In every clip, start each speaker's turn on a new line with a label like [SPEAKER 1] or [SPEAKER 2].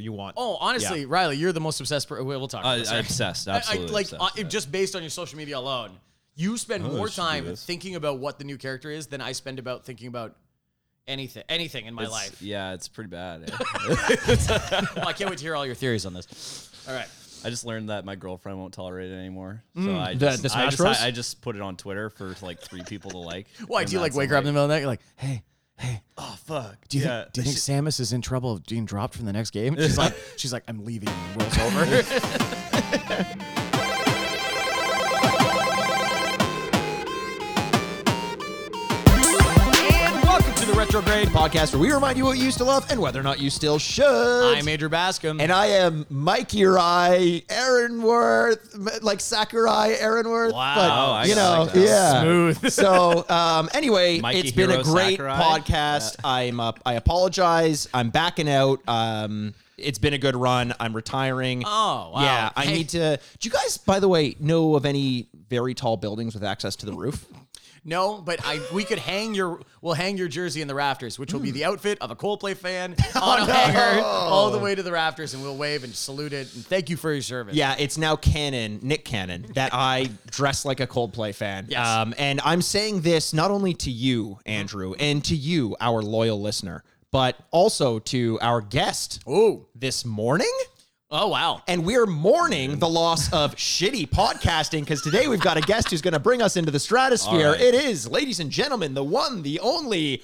[SPEAKER 1] you want.
[SPEAKER 2] Oh, honestly,
[SPEAKER 1] Yeah.
[SPEAKER 2] Riley, you're the most obsessed. Per- we'll talk. About
[SPEAKER 3] I-
[SPEAKER 2] this, sorry.
[SPEAKER 3] obsessed,
[SPEAKER 2] I- I-
[SPEAKER 3] absolutely
[SPEAKER 2] like
[SPEAKER 3] obsessed,
[SPEAKER 2] uh,
[SPEAKER 3] yeah.
[SPEAKER 2] just based on your social media alone, you spend
[SPEAKER 3] Oh, I
[SPEAKER 2] more
[SPEAKER 3] should do
[SPEAKER 2] time
[SPEAKER 3] this.
[SPEAKER 2] thinking about what the new character is than I spend about thinking about anything, anything in my
[SPEAKER 3] It's-
[SPEAKER 2] life.
[SPEAKER 3] Yeah, it's pretty bad. eh?
[SPEAKER 2] Well, I can't wait to hear all your theories on this. All right.
[SPEAKER 3] I just learned that my girlfriend won't tolerate it anymore. So I
[SPEAKER 2] the-
[SPEAKER 3] just,
[SPEAKER 2] the
[SPEAKER 3] I,
[SPEAKER 2] Smash
[SPEAKER 3] just
[SPEAKER 2] Bros?
[SPEAKER 3] I, just put it on Twitter for like three people to like.
[SPEAKER 2] Why
[SPEAKER 3] and
[SPEAKER 2] do you like
[SPEAKER 3] that's- I'm
[SPEAKER 2] wake her up in the middle of the night? You're like, hey, hey,
[SPEAKER 3] Oh fuck.
[SPEAKER 2] do you
[SPEAKER 3] yeah.
[SPEAKER 2] think, do you think Samus is in trouble of being dropped from the next game? She's like, she's like, I'm leaving. And rolls over.
[SPEAKER 1] And welcome to the Retrograde Podcast, where we remind you what you used to love and whether or not you still should.
[SPEAKER 2] I'm Andrew Bascom.
[SPEAKER 1] and I am Mikey Rye, Aaronworth, m- like Sakurai Aaronworth.
[SPEAKER 3] Wow,
[SPEAKER 1] but,
[SPEAKER 3] I
[SPEAKER 1] you know,
[SPEAKER 3] like that.
[SPEAKER 1] yeah,
[SPEAKER 2] Smooth.
[SPEAKER 1] so, um, anyway,
[SPEAKER 3] Mikey
[SPEAKER 1] it's been a
[SPEAKER 3] Hiro
[SPEAKER 1] great
[SPEAKER 3] Sakurai?
[SPEAKER 1] podcast. I'm, uh, I apologize. I'm backing out. Um, it's been a good run. I'm retiring.
[SPEAKER 2] Oh, wow.
[SPEAKER 1] yeah. I
[SPEAKER 2] Hey.
[SPEAKER 1] need to. Do you guys, by the way, know of any very tall buildings with access to the roof?
[SPEAKER 2] No, but I we could hang your we'll hang your jersey in the rafters, which will be the outfit of a Coldplay fan on a hanger all the way to the rafters, and we'll wave and salute it and thank you for your service.
[SPEAKER 1] Yeah, it's now canon, Nick Cannon, that I dress like a Coldplay fan. Um,
[SPEAKER 2] Yes.
[SPEAKER 1] and I'm saying this not only to you,
[SPEAKER 3] Mm-hmm.
[SPEAKER 1] Andrew, and to you, our loyal listener, but also to our guest
[SPEAKER 2] Ooh.
[SPEAKER 1] this morning.
[SPEAKER 2] Oh wow.
[SPEAKER 1] And we're mourning the loss of shitty podcasting because today we've got a guest who's going to bring us into the stratosphere.
[SPEAKER 3] All right.
[SPEAKER 1] It is, ladies and gentlemen, the one, the only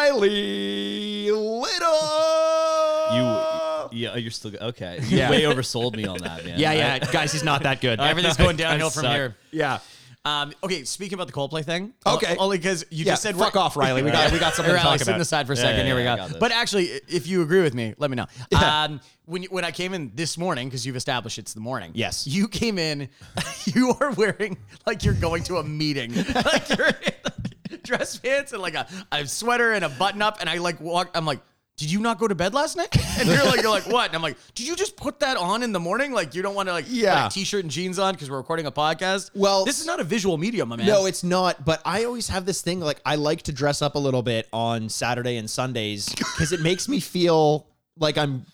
[SPEAKER 1] Riley Little.
[SPEAKER 3] You, yeah, you're still okay. You
[SPEAKER 1] Yeah.
[SPEAKER 3] way oversold me on that, man.
[SPEAKER 1] yeah, yeah, guys, he's not that good.
[SPEAKER 2] Everything's going downhill
[SPEAKER 3] I
[SPEAKER 2] from
[SPEAKER 3] suck.
[SPEAKER 2] here.
[SPEAKER 1] Yeah.
[SPEAKER 2] Um, okay, speaking about the Coldplay thing.
[SPEAKER 1] Okay.
[SPEAKER 2] Only because you
[SPEAKER 1] Yeah,
[SPEAKER 2] just said
[SPEAKER 1] fuck
[SPEAKER 2] we're-
[SPEAKER 1] off, Riley. We got we got something to
[SPEAKER 2] Riley,
[SPEAKER 1] talk
[SPEAKER 2] sit
[SPEAKER 1] about.
[SPEAKER 2] in the side for a second.
[SPEAKER 3] yeah,
[SPEAKER 2] Here we
[SPEAKER 3] yeah, I
[SPEAKER 2] go.
[SPEAKER 3] got this.
[SPEAKER 2] But actually, i- if you agree with me, let me know.
[SPEAKER 1] Yeah.
[SPEAKER 2] Um, when you, when I came in this morning, because you've established it's the morning.
[SPEAKER 1] Yes.
[SPEAKER 2] You came in. You are wearing like you're going to a meeting. like you're in dress pants and like a, a sweater and a button up. And I like walk. I'm like. Did you not go to bed last night? And you're like, you're like, what? And I'm like, did you just put that on in the morning? Like, you don't want to like
[SPEAKER 1] Yeah.
[SPEAKER 2] put a t-shirt and jeans on because we're recording a podcast.
[SPEAKER 1] Well-
[SPEAKER 2] this is not a visual medium, my man.
[SPEAKER 1] No, it's not. But I always have this thing like I like to dress up a little bit on Saturday and Sundays because it makes me feel like I'm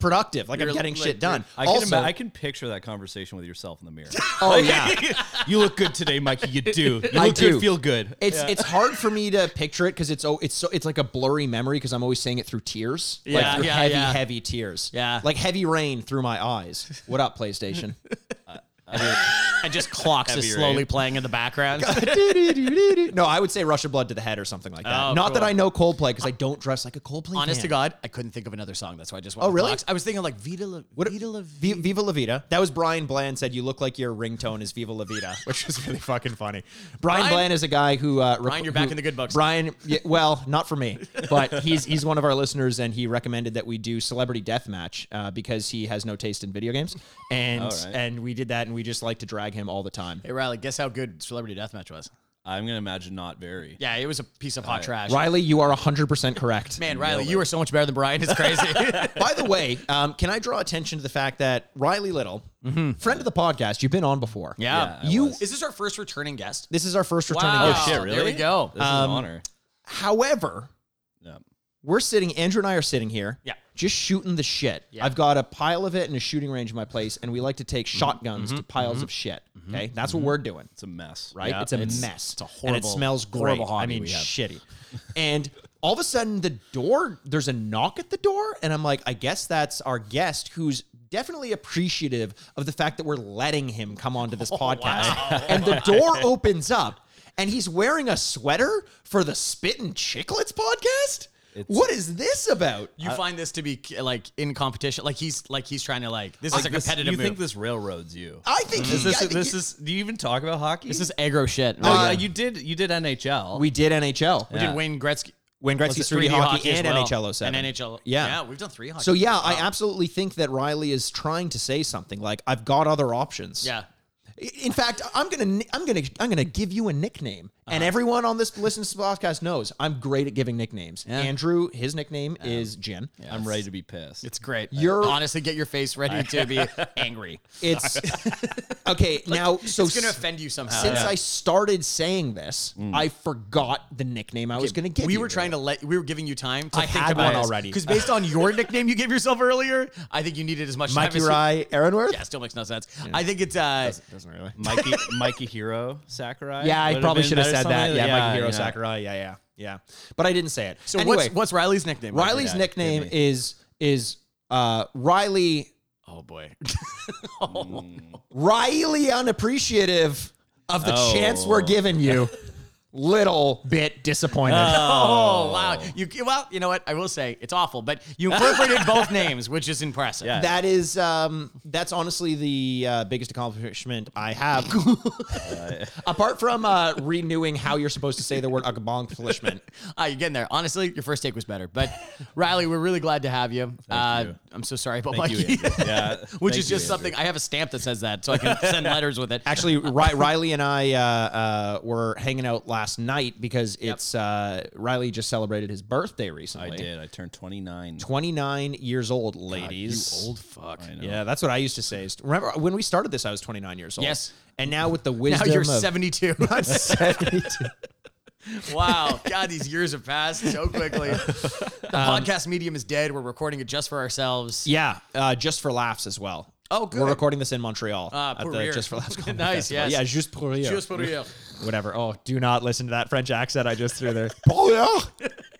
[SPEAKER 1] productive, like I'm
[SPEAKER 2] You're-
[SPEAKER 1] getting
[SPEAKER 2] like,
[SPEAKER 1] shit done.
[SPEAKER 3] I can,
[SPEAKER 1] also,
[SPEAKER 3] ima- I can picture that conversation with yourself in the mirror.
[SPEAKER 1] oh yeah,
[SPEAKER 3] you look good today, Mikey. You do. You look
[SPEAKER 1] I do.
[SPEAKER 3] good. Feel good.
[SPEAKER 1] it's it's hard for me to picture it because it's oh it's so it's like a blurry memory because I'm always saying it through tears, like
[SPEAKER 2] Yeah,
[SPEAKER 1] through
[SPEAKER 2] yeah,
[SPEAKER 1] heavy
[SPEAKER 2] yeah.
[SPEAKER 1] heavy tears,
[SPEAKER 2] Yeah.
[SPEAKER 1] like heavy rain through my eyes. What up, PlayStation?
[SPEAKER 2] and just clocks
[SPEAKER 3] Heavy
[SPEAKER 2] is slowly
[SPEAKER 3] rain.
[SPEAKER 2] playing in the background.
[SPEAKER 1] Do-do-do-do-do. no, I would say Rush of Blood to the head or something like that.
[SPEAKER 2] Oh,
[SPEAKER 1] Not
[SPEAKER 2] cool.
[SPEAKER 1] that I know Coldplay because I don't dress like a Coldplay.
[SPEAKER 2] Honest
[SPEAKER 1] fan.
[SPEAKER 2] to God, I couldn't think of another song. That's why I just went
[SPEAKER 1] Oh,
[SPEAKER 2] with
[SPEAKER 1] really?
[SPEAKER 2] clocks. I was thinking like Vita La
[SPEAKER 1] What-
[SPEAKER 2] Vita La Vida.
[SPEAKER 1] V- Viva La Vida. That was Brian Bland said you look like your ringtone is Viva La Vida, which was really fucking funny. Brian,
[SPEAKER 2] Brian-
[SPEAKER 1] Bland is a guy who uh, rec-
[SPEAKER 2] Brian, you're back
[SPEAKER 1] who-
[SPEAKER 2] in the good books.
[SPEAKER 1] Brian, yeah, well, not for me, but he's he's one of our listeners, and he recommended that we do Celebrity Deathmatch uh, because he has no taste in video games, and
[SPEAKER 3] All right.
[SPEAKER 1] and we did that, and we just like to drag him all the time.
[SPEAKER 2] Hey Riley, guess how good Celebrity Deathmatch was?
[SPEAKER 3] I'm gonna imagine not very.
[SPEAKER 2] Yeah, it was a piece of hot trash.
[SPEAKER 1] Riley, you are 100% correct.
[SPEAKER 2] Man, Riley, you are so much better than Brian. It's crazy.
[SPEAKER 1] By the way, um, can I draw attention to the fact that Riley Little,
[SPEAKER 2] Mm-hmm.
[SPEAKER 1] friend of the podcast, you've been on before.
[SPEAKER 3] Yeah, I
[SPEAKER 2] you
[SPEAKER 3] was.
[SPEAKER 2] is this our first returning guest?
[SPEAKER 1] This is our first returning
[SPEAKER 2] Wow.
[SPEAKER 1] guest.
[SPEAKER 3] Oh shit!
[SPEAKER 2] There
[SPEAKER 3] Really?
[SPEAKER 2] we go.
[SPEAKER 3] This is an honor.
[SPEAKER 1] However,
[SPEAKER 3] Yeah.
[SPEAKER 1] we're sitting, Andrew and I are sitting here.
[SPEAKER 2] Yeah.
[SPEAKER 1] Just shooting the shit. I've got a pile of it in a shooting range in my place, and we like to take shotguns to piles of shit. Okay. That's what we're doing,
[SPEAKER 3] It's a mess.
[SPEAKER 1] right?
[SPEAKER 2] Yeah,
[SPEAKER 1] it's a
[SPEAKER 2] it's-
[SPEAKER 1] mess.
[SPEAKER 2] it's a
[SPEAKER 1] And it
[SPEAKER 2] horrible-
[SPEAKER 1] smells great.
[SPEAKER 2] horrible
[SPEAKER 1] I
[SPEAKER 2] hobby
[SPEAKER 1] mean,
[SPEAKER 2] we have.
[SPEAKER 1] shitty. and all of a sudden, the door, there's a knock at the door, and I'm like, I guess that's our guest who's definitely appreciative of the fact that we're letting him come onto
[SPEAKER 2] Oh,
[SPEAKER 1] this podcast. And the door opens up. And he's wearing a sweater for the Spit and Chicklets podcast? what is this about?
[SPEAKER 2] You find this to be like in competition, like he's like he's trying to like this is a
[SPEAKER 3] This-
[SPEAKER 2] competitive
[SPEAKER 3] you
[SPEAKER 2] move.
[SPEAKER 3] think this railroads you?
[SPEAKER 1] I
[SPEAKER 2] Mm.
[SPEAKER 1] think
[SPEAKER 3] Is
[SPEAKER 1] he-
[SPEAKER 3] this
[SPEAKER 1] I think
[SPEAKER 3] this
[SPEAKER 1] he-
[SPEAKER 3] is? Do you even talk about hockey?
[SPEAKER 2] this is aggro shit.
[SPEAKER 3] Oh,
[SPEAKER 2] Riley.
[SPEAKER 3] yeah, you did. You did NHL.
[SPEAKER 1] we did NHL. We
[SPEAKER 2] We
[SPEAKER 1] did
[SPEAKER 2] did Wayne Gretzky,
[SPEAKER 1] Wayne
[SPEAKER 2] was
[SPEAKER 1] Gretzky 3D,
[SPEAKER 2] it
[SPEAKER 1] hockey,
[SPEAKER 2] as
[SPEAKER 1] and
[SPEAKER 2] well?
[SPEAKER 1] NHL 07.
[SPEAKER 2] and NHL.
[SPEAKER 1] Yeah.
[SPEAKER 2] oh yeah, we've done three hockey.
[SPEAKER 1] So yeah, I absolutely think that Riley is trying to say something like I've got other options.
[SPEAKER 2] yeah.
[SPEAKER 1] I- In fact, I'm gonna ni- I'm gonna I'm gonna give you a nickname
[SPEAKER 2] Uh-huh.
[SPEAKER 1] And everyone on this listens to the podcast knows I'm great at giving nicknames. Andrew, his nickname is Jin.
[SPEAKER 3] I'm ready to be pissed.
[SPEAKER 2] It's great.
[SPEAKER 1] You're-
[SPEAKER 2] honestly get your face ready to be angry.
[SPEAKER 1] It's okay now. So
[SPEAKER 2] It's gonna uh,
[SPEAKER 1] s-
[SPEAKER 2] offend you somehow.
[SPEAKER 1] since I started saying this, I forgot the nickname I was going to give.
[SPEAKER 2] Mm. we
[SPEAKER 1] you.
[SPEAKER 2] were trying to let we were giving you time to
[SPEAKER 1] I
[SPEAKER 2] think
[SPEAKER 1] had
[SPEAKER 2] about
[SPEAKER 1] one already.
[SPEAKER 2] Because based on your nickname you gave yourself earlier, I think you needed as much
[SPEAKER 1] Mikey
[SPEAKER 2] time. as you-
[SPEAKER 1] Rye Aaronworth.
[SPEAKER 2] Yeah, still makes no sense. I think it's uh
[SPEAKER 1] Doesn't really.
[SPEAKER 3] Mikey Mikey Hero Sakurai.
[SPEAKER 1] Yeah, I
[SPEAKER 3] would've
[SPEAKER 1] probably
[SPEAKER 3] been
[SPEAKER 1] should have
[SPEAKER 3] better,
[SPEAKER 1] said
[SPEAKER 3] something
[SPEAKER 1] that.
[SPEAKER 3] like-
[SPEAKER 1] Yeah, Mikey Hero
[SPEAKER 3] you know.
[SPEAKER 1] Sakurai. Yeah, yeah, yeah. But I didn't say it.
[SPEAKER 2] so
[SPEAKER 1] anyway,
[SPEAKER 2] what's what's Riley's nickname?
[SPEAKER 1] Riley's
[SPEAKER 3] Yeah,
[SPEAKER 1] nickname
[SPEAKER 3] give
[SPEAKER 1] is is uh Riley
[SPEAKER 2] Oh boy.
[SPEAKER 1] Riley unappreciative of the
[SPEAKER 3] Oh.
[SPEAKER 1] chance we're giving you. Uh, Little bit disappointed.
[SPEAKER 2] Oh, wow. You well, you know what? I will say it's awful, but you incorporated both names, which is impressive.
[SPEAKER 3] Yeah.
[SPEAKER 1] That is, um, that's honestly the uh, biggest accomplishment I have. Apart from uh, renewing how you're supposed to say the word accomplishment.
[SPEAKER 2] Ah, you're getting there. Honestly, your first take was better. But Riley, we're really glad to have you. uh,
[SPEAKER 3] you.
[SPEAKER 2] I'm so sorry about
[SPEAKER 3] Thank you,
[SPEAKER 2] Mikey.
[SPEAKER 3] Andrew. Yeah,
[SPEAKER 2] Which
[SPEAKER 3] thank
[SPEAKER 2] is just
[SPEAKER 3] you,
[SPEAKER 2] something I have a stamp that says that, so I can send letters with it.
[SPEAKER 1] Actually, Ri- Riley and I uh, uh, were hanging out last night because it's uh, Riley just celebrated his birthday
[SPEAKER 3] I
[SPEAKER 1] recently.
[SPEAKER 3] did. I turned 29.
[SPEAKER 1] 29 years old, ladies.
[SPEAKER 2] fuck.
[SPEAKER 1] Yeah, that's what I used to say. Remember when we started this, I was 29 years old.
[SPEAKER 2] Yes.
[SPEAKER 1] And now with the
[SPEAKER 2] Now
[SPEAKER 1] wisdom
[SPEAKER 2] you're
[SPEAKER 1] of
[SPEAKER 2] 72.
[SPEAKER 1] 72.
[SPEAKER 2] wow. God, these years have passed so quickly. The podcast medium is dead. We're recording it just for ourselves.
[SPEAKER 1] Um, Yeah, uh, just for laughs as well.
[SPEAKER 2] Oh,
[SPEAKER 1] We're
[SPEAKER 2] good.
[SPEAKER 1] recording this in Montreal
[SPEAKER 2] Ah,
[SPEAKER 1] at
[SPEAKER 2] pour
[SPEAKER 1] the
[SPEAKER 2] rire.
[SPEAKER 1] Just for Laughs. Comedy
[SPEAKER 2] Nice,
[SPEAKER 1] Festival.
[SPEAKER 2] yes.
[SPEAKER 1] Yeah, just pour rire.
[SPEAKER 2] Just for real.
[SPEAKER 1] Whatever. Oh, do not listen to that French accent I just threw there. pour rire.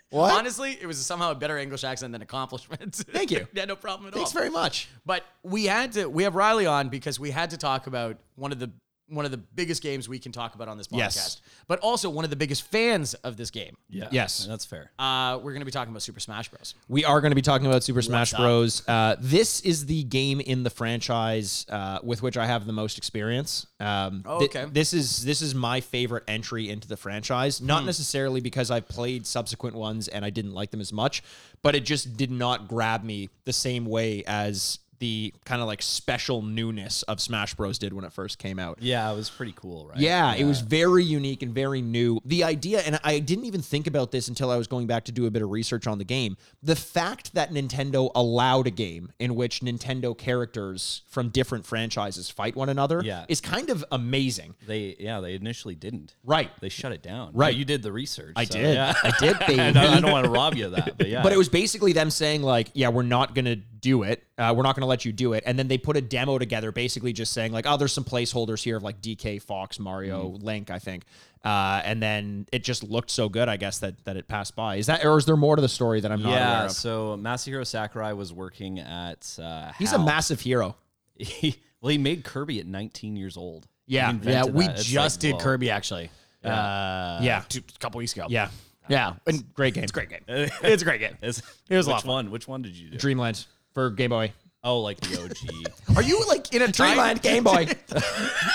[SPEAKER 1] What?
[SPEAKER 2] Honestly, it was somehow a better English accent than accomplishment.
[SPEAKER 1] Thank you.
[SPEAKER 2] yeah, no problem at all.
[SPEAKER 1] Thanks very much.
[SPEAKER 2] But we had to we have Riley on because we had to talk about one of the one of the biggest games we can talk about on this podcast.
[SPEAKER 1] Yes.
[SPEAKER 2] But also one of the biggest fans of this game.
[SPEAKER 3] Yeah.
[SPEAKER 1] Yes.
[SPEAKER 3] That's fair.
[SPEAKER 2] Uh, we're gonna be talking about Super Smash Bros. Uh,
[SPEAKER 1] We are going to be talking about Super Smash Bros. Uh, this is the game in the franchise uh, with which I have the most experience. Um,
[SPEAKER 2] Oh,
[SPEAKER 1] thi-
[SPEAKER 2] okay.
[SPEAKER 1] this is this is my favorite entry into the franchise.
[SPEAKER 2] Hmm.
[SPEAKER 1] Not necessarily because I played subsequent ones and I didn't like them as much, but it just did not grab me the same way as the kind of like special newness of Smash Bros. did when it first came out.
[SPEAKER 3] Yeah, it was pretty cool, right?
[SPEAKER 1] Yeah, it was very unique and very new. The idea, and I didn't even think about this until I was going back to do a bit of research on the game. The fact that Nintendo allowed a game in which Nintendo characters from different franchises fight one another
[SPEAKER 3] Yeah.
[SPEAKER 1] is kind of amazing.
[SPEAKER 3] They yeah, they initially didn't.
[SPEAKER 1] Right.
[SPEAKER 3] They shut it down.
[SPEAKER 1] Right.
[SPEAKER 3] But you did the research.
[SPEAKER 1] I
[SPEAKER 3] so,
[SPEAKER 1] did.
[SPEAKER 3] yeah.
[SPEAKER 1] I did,
[SPEAKER 3] and I, I
[SPEAKER 1] baby.
[SPEAKER 3] don't want to rob you of that, but yeah.
[SPEAKER 1] But it was basically them saying like, "Yeah, we're not gonna do it. Uh, we're not gonna let you do it." And then they put a demo together, basically just saying like, "Oh, there's some placeholders here of like DK, Fox, Mario, Link, I think." Uh, and then it just looked so good, I guess that that it passed by. Is that or is there more to the story that I'm not aware
[SPEAKER 3] yeah,
[SPEAKER 1] of?
[SPEAKER 3] so Masahiro Sakurai was working at uh
[SPEAKER 1] He's a
[SPEAKER 3] HAL.
[SPEAKER 1] massive hero.
[SPEAKER 3] he, well, he made Kirby at 19 years old. He
[SPEAKER 1] Yeah, yeah,
[SPEAKER 2] Yeah,
[SPEAKER 3] invented
[SPEAKER 2] we
[SPEAKER 3] that. It's
[SPEAKER 2] just
[SPEAKER 3] like,
[SPEAKER 2] did
[SPEAKER 3] whoa.
[SPEAKER 2] Kirby actually. Uh,
[SPEAKER 1] Yeah.
[SPEAKER 2] two- a couple weeks ago.
[SPEAKER 1] Yeah,
[SPEAKER 2] yeah, and
[SPEAKER 1] great game.
[SPEAKER 2] it's a great game. It's a great game.
[SPEAKER 3] It's,
[SPEAKER 2] was a lot
[SPEAKER 3] which
[SPEAKER 2] of
[SPEAKER 3] one? Which one did you do?
[SPEAKER 1] Dreamland for Game Boy.
[SPEAKER 3] Oh, like the OG.
[SPEAKER 2] Are you like in a time-
[SPEAKER 1] Dreamland Game Boy.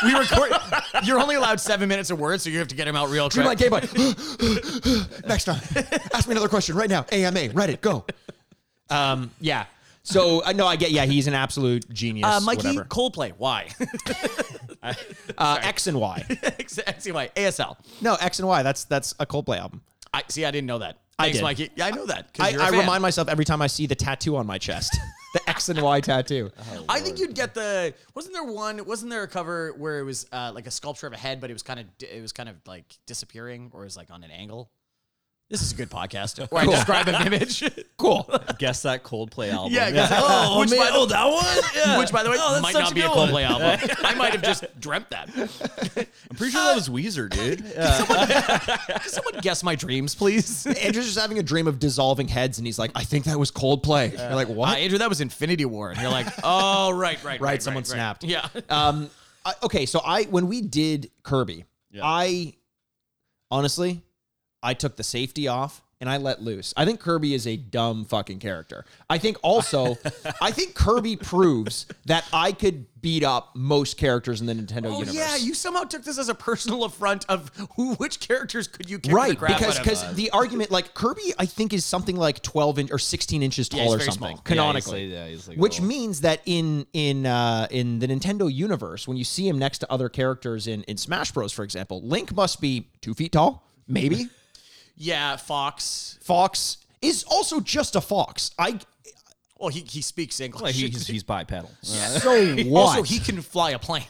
[SPEAKER 2] we record. You're only allowed seven minutes of words, so you have to get them out real quick.
[SPEAKER 1] Dreamland Game Boy. Next time, ask me another question right now. AMA Reddit go. Um, yeah. So I know I get. Yeah, he's an absolute genius.
[SPEAKER 2] uh, Mikey
[SPEAKER 1] whatever.
[SPEAKER 2] Coldplay. Why?
[SPEAKER 1] Uh, X and Y.
[SPEAKER 2] anyway, ASL.
[SPEAKER 1] No, X and Y. That's that's a Coldplay album.
[SPEAKER 2] I see. I didn't know that. Thanks,
[SPEAKER 1] did.
[SPEAKER 2] Mikey. Yeah, I know that. 'cause
[SPEAKER 1] I,
[SPEAKER 2] you're a
[SPEAKER 1] I
[SPEAKER 2] fan.
[SPEAKER 1] remind myself every time I see the tattoo on my chest, the X and Y tattoo.
[SPEAKER 2] I think you'd get the. Wasn't there one? Wasn't there a cover where it was uh, like a sculpture of a head, but it was kind of it was kind of like disappearing, or it was like on an angle. This is a good podcast where I describe an image.
[SPEAKER 1] Cool.
[SPEAKER 3] Guess that Coldplay album.
[SPEAKER 2] yeah. 'cause- Oh, which by,
[SPEAKER 3] that one? Yeah.
[SPEAKER 2] which by the way
[SPEAKER 3] Oh, that's
[SPEAKER 2] might
[SPEAKER 3] such
[SPEAKER 2] not
[SPEAKER 3] a
[SPEAKER 2] be a
[SPEAKER 3] good one.
[SPEAKER 2] Coldplay album. I might have just dreamt that.
[SPEAKER 3] I'm pretty sure that was Weezer, dude. Yeah.
[SPEAKER 2] Can someone guess my dreams, please?
[SPEAKER 1] Andrew's just having a dream of dissolving heads, and he's like, "I think that was Coldplay." You're like,
[SPEAKER 2] Uh,
[SPEAKER 1] "What?"
[SPEAKER 2] Andrew, that was Infinity War, and you're like, oh right, right, right.
[SPEAKER 1] Right, someone snapped.
[SPEAKER 2] Yeah.
[SPEAKER 1] Um, I, okay, so I when we did Kirby, I honestly, I took the safety off and I let loose. I think Kirby is a dumb fucking character. I think also, I think Kirby proves that I could beat up most characters in the Nintendo
[SPEAKER 2] Oh
[SPEAKER 1] universe.
[SPEAKER 2] yeah, you somehow took this as a personal affront of who, which characters could you kick the
[SPEAKER 1] right
[SPEAKER 2] crap
[SPEAKER 1] because
[SPEAKER 2] out of? uh,
[SPEAKER 1] because the argument like Kirby I think is something like 12 inch or 16 inches tall
[SPEAKER 2] he's
[SPEAKER 1] or
[SPEAKER 2] very
[SPEAKER 1] something
[SPEAKER 2] small.
[SPEAKER 1] canonically
[SPEAKER 3] Yeah, he's like- yeah, he's like a
[SPEAKER 1] which
[SPEAKER 3] little-
[SPEAKER 1] means that in in uh, in the Nintendo universe when you see him next to other characters in in Smash Bros for example Link must be two feet tall maybe
[SPEAKER 2] yeah, Fox.
[SPEAKER 1] Fox is also just a fox I
[SPEAKER 2] Well, he, he speaks English.
[SPEAKER 3] Well, he- he's, he's bipedal.
[SPEAKER 1] so what
[SPEAKER 2] Also, he can fly a plane.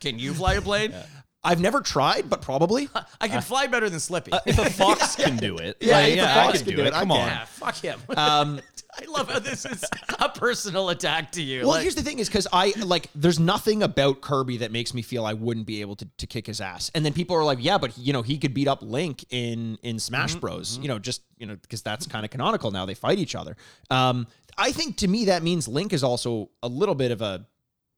[SPEAKER 2] can you fly a plane?
[SPEAKER 1] I've never tried but probably
[SPEAKER 2] I can fly better than Slippy.
[SPEAKER 3] If a fox can do it,
[SPEAKER 1] Yeah,
[SPEAKER 3] like,
[SPEAKER 1] if a
[SPEAKER 3] I
[SPEAKER 1] fox
[SPEAKER 3] can
[SPEAKER 1] can
[SPEAKER 3] do
[SPEAKER 1] do
[SPEAKER 3] it.
[SPEAKER 1] it, I
[SPEAKER 3] Come
[SPEAKER 1] can.
[SPEAKER 3] on.
[SPEAKER 2] yeah, fuck him.
[SPEAKER 1] um
[SPEAKER 2] I love how this is a personal attack to you.
[SPEAKER 1] Well,
[SPEAKER 2] Like-
[SPEAKER 1] here's the thing is because I like there's nothing about Kirby that makes me feel I wouldn't be able to, to kick his ass. And then people are like, yeah, but you know he could beat up Link in in Smash Bros. You know, just you know because that's kind of canonical now. They fight each other. Um, I think to me that means Link is also a little bit of a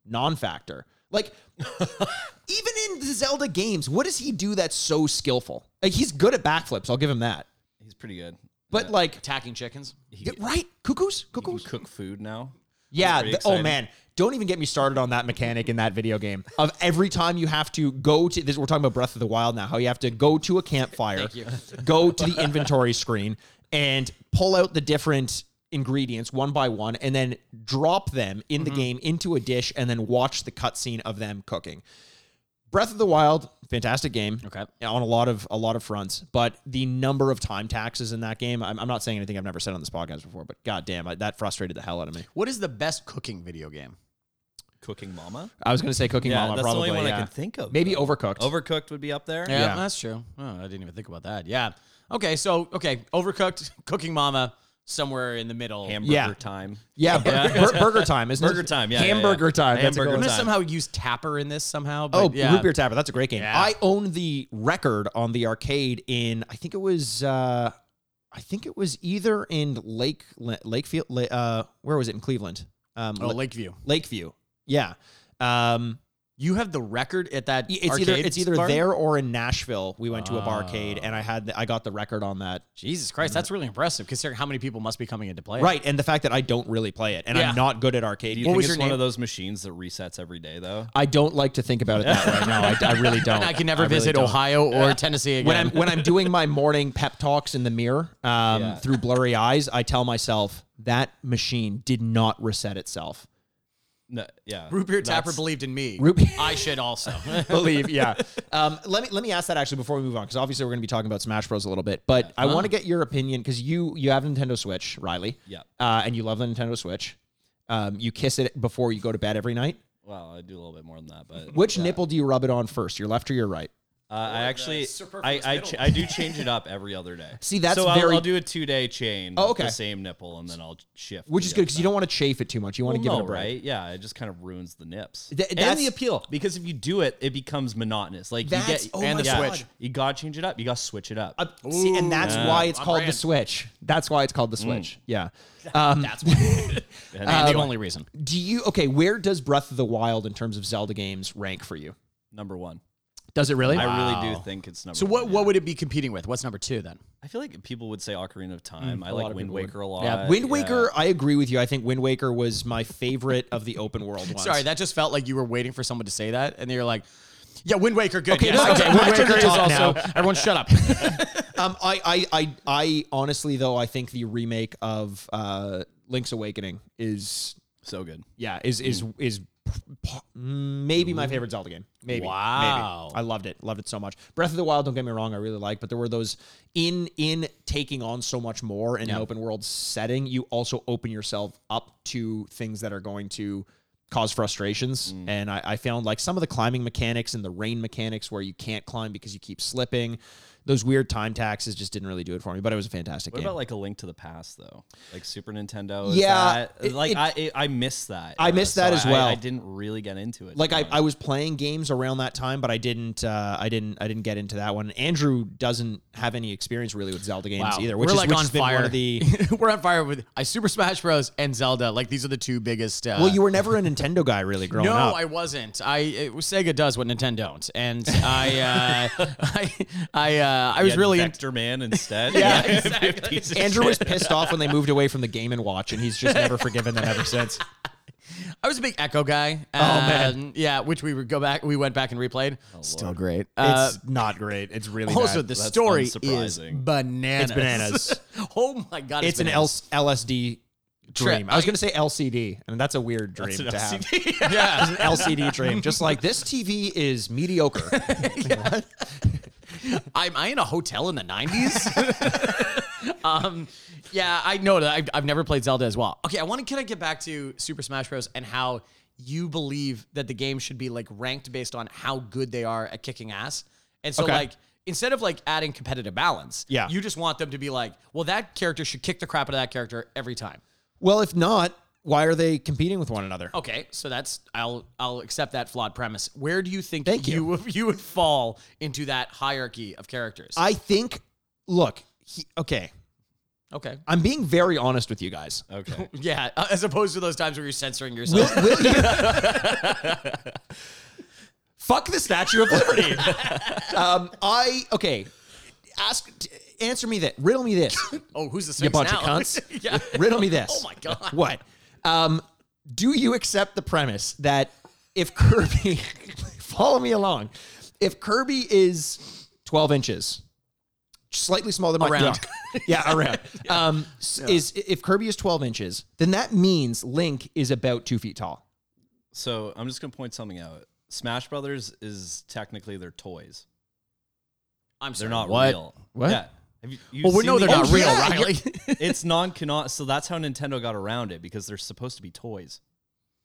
[SPEAKER 1] non-factor. Like even in the Zelda games, what does he do that's so skillful? Like he's good at backflips. I'll give him that.
[SPEAKER 3] He's pretty good.
[SPEAKER 1] But like,
[SPEAKER 2] attacking chickens.
[SPEAKER 1] right? Cuckoos,
[SPEAKER 3] He can
[SPEAKER 1] cuckoos.
[SPEAKER 3] cook food now.
[SPEAKER 1] Yeah.
[SPEAKER 3] pretty
[SPEAKER 1] th- oh
[SPEAKER 3] exciting.
[SPEAKER 1] man, don't even get me started on that mechanic in that video game. Of every time you have to go to this, we're talking about Breath of the Wild now. How you have to go to a campfire, go to the inventory screen, and pull out the different ingredients one by one, and then drop them in the game into a dish, and then watch the cutscene of them cooking. Breath of the Wild, fantastic game.
[SPEAKER 2] Okay.
[SPEAKER 1] On a lot of a lot of fronts, but the number of time taxes in that game, I'm, I'm not saying anything I've never said on this podcast before, but goddamn, I, that frustrated the hell out of me.
[SPEAKER 2] What is the best cooking video game?
[SPEAKER 3] Cooking Mama.
[SPEAKER 1] I was gonna say Cooking
[SPEAKER 3] Yeah,
[SPEAKER 1] Mama,
[SPEAKER 3] that's
[SPEAKER 1] probably.
[SPEAKER 3] the only one
[SPEAKER 1] yeah.
[SPEAKER 3] I can think of.
[SPEAKER 1] Maybe
[SPEAKER 3] though.
[SPEAKER 1] Overcooked.
[SPEAKER 3] Overcooked would be up there.
[SPEAKER 2] Yeah,
[SPEAKER 1] Yeah.
[SPEAKER 2] that's true. Oh, I didn't even think about that. Yeah. Okay, so okay, overcooked, cooking mama, somewhere in the middle.
[SPEAKER 3] Hamburger
[SPEAKER 1] Yeah.
[SPEAKER 3] time.
[SPEAKER 1] yeah, bur- bur- burger time isn't
[SPEAKER 3] Burger
[SPEAKER 1] it?
[SPEAKER 3] time, yeah, yeah, yeah.
[SPEAKER 1] hamburger time. That's a
[SPEAKER 3] Hamburger
[SPEAKER 1] good
[SPEAKER 2] I'm
[SPEAKER 1] one.
[SPEAKER 2] gonna
[SPEAKER 3] time.
[SPEAKER 2] somehow use Tapper in this somehow. But
[SPEAKER 1] Oh,
[SPEAKER 2] yeah.
[SPEAKER 1] root beer tapper. That's a great game.
[SPEAKER 2] Yeah.
[SPEAKER 1] I own the record on the arcade in. I think it was. uh I think it was either in Lake La- Lakefield. La- Uh, where was it in Cleveland? Um,
[SPEAKER 2] Oh,
[SPEAKER 1] La-
[SPEAKER 2] Lakeview.
[SPEAKER 1] Lakeview. Yeah. Um,
[SPEAKER 2] You have the record at that.
[SPEAKER 1] it's
[SPEAKER 2] arcade
[SPEAKER 1] either it's either
[SPEAKER 2] bar?
[SPEAKER 1] there or in Nashville. We went to a barcade,
[SPEAKER 3] Oh.
[SPEAKER 1] and I had the, I got the record on that.
[SPEAKER 2] Jesus Christ, that's really impressive considering how many people must be coming into play.
[SPEAKER 1] Right, and the fact that I don't really play it, and
[SPEAKER 2] Yeah.
[SPEAKER 1] I'm not good at arcade.
[SPEAKER 3] Do you
[SPEAKER 1] games.
[SPEAKER 3] think
[SPEAKER 2] was
[SPEAKER 3] it's
[SPEAKER 2] your
[SPEAKER 3] one
[SPEAKER 2] name?
[SPEAKER 3] of those machines that resets every day though?
[SPEAKER 1] I don't like to think about it that way. No, I, I really don't.
[SPEAKER 2] I can never
[SPEAKER 1] really
[SPEAKER 2] visit
[SPEAKER 1] don't.
[SPEAKER 2] Ohio or Tennessee again.
[SPEAKER 1] When I'm when I'm doing my morning pep talks in the mirror um,
[SPEAKER 3] Yeah.
[SPEAKER 1] through blurry eyes, I tell myself that machine did not reset itself.
[SPEAKER 3] No, yeah.
[SPEAKER 2] Root beer Tapper believed in me.
[SPEAKER 1] Root beer-
[SPEAKER 2] I should also.
[SPEAKER 1] Believe, yeah. Um, let me let me ask that actually before we move on, because obviously we're going to be talking about Smash Bros a little bit, but I want to get your opinion because you you have Nintendo Switch, Riley,
[SPEAKER 3] Yeah.
[SPEAKER 1] uh, and you love the Nintendo Switch. Um, you kiss it before you go to bed every night.
[SPEAKER 3] Well, I do a little bit more than that, but
[SPEAKER 1] Which nipple do you rub it on first, your left or your right?
[SPEAKER 3] Uh, I actually, I
[SPEAKER 2] superfluous
[SPEAKER 3] I, ch- I do change it up every other day.
[SPEAKER 1] See, that's
[SPEAKER 3] so I'll,
[SPEAKER 1] very-
[SPEAKER 3] I'll do a two day chain.
[SPEAKER 1] Oh,
[SPEAKER 3] with
[SPEAKER 1] okay.
[SPEAKER 3] The same nipple, and then I'll shift.
[SPEAKER 1] Which
[SPEAKER 3] to
[SPEAKER 1] is
[SPEAKER 3] the
[SPEAKER 1] good
[SPEAKER 3] other
[SPEAKER 1] because you
[SPEAKER 3] side.
[SPEAKER 1] don't want to chafe it too much. You want to give
[SPEAKER 3] Well,
[SPEAKER 1] it
[SPEAKER 3] no,
[SPEAKER 1] a break.
[SPEAKER 3] right? Yeah, it just kind of ruins the nips
[SPEAKER 1] Th-
[SPEAKER 3] and
[SPEAKER 1] that's-
[SPEAKER 3] the appeal. Because if you do it, it becomes monotonous. Like you
[SPEAKER 1] That's-
[SPEAKER 3] get
[SPEAKER 1] oh
[SPEAKER 3] and
[SPEAKER 1] my
[SPEAKER 3] the
[SPEAKER 1] God.
[SPEAKER 3] switch. You gotta change it up. You gotta switch it up.
[SPEAKER 1] Uh, see, and that's
[SPEAKER 3] Ooh.
[SPEAKER 1] why it's
[SPEAKER 2] On
[SPEAKER 1] called the
[SPEAKER 2] brand. Mm.
[SPEAKER 1] Switch. That's why it's called the Switch. Yeah. Um,
[SPEAKER 2] That's Um, and the only reason.
[SPEAKER 1] do you okay? Where does Breath of the Wild in terms of Zelda games rank for you?
[SPEAKER 3] number one.
[SPEAKER 1] Does it really?
[SPEAKER 3] I really do think it's number.
[SPEAKER 2] So what
[SPEAKER 3] One,
[SPEAKER 2] what would it be competing with? What's number two then?
[SPEAKER 3] I feel like people would say Ocarina of Time. I
[SPEAKER 1] Mm, a lot
[SPEAKER 3] like
[SPEAKER 1] of
[SPEAKER 3] Wind
[SPEAKER 1] people would.
[SPEAKER 3] Waker a lot.
[SPEAKER 2] Yeah,
[SPEAKER 1] Wind Waker. I agree with you. I think Wind Waker was my favorite of the open world ones.
[SPEAKER 2] Sorry, that just felt like you were waiting for someone to say that, and you're like, "Yeah, Wind Waker, good."
[SPEAKER 1] Okay,
[SPEAKER 2] yes,
[SPEAKER 1] no, okay,
[SPEAKER 2] my
[SPEAKER 1] Wind
[SPEAKER 2] turn
[SPEAKER 1] Waker
[SPEAKER 2] is
[SPEAKER 1] talk
[SPEAKER 2] also-
[SPEAKER 1] now.
[SPEAKER 2] Everyone, shut up.
[SPEAKER 1] Um, I, I, I, I honestly though I think the remake of uh, Link's Awakening is
[SPEAKER 3] So good.
[SPEAKER 1] yeah is is
[SPEAKER 3] Mm.
[SPEAKER 1] is p- maybe my favorite Zelda game. Maybe.
[SPEAKER 2] Wow.
[SPEAKER 1] Maybe. I loved it. Loved it so much. Breath of the Wild. Don't get me wrong. I really like, but there were those in in taking on so much more in an open world setting. You also open yourself up to things that are going to cause frustrations.
[SPEAKER 3] Mm.
[SPEAKER 1] And I, I found like some of the climbing mechanics and the rain mechanics where you can't climb because you keep slipping. Those weird time taxes just didn't really do it for me. But it was a fantastic
[SPEAKER 3] What
[SPEAKER 1] game.
[SPEAKER 3] about like a Link to the Past though? Like Super Nintendo. is
[SPEAKER 1] Yeah,
[SPEAKER 3] that-
[SPEAKER 1] it-
[SPEAKER 3] like
[SPEAKER 1] it-
[SPEAKER 3] I it, I miss that.
[SPEAKER 1] I
[SPEAKER 3] era,
[SPEAKER 1] miss that as
[SPEAKER 3] I- I-
[SPEAKER 1] well.
[SPEAKER 3] I, didn't really get into it. to
[SPEAKER 1] like
[SPEAKER 3] be
[SPEAKER 1] I,
[SPEAKER 3] honest.
[SPEAKER 1] I was playing games around that time, but I didn't uh, I didn't I didn't get into that one. Andrew doesn't have any experience really with Zelda games either, which
[SPEAKER 2] we're
[SPEAKER 1] is
[SPEAKER 2] like
[SPEAKER 1] which
[SPEAKER 2] on
[SPEAKER 1] has been
[SPEAKER 2] fire.
[SPEAKER 1] one of the
[SPEAKER 2] we're on fire with I Super Smash Bros. and Zelda. Like these are the two biggest. Uh,
[SPEAKER 1] well, you were never a Nintendo guy really growing
[SPEAKER 2] no,
[SPEAKER 1] up.
[SPEAKER 2] I wasn't. I it, Sega does what Nintendo don't, and I uh, I I uh, uh, I was
[SPEAKER 3] Yet
[SPEAKER 2] really in-
[SPEAKER 3] Vector Man instead.
[SPEAKER 2] Yeah,
[SPEAKER 3] piece of
[SPEAKER 1] Andrew
[SPEAKER 3] shit.
[SPEAKER 1] was pissed off when they moved away from the Game and Watch, and he's just never forgiven them ever since.
[SPEAKER 2] I was a big Echo guy. Oh
[SPEAKER 1] man. Oh,
[SPEAKER 2] yeah, which we would go back. We went back and replayed. Still great. Uh,
[SPEAKER 1] It's not great. It's really
[SPEAKER 2] also,
[SPEAKER 1] bad.
[SPEAKER 2] the
[SPEAKER 3] That's
[SPEAKER 2] story is
[SPEAKER 3] unsurprising.
[SPEAKER 2] bananas.
[SPEAKER 1] It's bananas.
[SPEAKER 2] oh my god,
[SPEAKER 1] it's an
[SPEAKER 2] bananas.
[SPEAKER 1] LS- LSD
[SPEAKER 2] Trip.
[SPEAKER 1] dream. I was going to say LCD, and that's a weird dream
[SPEAKER 3] It's an
[SPEAKER 1] to have.
[SPEAKER 3] LCD.
[SPEAKER 1] It's an LCD dream. Just like this TV is mediocre.
[SPEAKER 2] Am I in a hotel in the nineties? um, yeah, I know that I've, I've never played Zelda as well. Okay, I want to kind of get back to Super Smash Bros. and how you believe that the game should be like ranked based on how good they are at kicking ass, and so
[SPEAKER 1] Okay.
[SPEAKER 2] like. Instead of like adding competitive balance,
[SPEAKER 1] Yeah.
[SPEAKER 2] you just want them to be like, well, that character should kick the crap out of that character every time.
[SPEAKER 1] well, if not, why are they competing with one another?
[SPEAKER 2] Okay, so that's I'll I'll accept that flawed premise. Where do you think
[SPEAKER 1] Thank
[SPEAKER 2] you would- you would fall into that hierarchy of characters?
[SPEAKER 1] I think, look, he, okay,
[SPEAKER 2] okay,
[SPEAKER 1] I'm being very honest with you guys.
[SPEAKER 3] Okay.
[SPEAKER 2] Yeah, uh, as opposed to those times where you're censoring
[SPEAKER 1] Will,
[SPEAKER 2] yourself.
[SPEAKER 1] will you? Fuck the Statue of Liberty. um, I okay. Ask, t- answer me that. Riddle me this.
[SPEAKER 2] oh, who's the
[SPEAKER 1] You
[SPEAKER 2] Sphinx
[SPEAKER 1] bunch
[SPEAKER 2] now?
[SPEAKER 1] of cunts.
[SPEAKER 2] yeah.
[SPEAKER 1] Riddle me this.
[SPEAKER 2] Oh my God.
[SPEAKER 1] What? Um, do you accept the premise that if Kirby, follow me along, if Kirby is 12 inches, slightly smaller than my
[SPEAKER 2] Around.
[SPEAKER 1] yeah, yeah around, um, s- is if Kirby is 12 inches, then that means Link is about two feet tall.
[SPEAKER 3] So I'm just gonna point something out. Smash Brothers is technically their toys.
[SPEAKER 2] I'm
[SPEAKER 3] They're
[SPEAKER 2] sorry.
[SPEAKER 3] not
[SPEAKER 2] what?
[SPEAKER 3] real.
[SPEAKER 1] What?
[SPEAKER 3] Yeah. Have you, you've
[SPEAKER 2] Well, we
[SPEAKER 3] seen
[SPEAKER 2] know
[SPEAKER 3] the-
[SPEAKER 2] they're not
[SPEAKER 1] Oh,
[SPEAKER 2] real,
[SPEAKER 1] yeah,
[SPEAKER 2] Riley.
[SPEAKER 3] It's non-canon. So that's how Nintendo got around it because they're supposed to be toys.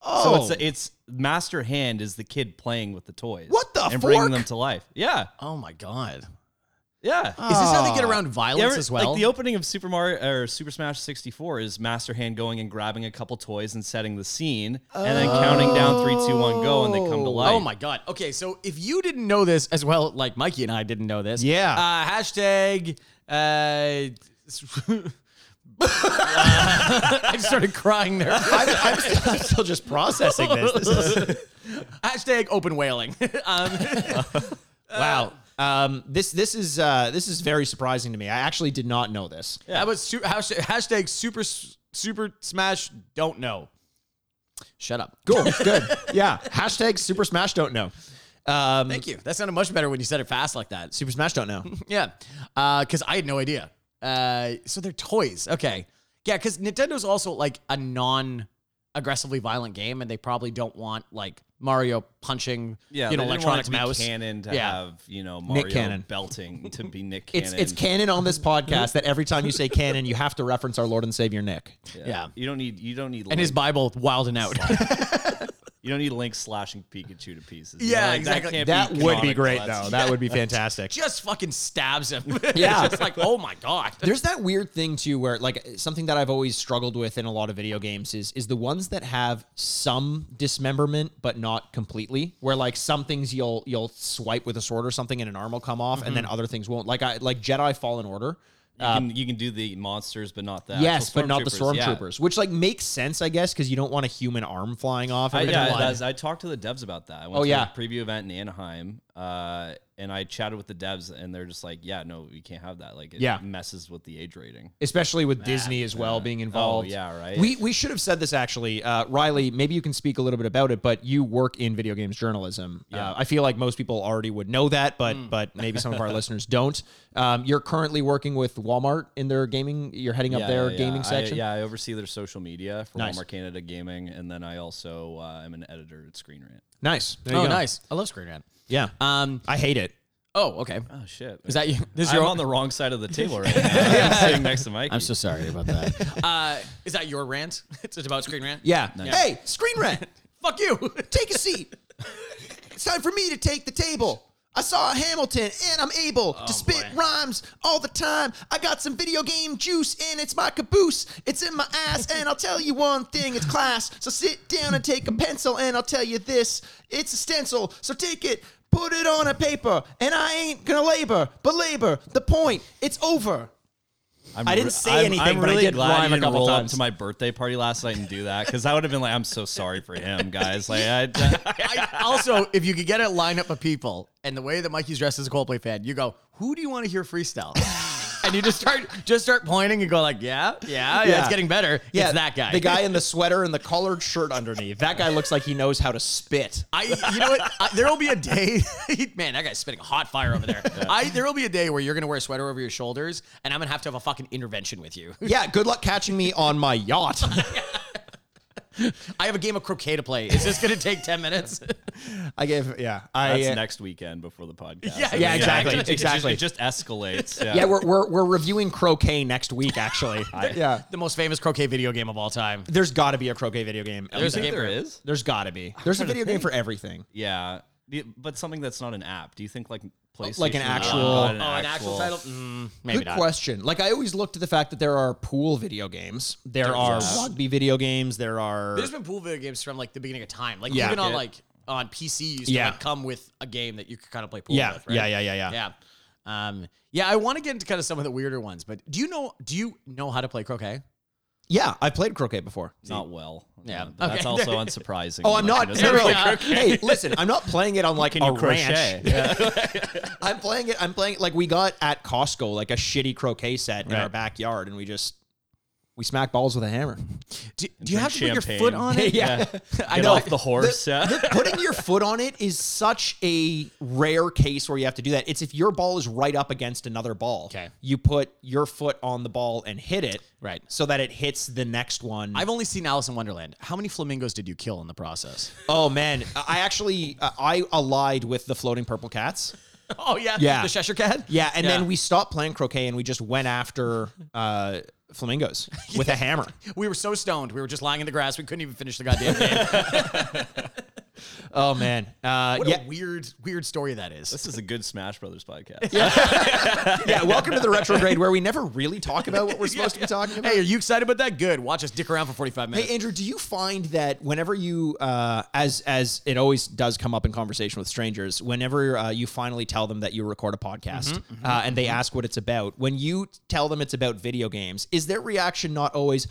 [SPEAKER 1] Oh,
[SPEAKER 3] So it's it's Master Hand is the kid playing with the toys.
[SPEAKER 1] What the
[SPEAKER 3] and bringing
[SPEAKER 1] fork?
[SPEAKER 3] them to life. Yeah,
[SPEAKER 2] oh my god. Is
[SPEAKER 3] yeah.
[SPEAKER 2] this how they get around
[SPEAKER 3] You
[SPEAKER 2] violence
[SPEAKER 3] ever-
[SPEAKER 2] as well?
[SPEAKER 3] Like the opening of Super Mario or Super Smash 64 is Master Hand going and grabbing a couple toys and setting the scene, and then counting down three, two, one, go, and they come to life.
[SPEAKER 2] Oh my god. Okay, so if you didn't know this as well, like Mikey and I didn't know this.
[SPEAKER 1] Yeah.
[SPEAKER 2] Uh, hashtag. Uh, I started crying there.
[SPEAKER 1] I'm, I'm, still, I'm still just processing this. This is
[SPEAKER 2] Hashtag open whaling. um,
[SPEAKER 1] wow. Um, this this is uh, this is very surprising to me. I actually did not know this.
[SPEAKER 2] That was su- hashtag, hashtag super s- super smash don't know. Shut up.
[SPEAKER 1] Cool. Good. Yeah. Hashtag Super Smash Don't Know. Um,
[SPEAKER 2] Thank you. That sounded much better when you said it fast like that.
[SPEAKER 1] Super Smash Don't Know.
[SPEAKER 2] Yeah, because I had no idea. Uh, so they're toys. Okay. Yeah, because Nintendo's also like a non-aggressively violent game, and they probably don't want like Mario punching,
[SPEAKER 3] Yeah,
[SPEAKER 2] you know,
[SPEAKER 3] they didn't
[SPEAKER 2] electronic
[SPEAKER 3] want it to
[SPEAKER 2] mouse.
[SPEAKER 3] be canon to
[SPEAKER 2] Yeah.
[SPEAKER 3] have you know Mario
[SPEAKER 1] Cannon.
[SPEAKER 3] belting to be Nick
[SPEAKER 1] It's
[SPEAKER 3] Cannon.
[SPEAKER 1] it's canon on this podcast that every time you say canon, you have to reference our Lord and Savior Nick.
[SPEAKER 2] yeah.
[SPEAKER 3] You don't need you don't need
[SPEAKER 2] And
[SPEAKER 3] Link,
[SPEAKER 2] his Bible wilding out.
[SPEAKER 3] you don't need Link slashing Pikachu to pieces.
[SPEAKER 2] Yeah,
[SPEAKER 3] Like,
[SPEAKER 2] exactly.
[SPEAKER 3] That, can't
[SPEAKER 1] That
[SPEAKER 3] be
[SPEAKER 1] would be
[SPEAKER 3] canonical.
[SPEAKER 1] great
[SPEAKER 3] That's-
[SPEAKER 1] though. That would be fantastic.
[SPEAKER 2] Just fucking stabs him.
[SPEAKER 1] Yeah.
[SPEAKER 2] It's like, oh my god.
[SPEAKER 1] There's that weird thing too, where like something that I've always struggled with in a lot of video games is is the ones that have some dismemberment but not completely. Where like some things you'll you'll swipe with a sword or something and an arm will come off, and then
[SPEAKER 3] Mm-hmm.
[SPEAKER 1] other things won't. Like I like Jedi Fallen Order.
[SPEAKER 3] You,
[SPEAKER 2] uh,
[SPEAKER 3] can, you can do the monsters, but not the
[SPEAKER 1] yes,
[SPEAKER 3] actual
[SPEAKER 1] but not the
[SPEAKER 3] stormtroopers, yeah.
[SPEAKER 1] stormtroopers, which like makes sense, I guess, because you don't want a human arm flying off.
[SPEAKER 3] I,
[SPEAKER 1] Every
[SPEAKER 3] yeah,
[SPEAKER 1] time.
[SPEAKER 3] that's- I talked to the devs about that. I went
[SPEAKER 1] Oh,
[SPEAKER 3] to
[SPEAKER 1] yeah.
[SPEAKER 3] a preview event in Anaheim, uh, and I chatted with the devs, and they're just like, "Yeah, no, we can't have that. Like, it
[SPEAKER 1] Yeah.
[SPEAKER 3] messes with the age rating."
[SPEAKER 1] especially with Disney as well
[SPEAKER 2] Oh,
[SPEAKER 1] being involved.
[SPEAKER 3] yeah, right.
[SPEAKER 1] We we should have said this actually, uh, Riley. Maybe you can speak a little bit about it, but you work in video games journalism. Uh, I feel like most people already would know that, but
[SPEAKER 2] Hmm.
[SPEAKER 1] but maybe some of our listeners don't. Um, you're currently working with Walmart in their gaming. You're heading up
[SPEAKER 3] Yeah,
[SPEAKER 1] their
[SPEAKER 3] yeah,
[SPEAKER 1] gaming
[SPEAKER 3] I-
[SPEAKER 1] section.
[SPEAKER 3] yeah, I oversee their social media for
[SPEAKER 1] Nice.
[SPEAKER 3] Walmart Canada Gaming, and then I also uh, am an editor at Screen Rant.
[SPEAKER 1] Nice. There you
[SPEAKER 2] oh,
[SPEAKER 1] go.
[SPEAKER 2] nice. I love Screen Rant.
[SPEAKER 1] Yeah.
[SPEAKER 2] Um.
[SPEAKER 1] I hate it.
[SPEAKER 2] Oh, okay.
[SPEAKER 3] Oh shit!
[SPEAKER 2] Is that you? This is
[SPEAKER 3] I'm
[SPEAKER 2] your
[SPEAKER 3] on the wrong side of the table right now. I'm sitting next to Mike.
[SPEAKER 2] I'm so sorry about that. uh, is that your rant? It's about screen rant.
[SPEAKER 1] Yeah. Hey, screen rent.
[SPEAKER 2] Fuck you.
[SPEAKER 1] take a seat. It's time for me to take the table. I saw Hamilton and I'm able to spit
[SPEAKER 2] Oh, boy.
[SPEAKER 1] rhymes all the time. I got some video game juice and it's my caboose. It's in my ass and I'll tell you one thing, it's class. So sit down and take a pencil and I'll tell you this. It's a stencil, so take it, put it on a paper, and I ain't gonna labor, belabor the point. It's over.
[SPEAKER 3] I'm
[SPEAKER 1] I didn't
[SPEAKER 3] re-
[SPEAKER 1] say
[SPEAKER 3] I'm-
[SPEAKER 1] anything,
[SPEAKER 3] I'm
[SPEAKER 1] but I
[SPEAKER 3] really
[SPEAKER 1] did
[SPEAKER 3] glad
[SPEAKER 1] rhyme
[SPEAKER 3] you
[SPEAKER 1] a
[SPEAKER 3] didn't
[SPEAKER 1] couple
[SPEAKER 3] roll
[SPEAKER 1] times.
[SPEAKER 3] up to my birthday party last night and do that because I would have been like, "I'm so sorry for him, guys." Like, I,
[SPEAKER 2] I, also, if you could get a lineup of people and the way that Mikey's dressed as a Coldplay fan, you go, who do you want to hear freestyle? and you just start just start pointing and go like, yeah, yeah, yeah.
[SPEAKER 1] Yeah.
[SPEAKER 2] It's getting better. Yeah, it's that guy.
[SPEAKER 1] The guy in the sweater and the collared shirt underneath. That guy looks like he knows how to spit.
[SPEAKER 2] I, you know what? I, there will be a day, man. That guy's spitting hot fire over there. I, there will be a day where you're gonna wear a sweater over your shoulders, and I'm gonna have to have a fucking intervention with you.
[SPEAKER 1] Yeah, good luck catching me on my yacht.
[SPEAKER 2] I have a game of croquet to play. Is this gonna take ten minutes?
[SPEAKER 1] I gave yeah. I
[SPEAKER 3] That's
[SPEAKER 1] uh,
[SPEAKER 3] next weekend before the podcast.
[SPEAKER 2] Yeah,
[SPEAKER 3] I mean,
[SPEAKER 2] yeah,
[SPEAKER 1] exactly,
[SPEAKER 3] it just-
[SPEAKER 1] exactly.
[SPEAKER 3] It just, escalates. Yeah.
[SPEAKER 1] yeah, we're, we're we're reviewing croquet next week. Actually, yeah.
[SPEAKER 2] the most famous croquet video game of all time.
[SPEAKER 1] There's got to be a croquet video game.
[SPEAKER 2] There's a
[SPEAKER 3] I think
[SPEAKER 2] game
[SPEAKER 3] there
[SPEAKER 2] for it.
[SPEAKER 3] is.
[SPEAKER 1] There's got to be. There's a video game for everything.
[SPEAKER 3] Yeah, The- but something that's not an app. Do you think like PlayStation?
[SPEAKER 1] Like an
[SPEAKER 3] would
[SPEAKER 1] actual-
[SPEAKER 3] have got
[SPEAKER 2] Oh, an actual title? Mm, maybe
[SPEAKER 1] Good
[SPEAKER 2] not.
[SPEAKER 1] question. Like I always look to the fact that there are pool video games. There are rugby video games. There are
[SPEAKER 2] There's been pool video games from like the beginning of time. Like
[SPEAKER 1] Yeah.
[SPEAKER 2] even on
[SPEAKER 3] Yeah.
[SPEAKER 2] like on PC, you used to
[SPEAKER 1] Yeah.
[SPEAKER 2] like come with a game that you could kind of play pool
[SPEAKER 1] yeah,
[SPEAKER 2] with. Right?
[SPEAKER 1] yeah, yeah, yeah, yeah,
[SPEAKER 2] yeah. Um, yeah, I want to get into kind of some of the weirder ones, but do you know do you know how to play croquet?
[SPEAKER 1] Yeah, I played croquet before.
[SPEAKER 3] Not well.
[SPEAKER 2] Yeah.
[SPEAKER 3] but that's
[SPEAKER 2] Okay.
[SPEAKER 3] also unsurprising.
[SPEAKER 1] Oh, I'm not.
[SPEAKER 3] Like, it
[SPEAKER 1] No,
[SPEAKER 3] doesn't-
[SPEAKER 1] no,
[SPEAKER 2] Yeah.
[SPEAKER 1] no. Hey, listen, I'm not playing it on like
[SPEAKER 3] Can
[SPEAKER 1] a
[SPEAKER 3] you crochet?
[SPEAKER 1] ranch. I'm playing it. I'm playing it like we got at Costco like a shitty croquet set in
[SPEAKER 3] Right.
[SPEAKER 1] our backyard, and we just we smack balls with a hammer.
[SPEAKER 2] Do, do you have to
[SPEAKER 3] drink
[SPEAKER 2] put your foot
[SPEAKER 3] champagne.
[SPEAKER 2] on it?
[SPEAKER 1] yeah.
[SPEAKER 3] I know off the horse. yeah.
[SPEAKER 1] Putting your foot on it is such a rare case where you have to do that. It's if your ball is right up against another ball.
[SPEAKER 2] Okay.
[SPEAKER 1] You put your foot on the ball and hit it.
[SPEAKER 2] Right.
[SPEAKER 1] So that it hits the next one.
[SPEAKER 2] I've only seen Alice in Wonderland. How many flamingos did you kill in the process?
[SPEAKER 1] oh man, I I actually uh, I allied with the floating purple cats.
[SPEAKER 2] oh yeah,
[SPEAKER 1] Yeah.
[SPEAKER 2] the Cheshire Cat.
[SPEAKER 1] Yeah, and
[SPEAKER 2] Yeah.
[SPEAKER 1] then we stopped playing croquet and we just went after uh, flamingos with a hammer.
[SPEAKER 2] We were so stoned. We were just lying in the grass. We couldn't even finish the goddamn game.
[SPEAKER 1] Oh man, uh,
[SPEAKER 2] What
[SPEAKER 1] yeah,
[SPEAKER 2] a weird, weird story that is.
[SPEAKER 3] This is a good Smash Brothers podcast.
[SPEAKER 1] yeah. Welcome to the retrograde where we never really talk about what we're supposed to be talking about.
[SPEAKER 2] Hey, are you excited about that? Good. Watch us dick around for 45 minutes.
[SPEAKER 1] Hey Andrew, do you find that whenever you, uh, as as it always does come up in conversation with strangers, whenever uh, you finally tell them that you record a podcast uh, and they ask what it's about, when you tell them it's about video games, is their reaction not always,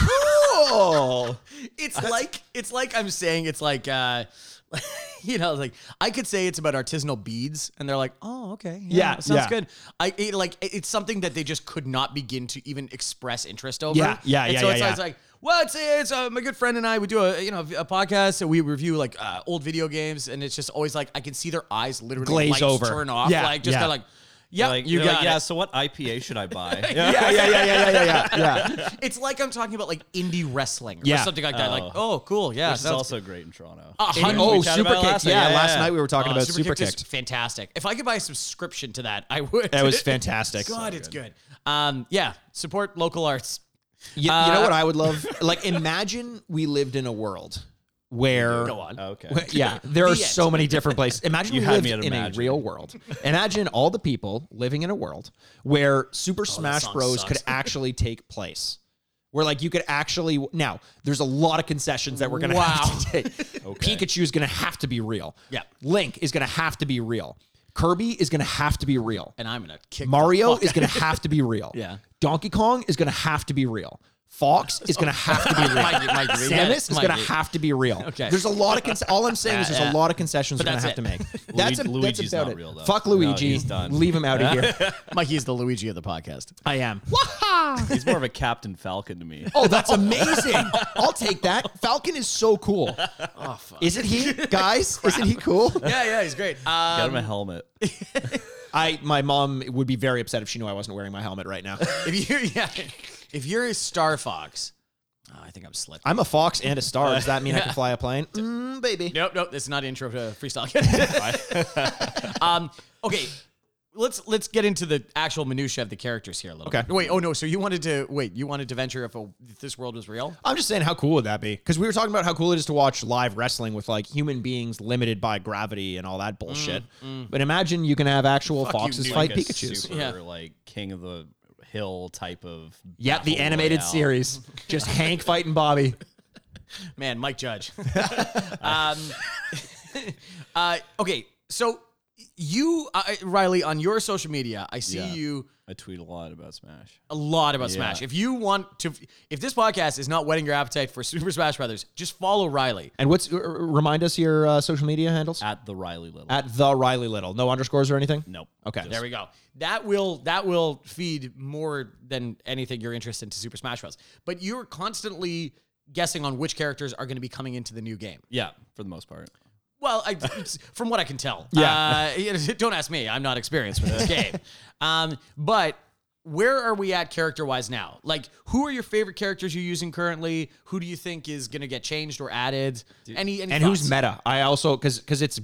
[SPEAKER 1] "Oh, cool"?
[SPEAKER 2] It's like it's like I'm saying it's like uh you know like I could say it's about artisanal beads and they're like oh okay yeah,
[SPEAKER 1] Yeah,
[SPEAKER 2] sounds
[SPEAKER 1] yeah.
[SPEAKER 2] good I it, like it- it's something that they just could not begin to even express interest over
[SPEAKER 1] Yeah, yeah,
[SPEAKER 2] And
[SPEAKER 1] yeah,
[SPEAKER 2] so
[SPEAKER 1] yeah,
[SPEAKER 2] it's,
[SPEAKER 1] yeah.
[SPEAKER 2] it's like well it's, it's uh, my good friend and I we do a you know a podcast so we review like uh, old video games and it's just always like I can see their eyes literally
[SPEAKER 1] Glaze
[SPEAKER 2] lights
[SPEAKER 1] over.
[SPEAKER 2] turn off
[SPEAKER 1] Yeah,
[SPEAKER 2] like just
[SPEAKER 1] yeah.
[SPEAKER 2] kind of like yeah
[SPEAKER 3] Like,
[SPEAKER 2] you
[SPEAKER 3] they're
[SPEAKER 2] got
[SPEAKER 3] like,
[SPEAKER 2] it.
[SPEAKER 3] yeah. So what IPA should I buy? Yeah.
[SPEAKER 1] yeah, yeah, yeah, yeah, yeah, yeah, yeah.
[SPEAKER 2] it's like I'm talking about like indie wrestling or
[SPEAKER 1] Yeah.
[SPEAKER 2] something like that
[SPEAKER 3] Oh.
[SPEAKER 2] like oh cool yeah
[SPEAKER 3] Which is
[SPEAKER 2] sounds Ah.
[SPEAKER 3] also great in Toronto.
[SPEAKER 2] hun-
[SPEAKER 3] Didn't we
[SPEAKER 1] Oh,
[SPEAKER 3] chat about
[SPEAKER 1] super
[SPEAKER 3] it
[SPEAKER 1] kicked.
[SPEAKER 3] night?
[SPEAKER 1] Yeah, last night we were talking
[SPEAKER 2] Uh,
[SPEAKER 1] about super
[SPEAKER 2] Kicked is
[SPEAKER 1] kicked.
[SPEAKER 2] fantastic. If I could buy a subscription to that, I would.
[SPEAKER 1] That was fantastic.
[SPEAKER 2] God, it's good. Um, yeah, support local arts.
[SPEAKER 1] You, you know what I would love? Like, imagine we lived in a world where.
[SPEAKER 2] Go on.
[SPEAKER 3] Okay.
[SPEAKER 1] where- Yeah, there are
[SPEAKER 2] The
[SPEAKER 1] so many different places. Imagine you we
[SPEAKER 3] had
[SPEAKER 1] lived
[SPEAKER 3] me at
[SPEAKER 1] in a
[SPEAKER 3] imagine.
[SPEAKER 1] real world. Imagine all the people living in a world where Super Smash
[SPEAKER 2] song
[SPEAKER 1] Bros. could
[SPEAKER 2] sucks.
[SPEAKER 1] actually take place. Where like you could actually now, there's a lot of concessions that we're gonna
[SPEAKER 2] Wow.
[SPEAKER 1] have to take.
[SPEAKER 3] Okay.
[SPEAKER 1] Pikachu is gonna have to be real.
[SPEAKER 2] Yeah.
[SPEAKER 1] Link is gonna have to be real. Kirby is gonna have to be real.
[SPEAKER 2] And I'm gonna kick
[SPEAKER 1] Mario is going to have to be real.
[SPEAKER 2] Yeah.
[SPEAKER 1] Donkey Kong is going to have to be real. Fox is going to have to be real.
[SPEAKER 2] Mikey, Mikey, we get it.
[SPEAKER 1] Samus is going to
[SPEAKER 2] Mikey.
[SPEAKER 1] have to be real.
[SPEAKER 2] Okay.
[SPEAKER 1] There's a lot of con- all I'm saying is there's
[SPEAKER 2] yeah.
[SPEAKER 1] a lot of concessions we're going to
[SPEAKER 2] that's
[SPEAKER 1] have to make.
[SPEAKER 2] it.
[SPEAKER 1] That's, a,
[SPEAKER 3] Luigi-
[SPEAKER 1] that's
[SPEAKER 3] Luigi's
[SPEAKER 1] about
[SPEAKER 3] not
[SPEAKER 1] it.
[SPEAKER 3] real, though.
[SPEAKER 1] Fuck
[SPEAKER 3] No,
[SPEAKER 1] Luigi.
[SPEAKER 3] he's done.
[SPEAKER 1] Leave him out of here.
[SPEAKER 2] Mikey is the Luigi of the podcast.
[SPEAKER 1] I am.
[SPEAKER 3] He's more of a Captain Falcon to me.
[SPEAKER 1] Oh, that's amazing. I'll take that. Falcon is so cool.
[SPEAKER 2] Oh fuck.
[SPEAKER 1] Isn't he? Guys, isn't he cool?
[SPEAKER 2] yeah, yeah, he's great.
[SPEAKER 3] Get
[SPEAKER 2] Um,
[SPEAKER 3] him a helmet.
[SPEAKER 1] I my mom would be very upset if she knew I wasn't wearing my helmet right now.
[SPEAKER 2] if you yeah, if you're a Star Fox, oh, I think I'm slipped.
[SPEAKER 1] I'm a fox and a star. Does that mean I can fly a plane? Mm, baby.
[SPEAKER 2] Nope, nope. This is not intro to freestyle. um, okay, let's let's get into the actual minutia of the characters here a little.
[SPEAKER 1] Okay.
[SPEAKER 2] Bit. Wait. Oh no. So you wanted to wait? You wanted to venture if, a, if this world was real?
[SPEAKER 1] I'm just saying, how cool would that be? Because we were talking about how cool it is to watch live wrestling with like human beings limited by gravity and all that bullshit. But imagine Mm, you can have actual foxes
[SPEAKER 2] Nuke.
[SPEAKER 1] fight
[SPEAKER 3] Like a
[SPEAKER 1] Pikachu's.
[SPEAKER 3] Super,
[SPEAKER 2] Yeah.
[SPEAKER 3] Like King of the Hill type of.
[SPEAKER 1] Oh, Yeah, the
[SPEAKER 3] battle
[SPEAKER 1] animated
[SPEAKER 3] royale.
[SPEAKER 1] series, just Hank fighting Bobby.
[SPEAKER 2] Man, Mike Judge. um, uh, okay, so you, I, Riley, on your social media, I see
[SPEAKER 3] Yeah.
[SPEAKER 2] you
[SPEAKER 3] I tweet a lot about Smash.
[SPEAKER 2] a lot about
[SPEAKER 3] Yeah.
[SPEAKER 2] Smash. If you want to, if this podcast is not whetting your appetite for Super Smash Brothers, just follow Riley.
[SPEAKER 1] And what's r- r- remind us your uh, social media handles at,
[SPEAKER 3] At the Riley Little.
[SPEAKER 1] the Riley Little. No underscores or anything.
[SPEAKER 3] nope.
[SPEAKER 1] Okay.
[SPEAKER 2] There we go. That will that will feed more than anything you're interested into Super Smash Bros. But you're constantly guessing on which characters are going to be coming into the new game.
[SPEAKER 3] Yeah, for the most part.
[SPEAKER 2] Well, I, it's- from what I can tell,
[SPEAKER 1] Yeah.
[SPEAKER 2] Uh, you know, don't ask me. I'm not experienced with this game. Um, but where are we at character wise now? Like, who are your favorite characters you're using currently? Who do you think is going to get changed or added? Any, any
[SPEAKER 1] and who's
[SPEAKER 2] thoughts?
[SPEAKER 1] meta? I also because because it's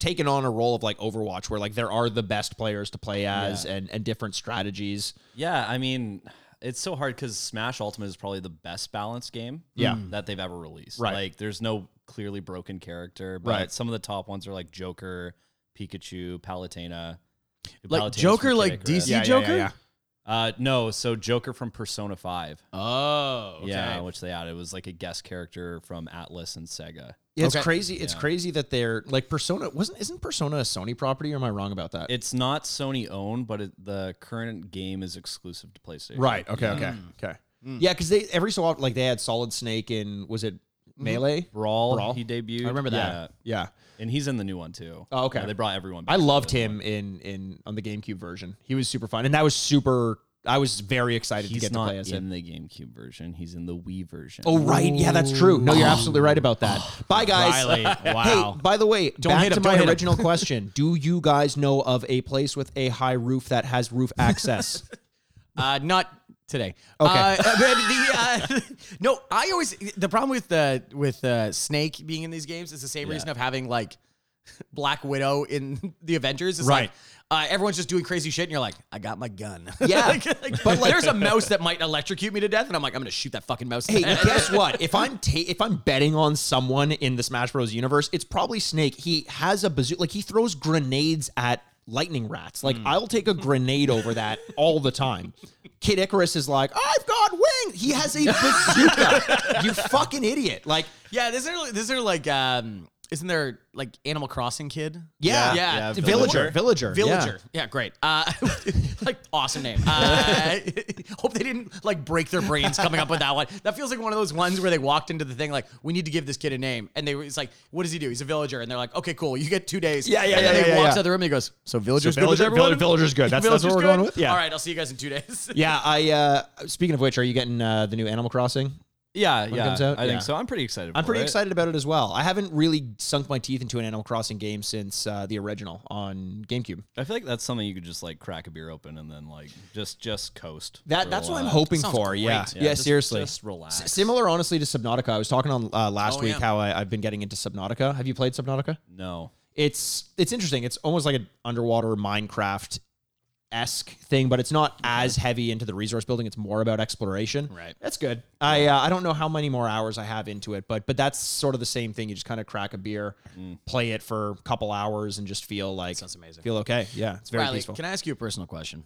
[SPEAKER 1] taken on a role of like Overwatch, where like there are the best players to play as and and different strategies.
[SPEAKER 3] Yeah, I mean, it's so hard because Smash Ultimate is probably the best balanced game
[SPEAKER 1] Yeah.
[SPEAKER 3] that they've ever released.
[SPEAKER 1] Right.
[SPEAKER 3] Like, there's no clearly broken character, but
[SPEAKER 1] Right.
[SPEAKER 3] some of the top ones are like Joker, Pikachu, Palutena.
[SPEAKER 2] Like
[SPEAKER 3] Palutena's from
[SPEAKER 2] Joker,
[SPEAKER 3] Kid
[SPEAKER 2] like
[SPEAKER 3] Icarus.
[SPEAKER 2] DC
[SPEAKER 1] Yeah, yeah,
[SPEAKER 2] Joker?
[SPEAKER 1] yeah, yeah.
[SPEAKER 3] Uh, no, so Joker from Persona 5.
[SPEAKER 2] Oh, okay.
[SPEAKER 3] Yeah, which they added. It was like a guest character from Atlas and Sega.
[SPEAKER 1] It's
[SPEAKER 2] Okay.
[SPEAKER 1] crazy. It's crazy that they're like Persona wasn't isn't Persona a Sony property? Or am I wrong about that?
[SPEAKER 3] It's not Sony owned, but it, the current game is exclusive to PlayStation.
[SPEAKER 1] right. Okay.
[SPEAKER 2] Mm.
[SPEAKER 1] Okay. Okay. Yeah, because they every so often like they had Solid Snake in was it
[SPEAKER 2] Mm-hmm.
[SPEAKER 1] Melee?
[SPEAKER 3] Brawl,
[SPEAKER 1] Brawl.
[SPEAKER 3] he debuted.
[SPEAKER 1] I remember that.
[SPEAKER 3] Yeah.
[SPEAKER 1] Yeah.
[SPEAKER 3] And he's in the new one too.
[SPEAKER 1] Oh, okay.
[SPEAKER 3] Yeah, they brought everyone back.
[SPEAKER 1] I loved him in in on the GameCube version. He was super fun, and that was super. I was very excited to
[SPEAKER 3] He's
[SPEAKER 1] get to
[SPEAKER 3] not
[SPEAKER 1] play as him.
[SPEAKER 3] in the GameCube version. He's in the Wii version.
[SPEAKER 1] Oh right, yeah, that's true. No, you're absolutely right about that. Bye guys.
[SPEAKER 2] Riley, wow.
[SPEAKER 1] Hey, by the way,
[SPEAKER 2] Don't
[SPEAKER 1] back
[SPEAKER 2] hit
[SPEAKER 1] to
[SPEAKER 2] him, don't
[SPEAKER 1] my
[SPEAKER 2] hit him.
[SPEAKER 1] original question: Do you guys know of a place with a high roof that has roof access?
[SPEAKER 2] Uh, not today. Okay. Uh, but the, uh, no, I always the problem with the with uh, Snake being in these games is the same reason of having like Black Widow in the Avengers. It's
[SPEAKER 1] Right.
[SPEAKER 2] Like, uh, everyone's just doing crazy shit, and you're like, I got my gun.
[SPEAKER 1] Yeah.
[SPEAKER 2] Like- like, but like, there's a mouse that might electrocute me to death, and I'm like, I'm gonna shoot that fucking mouse.
[SPEAKER 1] hey, guess what? If I'm ta- if I'm betting on someone in the Smash Bros. universe, it's probably Snake. He has a bazooka. Like he throws grenades at lightning rats. Like I'll take a grenade over that all the time. Kid Icarus is like, I've got wing. He has a bazooka. you fucking idiot! Like.
[SPEAKER 2] yeah. Isn't there, isn't there like um, isn't there like Animal Crossing kid?
[SPEAKER 1] Yeah,
[SPEAKER 2] Yeah.
[SPEAKER 3] Yeah,
[SPEAKER 1] villager, villager,
[SPEAKER 2] Villager. Yeah, great. Uh, like awesome name. Uh, hope they didn't like break their brains coming up with that one. That feels like one of those ones where they walked into the thing like, we need to give this kid a name, and they were- it's like, what does he do? He's a villager, and they're like, okay, cool, you get two days.
[SPEAKER 1] Yeah, yeah,
[SPEAKER 2] And then
[SPEAKER 1] yeah,
[SPEAKER 2] He
[SPEAKER 1] yeah,
[SPEAKER 2] walks
[SPEAKER 1] yeah.
[SPEAKER 2] out of the room and he goes, so villager's
[SPEAKER 1] So
[SPEAKER 2] good with
[SPEAKER 1] villager-
[SPEAKER 2] everyone?
[SPEAKER 1] villager- villager's good. That's- that's what we're going with? Yeah.
[SPEAKER 2] All right, I'll see you guys in two days.
[SPEAKER 1] Yeah, I. Uh, speaking of which, are you getting uh, the new Animal Crossing?
[SPEAKER 3] yeah, yeah.
[SPEAKER 1] comes out?
[SPEAKER 3] I
[SPEAKER 1] Yeah.
[SPEAKER 3] think so. I'm pretty excited.
[SPEAKER 1] I'm
[SPEAKER 3] for
[SPEAKER 1] pretty
[SPEAKER 3] it.
[SPEAKER 1] excited about it as well. I haven't really sunk my teeth into an Animal Crossing game since uh, the original on GameCube.
[SPEAKER 3] I feel like that's something you could just like crack a beer open and then like just just coast.
[SPEAKER 1] That
[SPEAKER 3] for a
[SPEAKER 1] that's what I'm
[SPEAKER 3] while.
[SPEAKER 1] hoping
[SPEAKER 2] Sounds
[SPEAKER 1] for. Yeah,
[SPEAKER 2] great.
[SPEAKER 1] yeah.
[SPEAKER 3] just-
[SPEAKER 1] seriously.
[SPEAKER 3] just relax.
[SPEAKER 1] S- similar, honestly, to Subnautica. I was talking on uh, last
[SPEAKER 2] Oh,
[SPEAKER 1] week
[SPEAKER 2] yeah.
[SPEAKER 1] how I, I've been getting into Subnautica. Have you played Subnautica?
[SPEAKER 3] No.
[SPEAKER 1] It's it's interesting. It's almost like an underwater Minecraft esque thing, but it's not as heavy into the resource building. It's more about exploration.
[SPEAKER 2] Right.
[SPEAKER 1] That's good. I uh, I don't know how many more hours I have into it, but but that's sort of the same thing. You just kind of crack a beer, play it for a couple hours, and just feel like
[SPEAKER 2] sounds amazing.
[SPEAKER 1] Feel okay. Yeah, it's very
[SPEAKER 2] Riley,
[SPEAKER 1] peaceful.
[SPEAKER 2] can I ask you a personal question?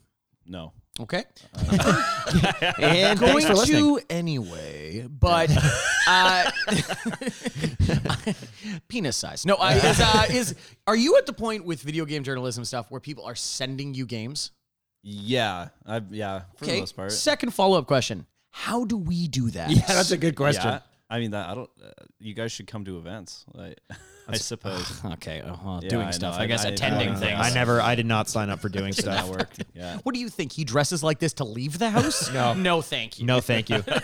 [SPEAKER 3] No.
[SPEAKER 2] Okay.
[SPEAKER 1] and thanks for
[SPEAKER 2] going
[SPEAKER 1] listening.
[SPEAKER 2] to anyway, but uh, penis size. No, uh, is, uh, is are you at the point with video game journalism stuff where people are sending you games?
[SPEAKER 3] Yeah. I yeah, for the most part.
[SPEAKER 2] Second follow up question: How do we do that?
[SPEAKER 1] yeah, that's a good question.
[SPEAKER 3] Yeah. I mean that I don't uh, you guys should come to events. Like I suppose.
[SPEAKER 2] okay. Uh-huh,
[SPEAKER 3] Yeah,
[SPEAKER 2] doing
[SPEAKER 3] I
[SPEAKER 2] stuff.
[SPEAKER 3] know.
[SPEAKER 2] I,
[SPEAKER 3] I-
[SPEAKER 2] guess
[SPEAKER 3] I-
[SPEAKER 2] attending
[SPEAKER 3] I- I-
[SPEAKER 2] things.
[SPEAKER 1] I never. I did not sign up for doing stuff.
[SPEAKER 3] Work. Yeah.
[SPEAKER 2] What do you think? He dresses like this to leave the house? no, no, thank you.
[SPEAKER 1] No, thank you.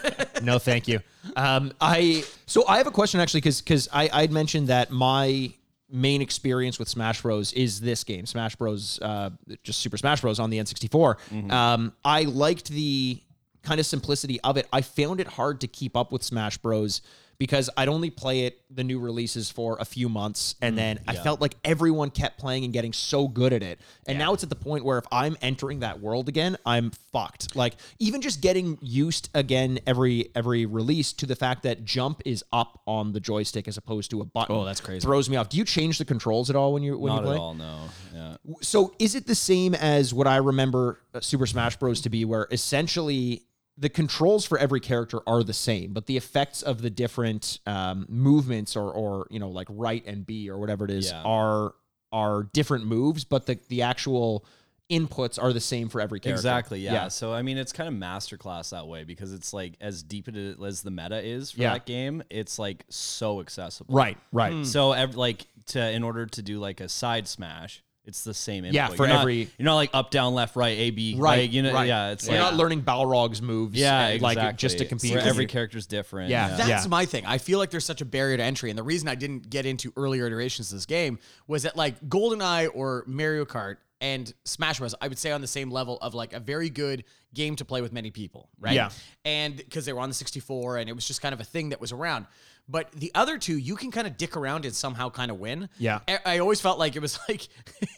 [SPEAKER 1] No, thank you. Um, I so I have a question actually because because I I'd mentioned that my main experience with Smash Bros is this game, Smash Bros, uh, just Super Smash Bros on the N64. Um, I liked the kind of simplicity of it. I found it hard to keep up with Smash Bros because I'd only play it the new releases for a few months and then I felt like everyone kept playing and getting so good at it. And now it's at the point where if I'm entering that world again, I'm fucked. Like even just getting used again every every release to the fact that jump is up on the joystick as opposed to a button.
[SPEAKER 2] Oh, that's crazy.
[SPEAKER 1] Throws me off. Do you change the controls at all when you when
[SPEAKER 3] Not
[SPEAKER 1] you play?
[SPEAKER 3] at all, no. Yeah.
[SPEAKER 1] so is it the same as what I remember uh, Super Smash Bros to be, where essentially the controls for every character are the same, but the effects of the different um, movements or or you know like right and B or whatever it is
[SPEAKER 3] Yeah.
[SPEAKER 1] are are different moves, but the the actual inputs are the same for every character.
[SPEAKER 3] Exactly. Yeah.
[SPEAKER 1] Yeah.
[SPEAKER 3] So I mean, it's kind of masterclass that way because it's like as deep it is- as the meta is for
[SPEAKER 1] Yeah.
[SPEAKER 3] that game, it's like so accessible.
[SPEAKER 1] Right. Right.
[SPEAKER 3] So ev- like to in order to do like a side smash, it's the same. Input.
[SPEAKER 1] Yeah, for
[SPEAKER 3] You're not-
[SPEAKER 1] every-
[SPEAKER 3] you're not like up, down, left, right, A, B.
[SPEAKER 1] Right.
[SPEAKER 3] Like, you know.
[SPEAKER 1] right.
[SPEAKER 3] Yeah. It's
[SPEAKER 1] You're
[SPEAKER 3] like
[SPEAKER 1] not learning Balrog's moves.
[SPEAKER 3] yeah,
[SPEAKER 1] and,
[SPEAKER 3] exactly.
[SPEAKER 1] like just to compete.
[SPEAKER 3] Where
[SPEAKER 1] with
[SPEAKER 3] every
[SPEAKER 1] you.
[SPEAKER 3] character's different.
[SPEAKER 1] Yeah.
[SPEAKER 3] yeah.
[SPEAKER 1] That-
[SPEAKER 2] That's my thing. I feel like there's such a barrier to entry. And the reason I didn't get into earlier iterations of this game was that like GoldenEye or Mario Kart and Smash Bros, I would say on the same level of like a very good game to play with many people, right?
[SPEAKER 1] Yeah.
[SPEAKER 2] And because they were on the 64 and it was just kind of a thing that was around. But the other two, you can kind of dick around and somehow kind of win.
[SPEAKER 1] Yeah.
[SPEAKER 2] I- I always felt like it was like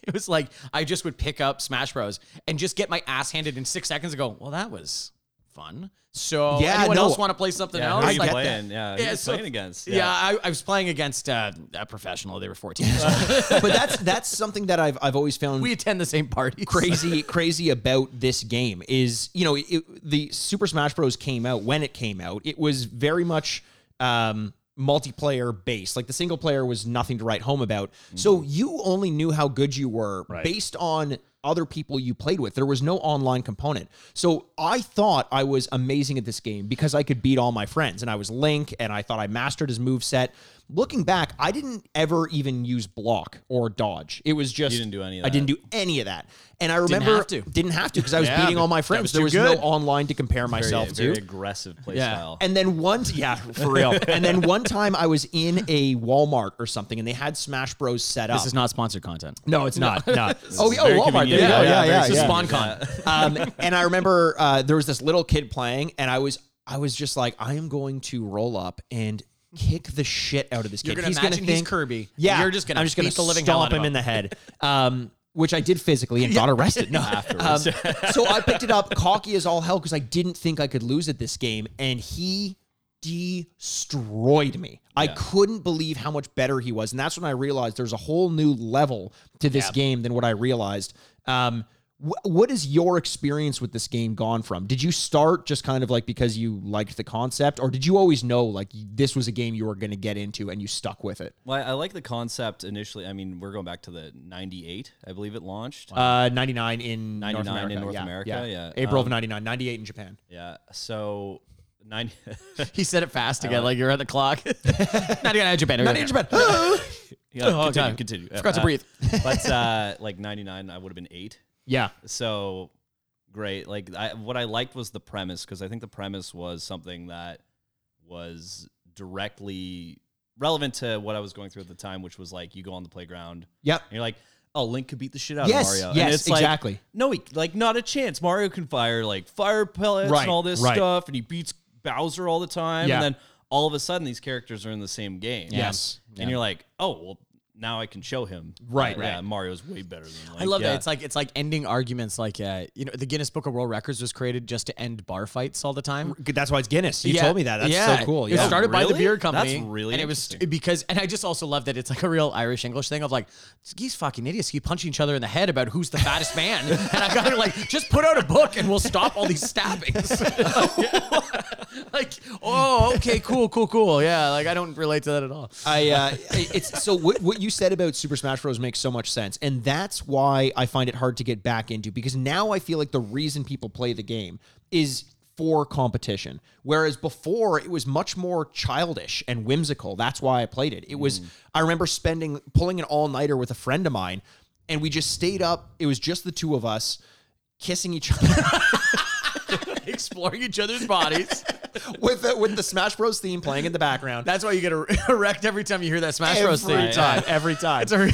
[SPEAKER 2] it was like I just would pick up Smash Bros and just get my ass handed in six seconds and go, well, that was fun. So
[SPEAKER 1] Yeah,
[SPEAKER 2] anyone
[SPEAKER 1] no.
[SPEAKER 2] else want to play something
[SPEAKER 3] Yeah, who
[SPEAKER 2] else?
[SPEAKER 3] are you
[SPEAKER 2] Like,
[SPEAKER 3] playing? Yeah, who are you
[SPEAKER 2] so-
[SPEAKER 3] playing against?
[SPEAKER 2] Yeah,
[SPEAKER 3] Yeah.
[SPEAKER 2] I, I was playing against uh, a professional. They were 14.
[SPEAKER 1] but that's that's something that I've I've always found
[SPEAKER 2] we attend the same parties.
[SPEAKER 1] crazy crazy about this game is you know it, the Super Smash Bros came out when it came out it was very much um multiplayer based like the single player was nothing to write home about
[SPEAKER 3] Mm-hmm.
[SPEAKER 1] so you only knew how good you were based on other people you played with there was no online component so i thought i was amazing at this game because i could beat all my friends and i was link and i thought i mastered his move set looking back i didn't ever even use block or dodge it was just
[SPEAKER 3] didn't do any of
[SPEAKER 1] i
[SPEAKER 3] that.
[SPEAKER 1] didn't do any of that. And I remember
[SPEAKER 2] have to.
[SPEAKER 1] didn't have to because I was
[SPEAKER 2] Yeah,
[SPEAKER 1] beating all my
[SPEAKER 2] that
[SPEAKER 1] friends.
[SPEAKER 2] was
[SPEAKER 1] there
[SPEAKER 2] too
[SPEAKER 1] was
[SPEAKER 2] good.
[SPEAKER 1] no online to compare
[SPEAKER 3] Very,
[SPEAKER 1] myself
[SPEAKER 3] very
[SPEAKER 1] to.
[SPEAKER 3] aggressive play
[SPEAKER 2] Yeah.
[SPEAKER 3] style.
[SPEAKER 1] And then one, t- yeah, for real. and then one time I was in a Walmart or something, and they had Smash Bros set up.
[SPEAKER 2] This is not sponsored content.
[SPEAKER 1] no, it's not. not. Oh, yeah, oh,
[SPEAKER 3] very
[SPEAKER 1] Walmart. There
[SPEAKER 3] convenient.
[SPEAKER 1] you go.
[SPEAKER 3] Yeah,
[SPEAKER 1] Yeah,
[SPEAKER 3] yeah,
[SPEAKER 1] yeah,
[SPEAKER 3] very
[SPEAKER 1] yeah.
[SPEAKER 2] Spawn con.
[SPEAKER 1] Um, and I remember uh, there was this little kid playing, and I was, I was just like, I am going to roll up and kick the shit out of this
[SPEAKER 2] You're
[SPEAKER 1] kid.
[SPEAKER 2] gonna
[SPEAKER 1] he's
[SPEAKER 2] imagine
[SPEAKER 1] gonna
[SPEAKER 2] he's
[SPEAKER 1] think,
[SPEAKER 2] Kirby.
[SPEAKER 1] Yeah,
[SPEAKER 2] You're just gonna
[SPEAKER 1] I'm just gonna
[SPEAKER 2] beat the living hell
[SPEAKER 1] stomp
[SPEAKER 2] out of
[SPEAKER 1] him in
[SPEAKER 2] him.
[SPEAKER 1] the head. Um, which I did physically and got arrested. No, um, so I picked it up, cocky as all hell, because I didn't think I could lose at this game, and he destroyed me. I couldn't believe how much better he was, and that's when I realized there's a whole new level to this game than what I realized. Um, wh- what is your experience with this game gone from? Did you start just kind of like because you liked the concept, or did you always know like this was a game you were going to get into and you stuck with it?
[SPEAKER 3] Well, I I like the concept initially. I mean, we're going back to the 98, I believe it launched.
[SPEAKER 1] Uh, 99 in
[SPEAKER 3] 99
[SPEAKER 1] North America.
[SPEAKER 3] in North
[SPEAKER 1] yeah,
[SPEAKER 3] America,
[SPEAKER 1] Yeah.
[SPEAKER 3] yeah.
[SPEAKER 1] April of 99, 98 in Japan.
[SPEAKER 3] yeah. So, 90,
[SPEAKER 2] He said it fast again, like you're at the clock. Not even out Japan. Not
[SPEAKER 1] in Japan.
[SPEAKER 3] yeah,
[SPEAKER 2] Oh,
[SPEAKER 3] continue,
[SPEAKER 2] God.
[SPEAKER 3] continue.
[SPEAKER 2] Forgot to
[SPEAKER 3] Uh,
[SPEAKER 2] breathe.
[SPEAKER 3] but uh, like 99, I would have been eight.
[SPEAKER 1] yeah.
[SPEAKER 3] So great. Like, I, what I liked was the premise because I think the premise was something that was directly relevant to what I was going through at the time, which was like you go on the playground
[SPEAKER 1] Yep.
[SPEAKER 3] and you're like, oh, Link could beat the shit out
[SPEAKER 1] Yes,
[SPEAKER 3] of Mario.
[SPEAKER 1] yes,
[SPEAKER 3] and like,
[SPEAKER 1] exactly.
[SPEAKER 3] no, he, like not a chance. Mario can fire like fire pellets
[SPEAKER 1] Right,
[SPEAKER 3] and all this
[SPEAKER 1] right.
[SPEAKER 3] stuff, and he beats Bowser all the time.
[SPEAKER 1] Yeah.
[SPEAKER 3] And then all of a sudden, these characters are in the same game.
[SPEAKER 1] Yes.
[SPEAKER 3] and you're like, oh well, now I can show him.
[SPEAKER 1] Right,
[SPEAKER 3] that, Yeah,
[SPEAKER 1] right.
[SPEAKER 3] Mario's way better than. Link.
[SPEAKER 2] I love
[SPEAKER 3] yeah.
[SPEAKER 2] that. It's like it's like ending arguments. Like uh, you know, the Guinness Book of World Records was created just to end bar fights all the time.
[SPEAKER 1] That's why it's Guinness. You
[SPEAKER 2] Yeah.
[SPEAKER 1] told me that. That's
[SPEAKER 2] Yeah.
[SPEAKER 1] so cool.
[SPEAKER 2] It was
[SPEAKER 1] Yeah.
[SPEAKER 2] started by the
[SPEAKER 3] Really?
[SPEAKER 2] beer company.
[SPEAKER 3] That's really
[SPEAKER 2] and it was
[SPEAKER 3] interesting.
[SPEAKER 2] because, and I just also love that it's like a real Irish English thing of like these fucking idiots keep punching each other in the head about who's the fattest man, and I gotta like just put out a book and we'll stop all these stabbings. like, oh, okay, cool, cool, cool. Yeah, like I don't relate to that at all.
[SPEAKER 1] I uh, it's so what, what you said about Super Smash Bros makes so much sense, and that's why I find it hard to get back into because now I feel like the reason people play the game is for competition, whereas before it was much more childish and whimsical. That's why I played it. It was I remember spending pulling an all nighter with a friend of mine, and we just stayed up. It was just the two of us kissing each other.
[SPEAKER 2] Exploring each other's bodies.
[SPEAKER 1] with the, with the Smash Bros theme playing in the background.
[SPEAKER 2] That's why you get er- erect every time you hear that Smash Bros. thing.
[SPEAKER 1] every time, every time.
[SPEAKER 2] It's a-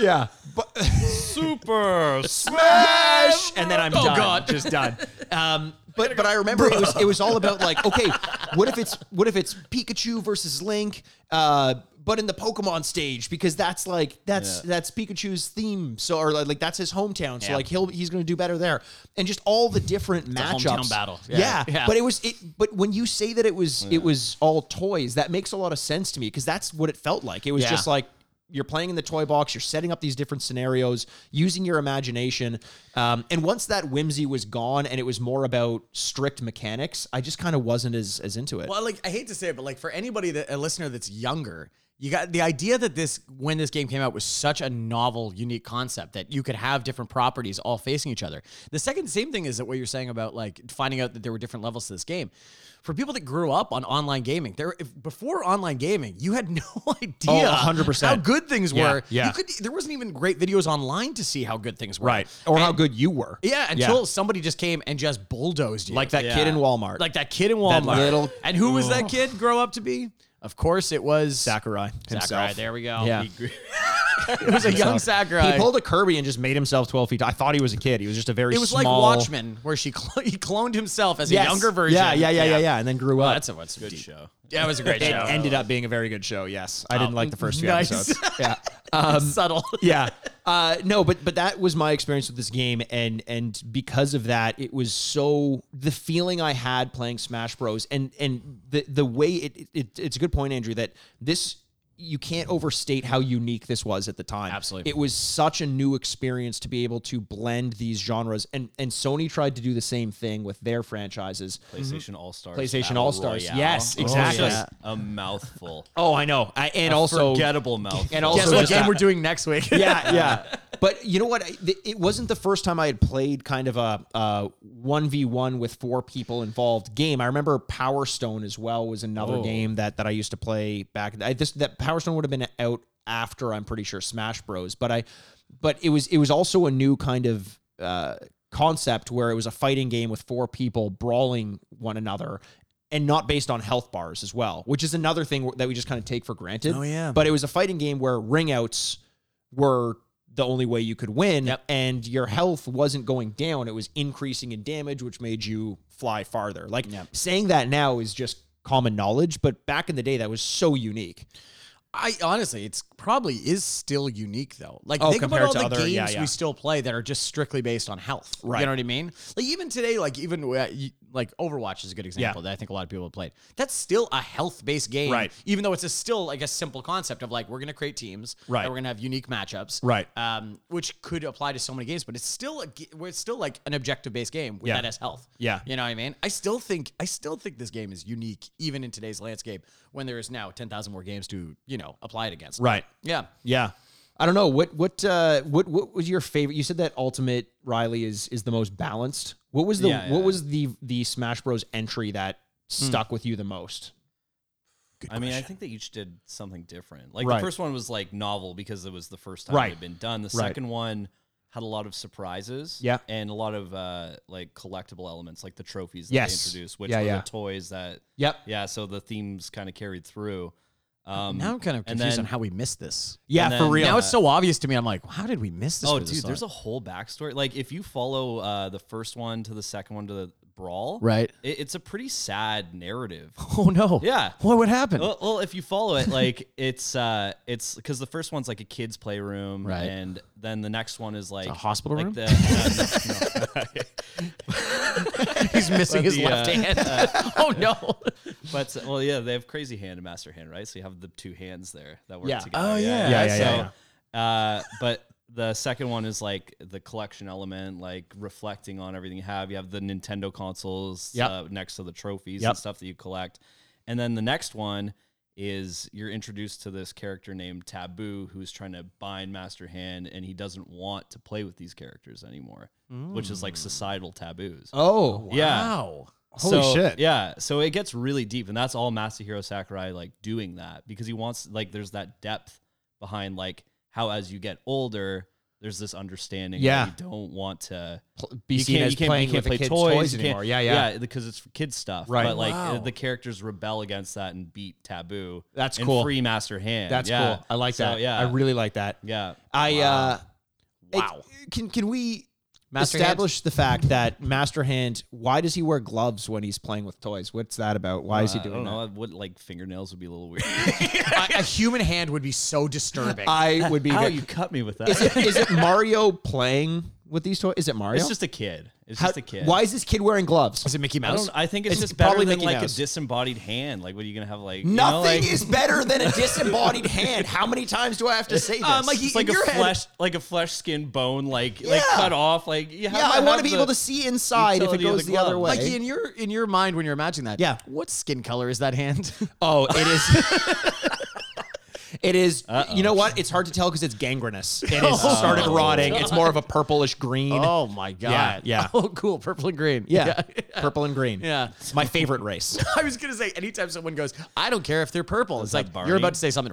[SPEAKER 1] yeah, but
[SPEAKER 3] super
[SPEAKER 1] smash, and then I'm
[SPEAKER 2] Oh,
[SPEAKER 1] done.
[SPEAKER 2] God.
[SPEAKER 1] just done. Um, but but I remember it was it was all about like okay, what if it's what if it's Pikachu versus Link, uh, but in the Pokemon stage because that's like that's
[SPEAKER 3] Yeah.
[SPEAKER 1] that's Pikachu's theme, so or like that's his hometown, so like he'll he's gonna do better there, and just all the different matchups.
[SPEAKER 2] hometown battle.
[SPEAKER 1] Yeah.
[SPEAKER 2] Yeah. Yeah.
[SPEAKER 1] but it was it. But when you say that it was it was all toys, that makes a lot of sense to me because that's what it felt like. It was
[SPEAKER 2] Yeah.
[SPEAKER 1] just like. You're playing in the toy box. You're setting up these different scenarios using your imagination. Um, and once that whimsy was gone, and it was more about strict mechanics, I just kind of wasn't as as into it.
[SPEAKER 2] Well, like I hate to say it, but like for anybody that a listener that's younger, you got the idea that this when this game came out was such a novel, unique concept that you could have different properties all facing each other. The second same thing is that what you're saying about like finding out that there were different levels to this game. For people that grew up on online gaming, there if, before online gaming, you had no idea
[SPEAKER 1] 100%.
[SPEAKER 2] how good things
[SPEAKER 4] Yeah,
[SPEAKER 2] were.
[SPEAKER 4] yeah.
[SPEAKER 2] You could there wasn't even great videos online to see how good things were.
[SPEAKER 4] Right.
[SPEAKER 1] or how
[SPEAKER 2] And-
[SPEAKER 1] good you were.
[SPEAKER 2] Yeah, until somebody just came and just bulldozed you.
[SPEAKER 1] Like that
[SPEAKER 3] Yeah.
[SPEAKER 1] kid in Walmart.
[SPEAKER 2] like that kid in Walmart.
[SPEAKER 1] little-
[SPEAKER 2] and who was that kid grow up to be? Of course it was
[SPEAKER 1] Sakurai himself.
[SPEAKER 2] Sakurai, there we go.
[SPEAKER 1] Yeah.
[SPEAKER 2] It was a young Sakurai.
[SPEAKER 1] He pulled a Kirby and just made himself 12 feet. tall. I thought he was a kid. He was just a very
[SPEAKER 2] it was like
[SPEAKER 1] small-
[SPEAKER 2] Watchmen, where she cl- he cloned himself as a
[SPEAKER 1] Yes.
[SPEAKER 2] younger version.
[SPEAKER 1] Yeah, yeah, yeah, yeah, yeah. And then grew
[SPEAKER 2] Oh,
[SPEAKER 1] up.
[SPEAKER 2] that's a what's
[SPEAKER 3] Good
[SPEAKER 2] deep.
[SPEAKER 3] show.
[SPEAKER 2] That was a great
[SPEAKER 1] it
[SPEAKER 2] show. Oh,
[SPEAKER 1] ended up being a very good show. Yes, I didn't like the first few
[SPEAKER 2] nice.
[SPEAKER 1] episodes. Yeah, um,
[SPEAKER 2] Subtle.
[SPEAKER 1] yeah. Uh, no, but but that was my experience with this game, and and because of that, it was so the feeling I had playing Smash Bros. and and the the way it, it it's a good point, Andrew, that this you can't overstate how unique this was at the time.
[SPEAKER 2] Absolutely.
[SPEAKER 1] it was such a new experience to be able to blend these genres, and and Sony tried to do the same thing with their franchises.
[SPEAKER 3] PlayStation All Stars.
[SPEAKER 1] PlayStation
[SPEAKER 3] Battle
[SPEAKER 1] All-Stars,
[SPEAKER 3] Royale.
[SPEAKER 1] yes,
[SPEAKER 3] It's
[SPEAKER 1] exactly.
[SPEAKER 3] just a mouthful.
[SPEAKER 1] Oh, I know, I, and also
[SPEAKER 3] forgettable mouthful.
[SPEAKER 1] and
[SPEAKER 2] Guess
[SPEAKER 1] also
[SPEAKER 2] what
[SPEAKER 1] just
[SPEAKER 2] game
[SPEAKER 1] that-
[SPEAKER 2] we're doing next week?
[SPEAKER 1] yeah, yeah. But you know what? I, th- it wasn't the first time I had played kind of a one v one with four people involved game. I remember Power Stone as well was another game that that I used to play back. I, this that Power Stone would have been out after I'm pretty sure Smash Bros. But I, but it was it was also a new kind of. Uh, concept where it was a fighting game with four people brawling one another and not based on health bars as well which is another thing that we just kind of take for granted
[SPEAKER 2] Oh, yeah.
[SPEAKER 1] but it was a fighting game where ring outs were the only way you could win and your health wasn't going down it was increasing in damage which made you fly farther like saying that now is just common knowledge but back in the day that was so unique
[SPEAKER 2] I honestly, it's probably is still unique though. Like
[SPEAKER 1] Oh,
[SPEAKER 2] think about
[SPEAKER 1] compared
[SPEAKER 2] all
[SPEAKER 1] to
[SPEAKER 2] the
[SPEAKER 1] other-
[SPEAKER 2] games
[SPEAKER 1] yeah, yeah.
[SPEAKER 2] we still play that are just strictly based on health.
[SPEAKER 1] Right.
[SPEAKER 2] You know what I mean? Like even today, like even uh, you- like Overwatch is a good example that I think a lot of people have played. That's still a health based game,
[SPEAKER 4] Right.
[SPEAKER 2] Even though it's a still like a simple concept of like we're gonna create teams,
[SPEAKER 4] Right.
[SPEAKER 2] And we're gonna have unique matchups,
[SPEAKER 4] Right.
[SPEAKER 2] Um, which could apply to so many games, but it's still a ge- where it's still like an objective based game with
[SPEAKER 4] Yeah.
[SPEAKER 2] that as health.
[SPEAKER 4] Yeah.
[SPEAKER 2] You know what I mean? I still think I still think this game is unique even in today's landscape when there is now 10,000 more games to, you know, apply it against.
[SPEAKER 4] Right.
[SPEAKER 2] Yeah.
[SPEAKER 1] Mm-hmm.
[SPEAKER 4] Yeah.
[SPEAKER 1] i don't know what what uh what what was your favorite you said that ultimate riley is is the most balanced what was the
[SPEAKER 3] Yeah,
[SPEAKER 1] what
[SPEAKER 3] yeah. Hmm.
[SPEAKER 1] was the the smash bros entry that stuck with you the most
[SPEAKER 3] I mean, I think they each did something different. Like
[SPEAKER 1] Right.
[SPEAKER 3] the first one was like novel because it was the first time
[SPEAKER 1] Right.
[SPEAKER 3] it had been done. The
[SPEAKER 1] Right.
[SPEAKER 3] second one had a lot of surprises,
[SPEAKER 1] Yeah.
[SPEAKER 3] and a lot of uh, like collectible elements, like the trophies that
[SPEAKER 1] Yes.
[SPEAKER 3] they introduced, which
[SPEAKER 1] Yeah,
[SPEAKER 3] were
[SPEAKER 1] yeah.
[SPEAKER 3] the toys that.
[SPEAKER 1] yep
[SPEAKER 3] Yeah, so the themes kind of carried through. Um,
[SPEAKER 2] Now I'm kind of
[SPEAKER 3] and
[SPEAKER 2] confused
[SPEAKER 3] then-
[SPEAKER 2] on how we missed this.
[SPEAKER 1] yeah
[SPEAKER 3] And
[SPEAKER 1] for
[SPEAKER 3] then-
[SPEAKER 1] real
[SPEAKER 2] Now it's so obvious to me. I'm like, how did we miss this?
[SPEAKER 3] Oh,
[SPEAKER 2] for this
[SPEAKER 3] dude,
[SPEAKER 2] long?
[SPEAKER 3] there's a whole backstory. Like, if you follow uh, the first one to the second one to the brawl,
[SPEAKER 2] Right.
[SPEAKER 3] It, it's a pretty sad narrative.
[SPEAKER 2] Oh no.
[SPEAKER 3] Yeah.
[SPEAKER 2] What would happen?
[SPEAKER 3] Well, well, if you follow it, like it's uh, it's because the first one's like a kid's playroom,
[SPEAKER 2] Right.
[SPEAKER 3] And then the next one is like
[SPEAKER 2] a hospital
[SPEAKER 3] like
[SPEAKER 2] room?
[SPEAKER 3] The, uh, no, no.
[SPEAKER 2] He's missing his
[SPEAKER 3] the,
[SPEAKER 2] left
[SPEAKER 3] uh,
[SPEAKER 2] hand. oh no.
[SPEAKER 3] But uh, well, yeah, they have crazy hand and master hand, right? So you have the two hands there that work
[SPEAKER 1] Yeah.
[SPEAKER 3] together.
[SPEAKER 2] Oh, yeah.
[SPEAKER 4] Yeah, yeah,
[SPEAKER 3] so, Uh, but the second one is like the collection element, like reflecting on everything you have. You have the Nintendo consoles
[SPEAKER 1] Yep.
[SPEAKER 3] uh, next to the trophies
[SPEAKER 1] Yep.
[SPEAKER 3] and stuff that you collect, and then the next one is you're introduced to this character named Taboo who's trying to bind Master Hand, and he doesn't want to play with these characters anymore, which is like societal taboos.
[SPEAKER 1] oh
[SPEAKER 3] Yeah.
[SPEAKER 2] Wow.
[SPEAKER 4] Holy
[SPEAKER 3] So,
[SPEAKER 4] shit.
[SPEAKER 3] Yeah, so it gets really deep, and that's all Masahiro Sakurai like doing that because he wants like there's that depth behind like how as you get older, there's this understanding. that
[SPEAKER 1] Yeah.
[SPEAKER 3] you don't want to
[SPEAKER 1] be
[SPEAKER 3] you
[SPEAKER 1] seen
[SPEAKER 3] can't,
[SPEAKER 1] as
[SPEAKER 3] you can't,
[SPEAKER 1] playing
[SPEAKER 3] you can't
[SPEAKER 1] with
[SPEAKER 3] play
[SPEAKER 1] the kids'
[SPEAKER 3] toys,
[SPEAKER 1] toys
[SPEAKER 3] you can't-
[SPEAKER 1] anymore. Yeah, yeah.
[SPEAKER 3] yeah, because it's for kids stuff.
[SPEAKER 1] Right.
[SPEAKER 3] but like
[SPEAKER 2] Wow.
[SPEAKER 3] the characters rebel against that and beat Taboo.
[SPEAKER 1] That's
[SPEAKER 3] and
[SPEAKER 1] cool.
[SPEAKER 3] Free Master Hand.
[SPEAKER 1] That's
[SPEAKER 3] yeah.
[SPEAKER 1] cool. I like
[SPEAKER 3] So,
[SPEAKER 1] that.
[SPEAKER 3] yeah,
[SPEAKER 1] I really like that.
[SPEAKER 3] yeah.
[SPEAKER 1] I uh it-
[SPEAKER 2] Wow.
[SPEAKER 1] can can we
[SPEAKER 2] Master
[SPEAKER 1] establish the fact that Master Hand why does he wear gloves when he's playing with toys? What's that about? Why is he
[SPEAKER 3] Uh, I
[SPEAKER 1] doing
[SPEAKER 3] don't
[SPEAKER 1] that?
[SPEAKER 3] know. What like fingernails would be a little weird.
[SPEAKER 2] a, a human hand would be so disturbing.
[SPEAKER 1] I would be
[SPEAKER 3] How
[SPEAKER 1] very-
[SPEAKER 3] you cut me with that?
[SPEAKER 1] Is it is it Mario playing with these toys? Is it Mario?
[SPEAKER 3] it's just a kid. It's
[SPEAKER 1] How-
[SPEAKER 3] just a kid.
[SPEAKER 1] Why is this kid wearing gloves?
[SPEAKER 2] Is it Mickey
[SPEAKER 3] I
[SPEAKER 2] Mouse?
[SPEAKER 3] don't. I think it's,
[SPEAKER 1] It's
[SPEAKER 3] just better
[SPEAKER 1] probably
[SPEAKER 3] than
[SPEAKER 1] Mickey
[SPEAKER 3] like
[SPEAKER 1] Mouse.
[SPEAKER 3] a disembodied hand. Like, what are you gonna have? Like, you know,
[SPEAKER 1] Nothing
[SPEAKER 3] like,
[SPEAKER 1] is better than a disembodied hand. How many times do I have to say this?
[SPEAKER 2] Um, like,
[SPEAKER 3] It's
[SPEAKER 2] in
[SPEAKER 3] uh, like a
[SPEAKER 2] your head-
[SPEAKER 3] flesh, like a flesh skin bone, like like
[SPEAKER 1] Yeah.
[SPEAKER 3] cut off. Like, you have
[SPEAKER 1] yeah, I want
[SPEAKER 3] have
[SPEAKER 1] to be
[SPEAKER 3] the-
[SPEAKER 1] able to see inside if it
[SPEAKER 3] utility of
[SPEAKER 1] goes
[SPEAKER 3] the
[SPEAKER 1] the other
[SPEAKER 3] glove.
[SPEAKER 1] way.
[SPEAKER 2] like in your in your mind when you're imagining that.
[SPEAKER 1] Yeah.
[SPEAKER 2] What skin color is that hand?
[SPEAKER 1] oh, it is It is- You know what? It's hard to tell because it's gangrenous. It has
[SPEAKER 2] Oh,
[SPEAKER 1] started rotting. It's more of a purplish green.
[SPEAKER 2] Oh my god.
[SPEAKER 1] yeah.
[SPEAKER 2] Oh, cool. Purple and green.
[SPEAKER 1] Yeah. Purple and green.
[SPEAKER 2] Yeah.
[SPEAKER 1] It's my favorite race.
[SPEAKER 2] I was gonna say, anytime someone goes, I don't care if they're purple. It's
[SPEAKER 3] that
[SPEAKER 2] like
[SPEAKER 3] Barney?
[SPEAKER 2] you're about to say something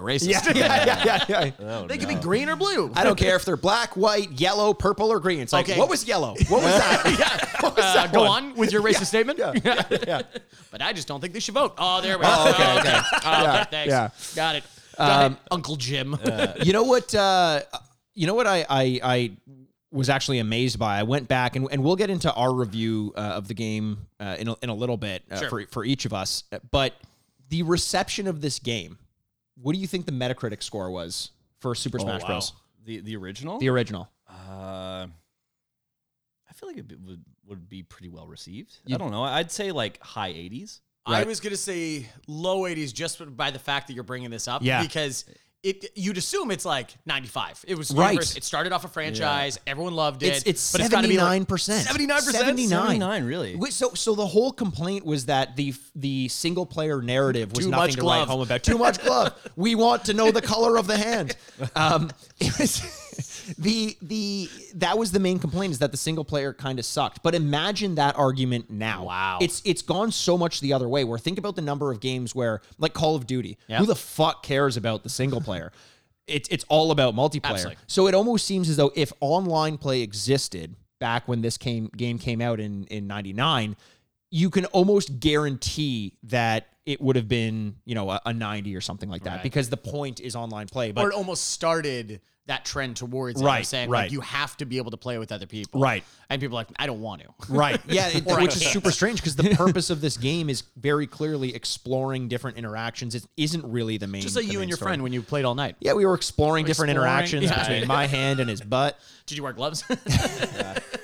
[SPEAKER 1] yeah,
[SPEAKER 2] racist.
[SPEAKER 1] yeah, yeah.
[SPEAKER 2] they could be green or blue.
[SPEAKER 1] I don't care if they're black, white, yellow, purple, or green. It's like,
[SPEAKER 2] Okay.
[SPEAKER 1] what was yellow? What was that? What was
[SPEAKER 2] Uh,
[SPEAKER 1] that
[SPEAKER 2] go
[SPEAKER 1] one?
[SPEAKER 2] on with your racist statement.
[SPEAKER 1] Yeah.
[SPEAKER 2] But I just don't think they should vote. Oh, there we go.
[SPEAKER 1] Oh, okay, okay.
[SPEAKER 2] Oh,
[SPEAKER 1] Yeah,
[SPEAKER 2] okay, thanks.
[SPEAKER 1] yeah. Um,
[SPEAKER 2] Got it. Got it, Uncle Jim.
[SPEAKER 1] you know what? Uh, you know what? I, I I was actually amazed by. I went back and and we'll get into our review uh, of the game uh, in a, in a little bit uh,
[SPEAKER 2] Sure.
[SPEAKER 1] for for each of us. But the reception of this game. What do you think the Metacritic score was for Super
[SPEAKER 2] Oh,
[SPEAKER 1] Smash Bros?
[SPEAKER 3] Oh, The the original.
[SPEAKER 1] The original.
[SPEAKER 3] uh, I feel like it would would be pretty well received. I don't know. I'd say like high 80s.
[SPEAKER 2] I was gonna say low 80s just by the fact that you're bringing this up.
[SPEAKER 1] Yeah.
[SPEAKER 2] Because it you'd assume it's like 95. It was
[SPEAKER 1] Right.
[SPEAKER 2] universe- It started off a franchise. Everyone loved it.
[SPEAKER 1] It's it's
[SPEAKER 2] but it's gotta
[SPEAKER 1] seventy
[SPEAKER 2] be like-
[SPEAKER 1] nine percent.
[SPEAKER 2] 79%?
[SPEAKER 1] Seventy nine.
[SPEAKER 3] 79, really.
[SPEAKER 1] Wait, So, so the whole complaint was that the the single player narrative was
[SPEAKER 2] Too
[SPEAKER 1] nothing
[SPEAKER 2] much
[SPEAKER 1] to
[SPEAKER 2] glove.
[SPEAKER 1] write home about. Too much glove. We want to know the color of the hand. Um, it was the the that was the main complaint is that the single player kind of sucked. But imagine that argument now.
[SPEAKER 2] Wow.
[SPEAKER 1] it's it's gone so much the other way. Where think about the number of games where like Call of Duty,
[SPEAKER 2] Yeah.
[SPEAKER 1] who the fuck cares about the single player? It's it's all about multiplayer.
[SPEAKER 2] Absolutely.
[SPEAKER 1] So it almost seems as though if online play existed back when this came game came out in in 99, you can almost guarantee that it would have been, you know, a, a 90 or something like that
[SPEAKER 2] Right.
[SPEAKER 1] because the point is online play, but
[SPEAKER 2] or it almost started that trend towards it,
[SPEAKER 1] Right,
[SPEAKER 2] of saying
[SPEAKER 1] right.
[SPEAKER 2] like you have to be able to play with other people.
[SPEAKER 1] Right.
[SPEAKER 2] And people are like, I don't want to.
[SPEAKER 1] Right. Yeah, it-
[SPEAKER 2] Or I
[SPEAKER 1] which is
[SPEAKER 2] can't.
[SPEAKER 1] super strange because the purpose of this game is very clearly exploring different interactions. It isn't really the main
[SPEAKER 2] Just like
[SPEAKER 1] the
[SPEAKER 2] you
[SPEAKER 1] main
[SPEAKER 2] and your
[SPEAKER 1] story.
[SPEAKER 2] friend when you played all night.
[SPEAKER 1] Yeah, we were exploring different
[SPEAKER 2] Exploring,
[SPEAKER 1] interactions
[SPEAKER 2] yeah.
[SPEAKER 1] between my hand and his butt.
[SPEAKER 2] Did you wear gloves?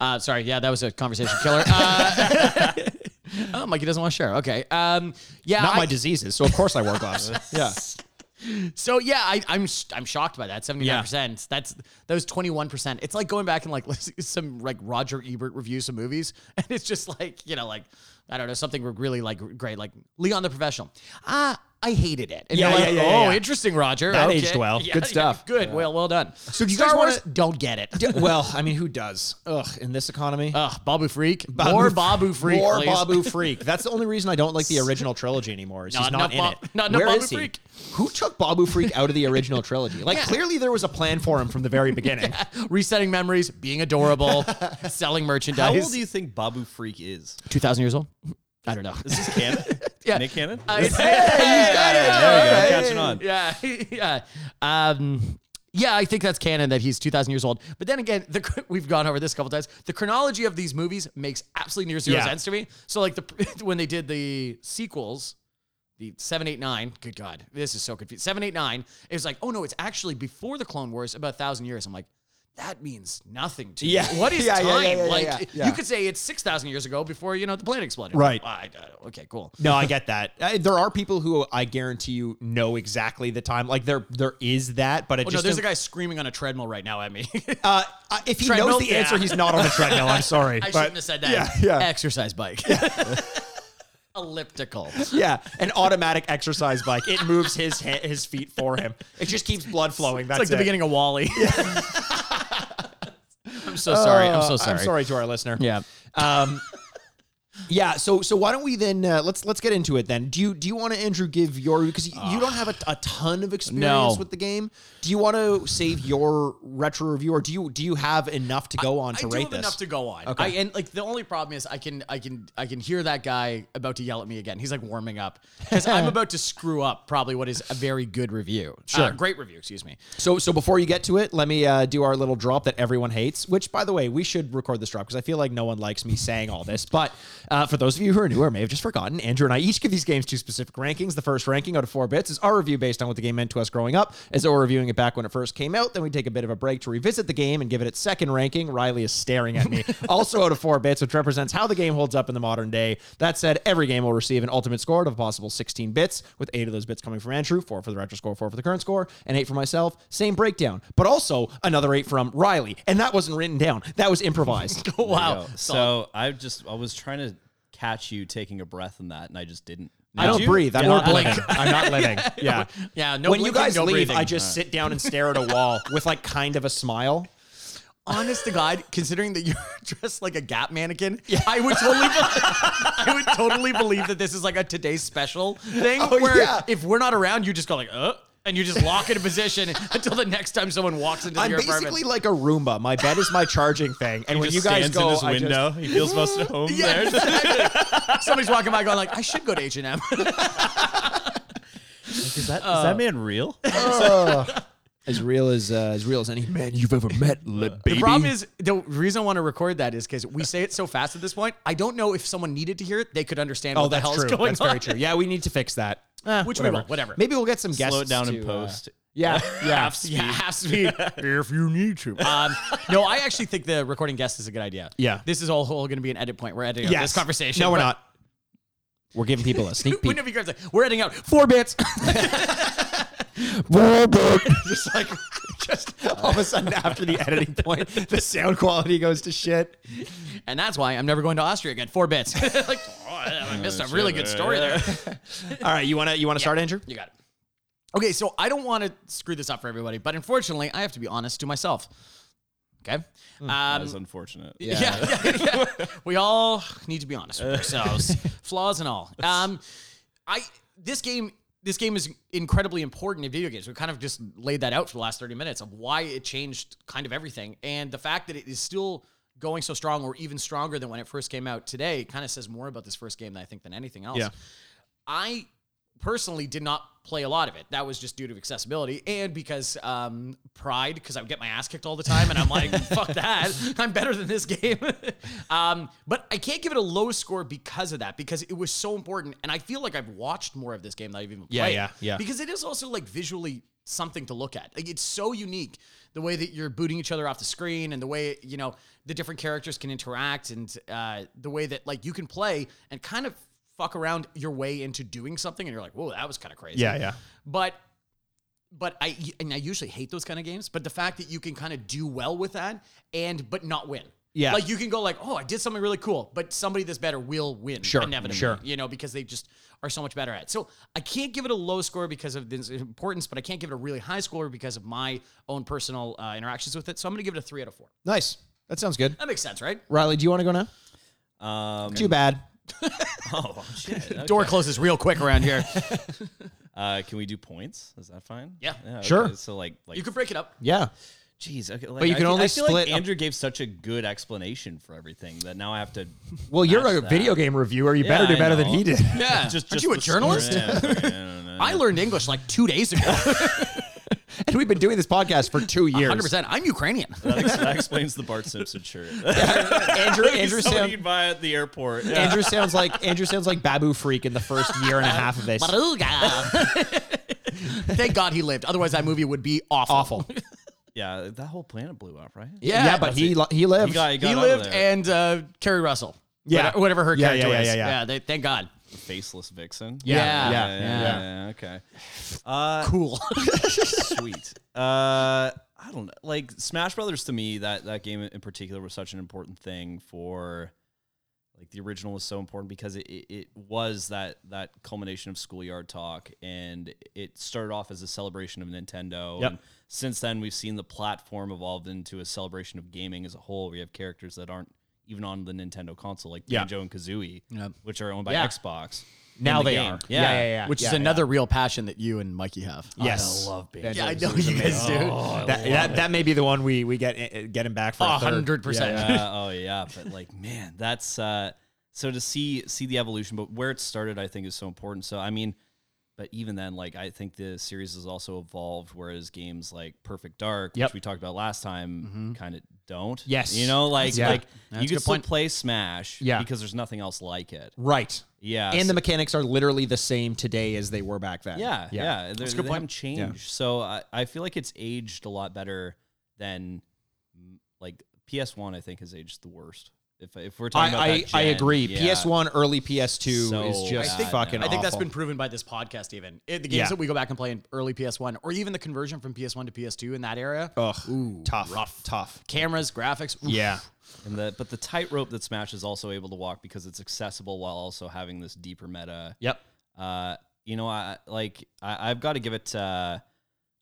[SPEAKER 2] uh, sorry, yeah, that was a conversation killer. Uh, oh, Mikey doesn't want to share. Okay, um, yeah,
[SPEAKER 1] Not
[SPEAKER 2] I-
[SPEAKER 1] my diseases, so of course I wore gloves. yeah.
[SPEAKER 2] so yeah, I, I'm sh- I'm shocked by that. Seventy nine percent. That's that was twenty one percent. It's like going back and like listening to some like Roger Ebert reviews of movies, and it's just like you know like I don't know something really like great like Leon the Professional. Ah. I hated it. And
[SPEAKER 1] Yeah,
[SPEAKER 2] you're
[SPEAKER 1] yeah,
[SPEAKER 2] like,
[SPEAKER 1] yeah,
[SPEAKER 2] Oh,
[SPEAKER 1] yeah.
[SPEAKER 2] interesting, Roger.
[SPEAKER 1] That
[SPEAKER 2] Okay.
[SPEAKER 1] aged well. Good stuff.
[SPEAKER 2] good. Well, well done. So,
[SPEAKER 1] do you
[SPEAKER 2] Star
[SPEAKER 1] guys wanna-
[SPEAKER 2] Wars don't get it.
[SPEAKER 1] D- well, I mean, who does? Ugh, in this economy.
[SPEAKER 2] Ugh, Babu Freak. Uh, more Babu Freak.
[SPEAKER 1] More
[SPEAKER 2] please.
[SPEAKER 1] Babu Freak. That's the only reason I don't like the original trilogy anymore. Is he's
[SPEAKER 2] Not
[SPEAKER 1] not in
[SPEAKER 2] enough
[SPEAKER 1] it.
[SPEAKER 2] Bob- not enough
[SPEAKER 1] Where
[SPEAKER 2] Babu
[SPEAKER 1] is he?
[SPEAKER 2] Freak.
[SPEAKER 1] Who took Babu Freak out of the original trilogy? Like clearly there was a plan for him from the very beginning.
[SPEAKER 2] Resetting memories, being adorable, selling merchandise.
[SPEAKER 3] How old do you think Babu Freak is?
[SPEAKER 2] 2,000 years old? I don't know.
[SPEAKER 3] Is this Cannon?
[SPEAKER 2] Yeah.
[SPEAKER 3] Nick Cannon?
[SPEAKER 2] Uh, it's- yeah,
[SPEAKER 1] Hey!
[SPEAKER 3] There you go. Catching on.
[SPEAKER 2] yeah, yeah. Um, yeah, I think that's canon that he's 2,000 years old. But then again, the, we've gone over this a couple times. The chronology of these movies makes absolutely near zero
[SPEAKER 1] Yeah.
[SPEAKER 2] sense to me. So, like, the when they did the sequels, the 789, good God, this is so confusing. 789 is like, oh no, it's actually before the Clone Wars, about a thousand years. I'm like, that means nothing to
[SPEAKER 1] Yeah.
[SPEAKER 2] me. What is
[SPEAKER 1] Yeah,
[SPEAKER 2] time?
[SPEAKER 1] yeah, yeah, yeah,
[SPEAKER 2] like,
[SPEAKER 1] yeah, yeah.
[SPEAKER 2] you could say it's 6,000 years ago before, you know, the planet exploded.
[SPEAKER 1] Right.
[SPEAKER 2] I- I- okay, cool.
[SPEAKER 1] No, I get that. I, there are people who I guarantee you know exactly the time. Like there, there is that, but it
[SPEAKER 2] Oh, no,
[SPEAKER 1] just
[SPEAKER 2] there's a
[SPEAKER 1] don't-
[SPEAKER 2] guy screaming on a treadmill right now at me.
[SPEAKER 1] Uh, uh, if he knows
[SPEAKER 2] Treadmill?
[SPEAKER 1] the answer,
[SPEAKER 2] Yeah.
[SPEAKER 1] he's not on the treadmill. I'm sorry. but-
[SPEAKER 2] I shouldn't have said that.
[SPEAKER 1] Yeah, yeah,
[SPEAKER 2] Exercise bike. Elliptical.
[SPEAKER 1] yeah. An automatic exercise bike. It moves his he- his feet for him. It just keeps blood flowing. That's
[SPEAKER 2] it's like the
[SPEAKER 1] it.
[SPEAKER 2] beginning of Wally. I'm so sorry. I'm
[SPEAKER 1] Uh,
[SPEAKER 2] so sorry.
[SPEAKER 1] I'm sorry to our listener.
[SPEAKER 2] Yeah.
[SPEAKER 1] Um, yeah. So so why don't we then uh, let's let's get into it then. Do you do you want to Andrew give your because you, you don't have a, a ton of experience
[SPEAKER 2] No.
[SPEAKER 1] with the game? Do you want to save your retro review or do you do you have enough to go on to
[SPEAKER 2] I do
[SPEAKER 1] rate
[SPEAKER 2] have
[SPEAKER 1] this?
[SPEAKER 2] enough to go on.
[SPEAKER 1] Okay.
[SPEAKER 2] I, and like the only problem is I can I can I can hear that guy about to yell at me again. He's like warming up because I'm about to screw up probably what is a very good review. Sure, great review. Excuse me.
[SPEAKER 1] so so before you get to it, let me uh, do our little drop that everyone hates. Which by the way, we should record this drop because I feel like no one likes me saying all this. But uh, for those of you who are new or may have just forgotten, Andrew and I each give these games two specific rankings. The first ranking out of four bits is our review based on what the game meant to us growing up, as though we're reviewing it back when it first came out. Then we take a bit of a break to revisit the game and give it its second ranking. Riley is staring at me. also out of four bits, which represents how the game holds up in the modern day. That said, every game will receive an ultimate score of a possible 16 bits, with eight of those bits coming from Andrew, four for the retro score, four for the current score, and eight for myself. Same breakdown, but also another eight from Riley. And that wasn't written down, that was improvised.
[SPEAKER 2] wow.
[SPEAKER 1] oh,
[SPEAKER 3] So I just I was trying to catch you taking a breath in that, and I just didn't.
[SPEAKER 1] I don't
[SPEAKER 3] you?
[SPEAKER 1] breathe. I'm
[SPEAKER 3] Yeah.
[SPEAKER 1] not
[SPEAKER 3] Or
[SPEAKER 1] living. I'm not living. Yeah.
[SPEAKER 2] Yeah, no.
[SPEAKER 1] when you
[SPEAKER 2] blinking,
[SPEAKER 1] guys
[SPEAKER 2] no
[SPEAKER 1] leave,
[SPEAKER 2] breathing.
[SPEAKER 1] I just sit down and stare at a wall with like kind of a smile.
[SPEAKER 2] honest to God, considering that you're dressed like a Gap mannequin, I would totally, believe, I would totally believe that this is like a today's special thing.
[SPEAKER 1] Oh,
[SPEAKER 2] where
[SPEAKER 1] yeah.
[SPEAKER 2] if we're not around, you just go like, uh, and you just lock in a position until the next time someone walks into
[SPEAKER 1] I'm
[SPEAKER 2] your
[SPEAKER 1] basically
[SPEAKER 2] apartment.
[SPEAKER 1] like a Roomba. My bed is my charging thing, and when
[SPEAKER 3] just
[SPEAKER 1] you guys
[SPEAKER 3] stands
[SPEAKER 1] go,
[SPEAKER 3] in his
[SPEAKER 1] I just-
[SPEAKER 3] window. He feels most at home
[SPEAKER 2] Yeah,
[SPEAKER 3] there.
[SPEAKER 2] exactly. Somebody's walking by, going like, "I should go to H and M."
[SPEAKER 3] Is that, is that man real?
[SPEAKER 1] as real as uh, as real as any man you've ever met, li- baby.
[SPEAKER 2] The problem is the reason I want to record that is because we say it so fast at this point. I don't know if someone needed to hear it, they could understand
[SPEAKER 1] oh,
[SPEAKER 2] what the
[SPEAKER 1] that's
[SPEAKER 2] hell's
[SPEAKER 1] true.
[SPEAKER 2] going
[SPEAKER 1] that's
[SPEAKER 2] on.
[SPEAKER 1] very true. Yeah, we need to fix that.
[SPEAKER 2] Which we will, whatever.
[SPEAKER 1] Maybe we'll get some guests.
[SPEAKER 3] Slow it down
[SPEAKER 1] to,
[SPEAKER 3] in
[SPEAKER 1] uh,
[SPEAKER 3] post.
[SPEAKER 1] yeah, yeah. Uh,
[SPEAKER 3] Half speed.
[SPEAKER 2] Yeah, half speed.
[SPEAKER 1] if you need to.
[SPEAKER 2] Um, no, I actually think the recording guest is a good idea.
[SPEAKER 1] Yeah.
[SPEAKER 2] This is all, going to be an edit point. We're editing out
[SPEAKER 1] Yes.
[SPEAKER 2] this conversation.
[SPEAKER 1] No, we're
[SPEAKER 2] but-
[SPEAKER 1] not. We're giving people a sneak peek.
[SPEAKER 2] Wouldn't it be great? It's like, we're editing out four bits.
[SPEAKER 1] just like just all of a sudden after the editing point, the sound quality goes to shit.
[SPEAKER 2] and that's why I'm never going to Austria again. Four bits. like, oh, I missed a really good story there.
[SPEAKER 1] All right, you wanna you wanna start, Andrew?
[SPEAKER 2] You got it. Okay, so I don't want to screw this up for everybody, but unfortunately, I have to be honest to myself. Okay.
[SPEAKER 1] Hmm,
[SPEAKER 3] That
[SPEAKER 2] Um,
[SPEAKER 3] is unfortunate.
[SPEAKER 2] Yeah. yeah, yeah. we all need to be honest with ourselves, flaws and all. Um, I this game this game is incredibly important in video games. We kind of just laid that out for the last thirty minutes of why it changed kind of everything, and the fact that it is still going so strong or even stronger than when it first came out today kind of says more about this first game than I think than anything else.
[SPEAKER 1] Yeah.
[SPEAKER 2] I personally did not play a lot of it. That was just due to accessibility and because um, pride, because I would get my ass kicked all the time, and I'm like, fuck that, I'm better than this game. um, but I can't give it a low score because of that, because it was so important, and I feel like I've watched more of this game than I've even
[SPEAKER 1] Yeah,
[SPEAKER 2] played.
[SPEAKER 1] yeah, yeah.
[SPEAKER 2] Because it is also like visually something to look at. Like it's so unique the way that you're booting each other off the screen and the way you know the different characters can interact and uh, the way that like you can play and kind of fuck around your way into doing something and you're like, whoa, that was kind of crazy.
[SPEAKER 1] yeah.
[SPEAKER 2] But but I and I usually hate those kind of games. But the fact that you can kind of do well with that and but not win.
[SPEAKER 1] Yeah.
[SPEAKER 2] Like you can go like, oh, I did something really cool, but somebody that's better will win.
[SPEAKER 1] Sure,
[SPEAKER 2] Inevitably.
[SPEAKER 1] sure.
[SPEAKER 2] You know, because they just are so much better at it. So I can't give it a low score because of its importance, but I can't give it a really high score because of my own personal uh, interactions with it. So I'm going to give it a three out of four.
[SPEAKER 1] Nice. That sounds good.
[SPEAKER 2] That makes sense, right?
[SPEAKER 1] Riley, do you want to go now?
[SPEAKER 3] Um,
[SPEAKER 1] Too bad.
[SPEAKER 3] oh, shit. okay.
[SPEAKER 2] Door closes real quick around here.
[SPEAKER 3] Uh, can we do points? Is that fine?
[SPEAKER 2] Yeah.
[SPEAKER 1] Sure.
[SPEAKER 3] okay. So like, like
[SPEAKER 2] you could break it up.
[SPEAKER 1] Yeah.
[SPEAKER 3] Jeez, okay, like,
[SPEAKER 1] you
[SPEAKER 3] I
[SPEAKER 1] can
[SPEAKER 3] feel-
[SPEAKER 1] only
[SPEAKER 3] I feel
[SPEAKER 1] split
[SPEAKER 3] Like
[SPEAKER 1] up-
[SPEAKER 3] Andrew gave such a good explanation for everything that now I have to.
[SPEAKER 1] Well, you're
[SPEAKER 3] match
[SPEAKER 1] a
[SPEAKER 3] that.
[SPEAKER 1] video game reviewer. You
[SPEAKER 3] Yeah,
[SPEAKER 1] better do
[SPEAKER 3] I
[SPEAKER 1] better than
[SPEAKER 3] know.
[SPEAKER 1] he did.
[SPEAKER 2] Yeah.
[SPEAKER 3] Just,
[SPEAKER 2] Aren't
[SPEAKER 3] just
[SPEAKER 2] you a
[SPEAKER 3] the
[SPEAKER 2] journalist?
[SPEAKER 3] score. Yeah, okay, no, no, no.
[SPEAKER 2] I learned English like two days ago.
[SPEAKER 1] And we've been doing this podcast for two years.
[SPEAKER 2] 100%. I'm Ukrainian.
[SPEAKER 3] that, ex- that explains the Bart Simpson shirt.
[SPEAKER 1] Andrew, Andrew,
[SPEAKER 3] Somebody
[SPEAKER 1] sound,
[SPEAKER 3] you buy at the airport. Yeah.
[SPEAKER 1] Andrew sounds like Andrew sounds like Babu Freak in the first year and a half of this.
[SPEAKER 2] Baruga. Thank God he lived. Otherwise, that movie would be awful.
[SPEAKER 1] Awful.
[SPEAKER 3] yeah, that whole planet blew up, right?
[SPEAKER 1] Yeah, but he li- he lived.
[SPEAKER 3] He got,
[SPEAKER 2] he
[SPEAKER 3] out
[SPEAKER 2] lived
[SPEAKER 3] of there.
[SPEAKER 2] and uh, Carrie Russell.
[SPEAKER 1] Yeah.
[SPEAKER 2] Whatever- whatever her
[SPEAKER 1] Yeah,
[SPEAKER 2] character
[SPEAKER 1] yeah, yeah,
[SPEAKER 2] was.
[SPEAKER 1] yeah, yeah.
[SPEAKER 2] they, thank God.
[SPEAKER 3] faceless vixen.
[SPEAKER 2] Yeah. Yeah.
[SPEAKER 3] yeah,
[SPEAKER 1] Yeah,
[SPEAKER 3] yeah,
[SPEAKER 1] yeah.
[SPEAKER 3] yeah, okay. Uh,
[SPEAKER 2] Cool.
[SPEAKER 3] sweet. Uh, I don't know. Like Smash Brothers to me, that that game in particular was such an important thing for. Like the original was so important because it, it, it was that that culmination of schoolyard talk, and it started off as a celebration of Nintendo.
[SPEAKER 1] Yep.
[SPEAKER 3] And since then, we've seen the platform evolved into a celebration of gaming as a whole. We have characters that aren't even on the Nintendo console, like
[SPEAKER 1] Yeah.
[SPEAKER 3] Banjo and Kazooie,
[SPEAKER 2] Yep.
[SPEAKER 3] which are owned by
[SPEAKER 2] Yeah.
[SPEAKER 3] Xbox. in
[SPEAKER 1] Now
[SPEAKER 3] the
[SPEAKER 1] they
[SPEAKER 3] game.
[SPEAKER 1] are.
[SPEAKER 3] Yeah,
[SPEAKER 1] yeah, yeah.
[SPEAKER 2] Which is
[SPEAKER 1] yeah,
[SPEAKER 2] another real passion that you and Mikey have.
[SPEAKER 1] Yes.
[SPEAKER 3] I love Banjo.
[SPEAKER 1] That
[SPEAKER 2] Yeah, I
[SPEAKER 1] is- Oh,
[SPEAKER 2] know you guys do.
[SPEAKER 1] That, that, that may be the one we we get uh, get him back for a
[SPEAKER 2] A
[SPEAKER 1] third.
[SPEAKER 2] hundred percent.
[SPEAKER 1] Yeah, yeah.
[SPEAKER 3] Yeah, oh yeah, but like man, that's uh so to see see the evolution, but where it started I think is so important. So I mean, but even then like I think the series has also evolved whereas games like Perfect Dark,
[SPEAKER 1] Yep.
[SPEAKER 3] which we talked about last time, kind of don't.
[SPEAKER 1] Yes.
[SPEAKER 3] You know like
[SPEAKER 1] Yeah.
[SPEAKER 3] like
[SPEAKER 2] That's a
[SPEAKER 3] you can
[SPEAKER 2] good
[SPEAKER 3] still
[SPEAKER 2] point.
[SPEAKER 3] play Smash
[SPEAKER 1] Yeah.
[SPEAKER 3] because there's nothing else like it.
[SPEAKER 1] Right.
[SPEAKER 3] Yeah.
[SPEAKER 1] And
[SPEAKER 3] so-
[SPEAKER 1] the mechanics are literally the same today as they were back then.
[SPEAKER 3] yeah, yeah. They're-
[SPEAKER 2] a
[SPEAKER 3] They
[SPEAKER 2] good point.
[SPEAKER 3] haven't changed. So I, I feel like it's aged a lot better than mm, like PS1 I think has aged the worst. If, if we're talking
[SPEAKER 1] I, I,
[SPEAKER 3] about that
[SPEAKER 1] I
[SPEAKER 3] gen,
[SPEAKER 1] agree.
[SPEAKER 3] yeah.
[SPEAKER 1] PS1, early PS2
[SPEAKER 3] So
[SPEAKER 1] is just
[SPEAKER 3] I think-
[SPEAKER 1] fucking.
[SPEAKER 2] I think that's
[SPEAKER 1] awful.
[SPEAKER 2] been proven by this podcast, even. It- the games
[SPEAKER 1] Yeah.
[SPEAKER 2] that we go back and play in early PS1 or even the conversion from PS1 to PS2 in that area.
[SPEAKER 1] Ugh, tough, tough.
[SPEAKER 2] Cameras, graphics. oof.
[SPEAKER 1] Oh. Yeah,
[SPEAKER 3] And the but the tightrope that Smash is also able to walk because it's accessible while also having this deeper meta
[SPEAKER 1] yep.
[SPEAKER 3] Uh, you know, I like I, I've got to give it. Uh,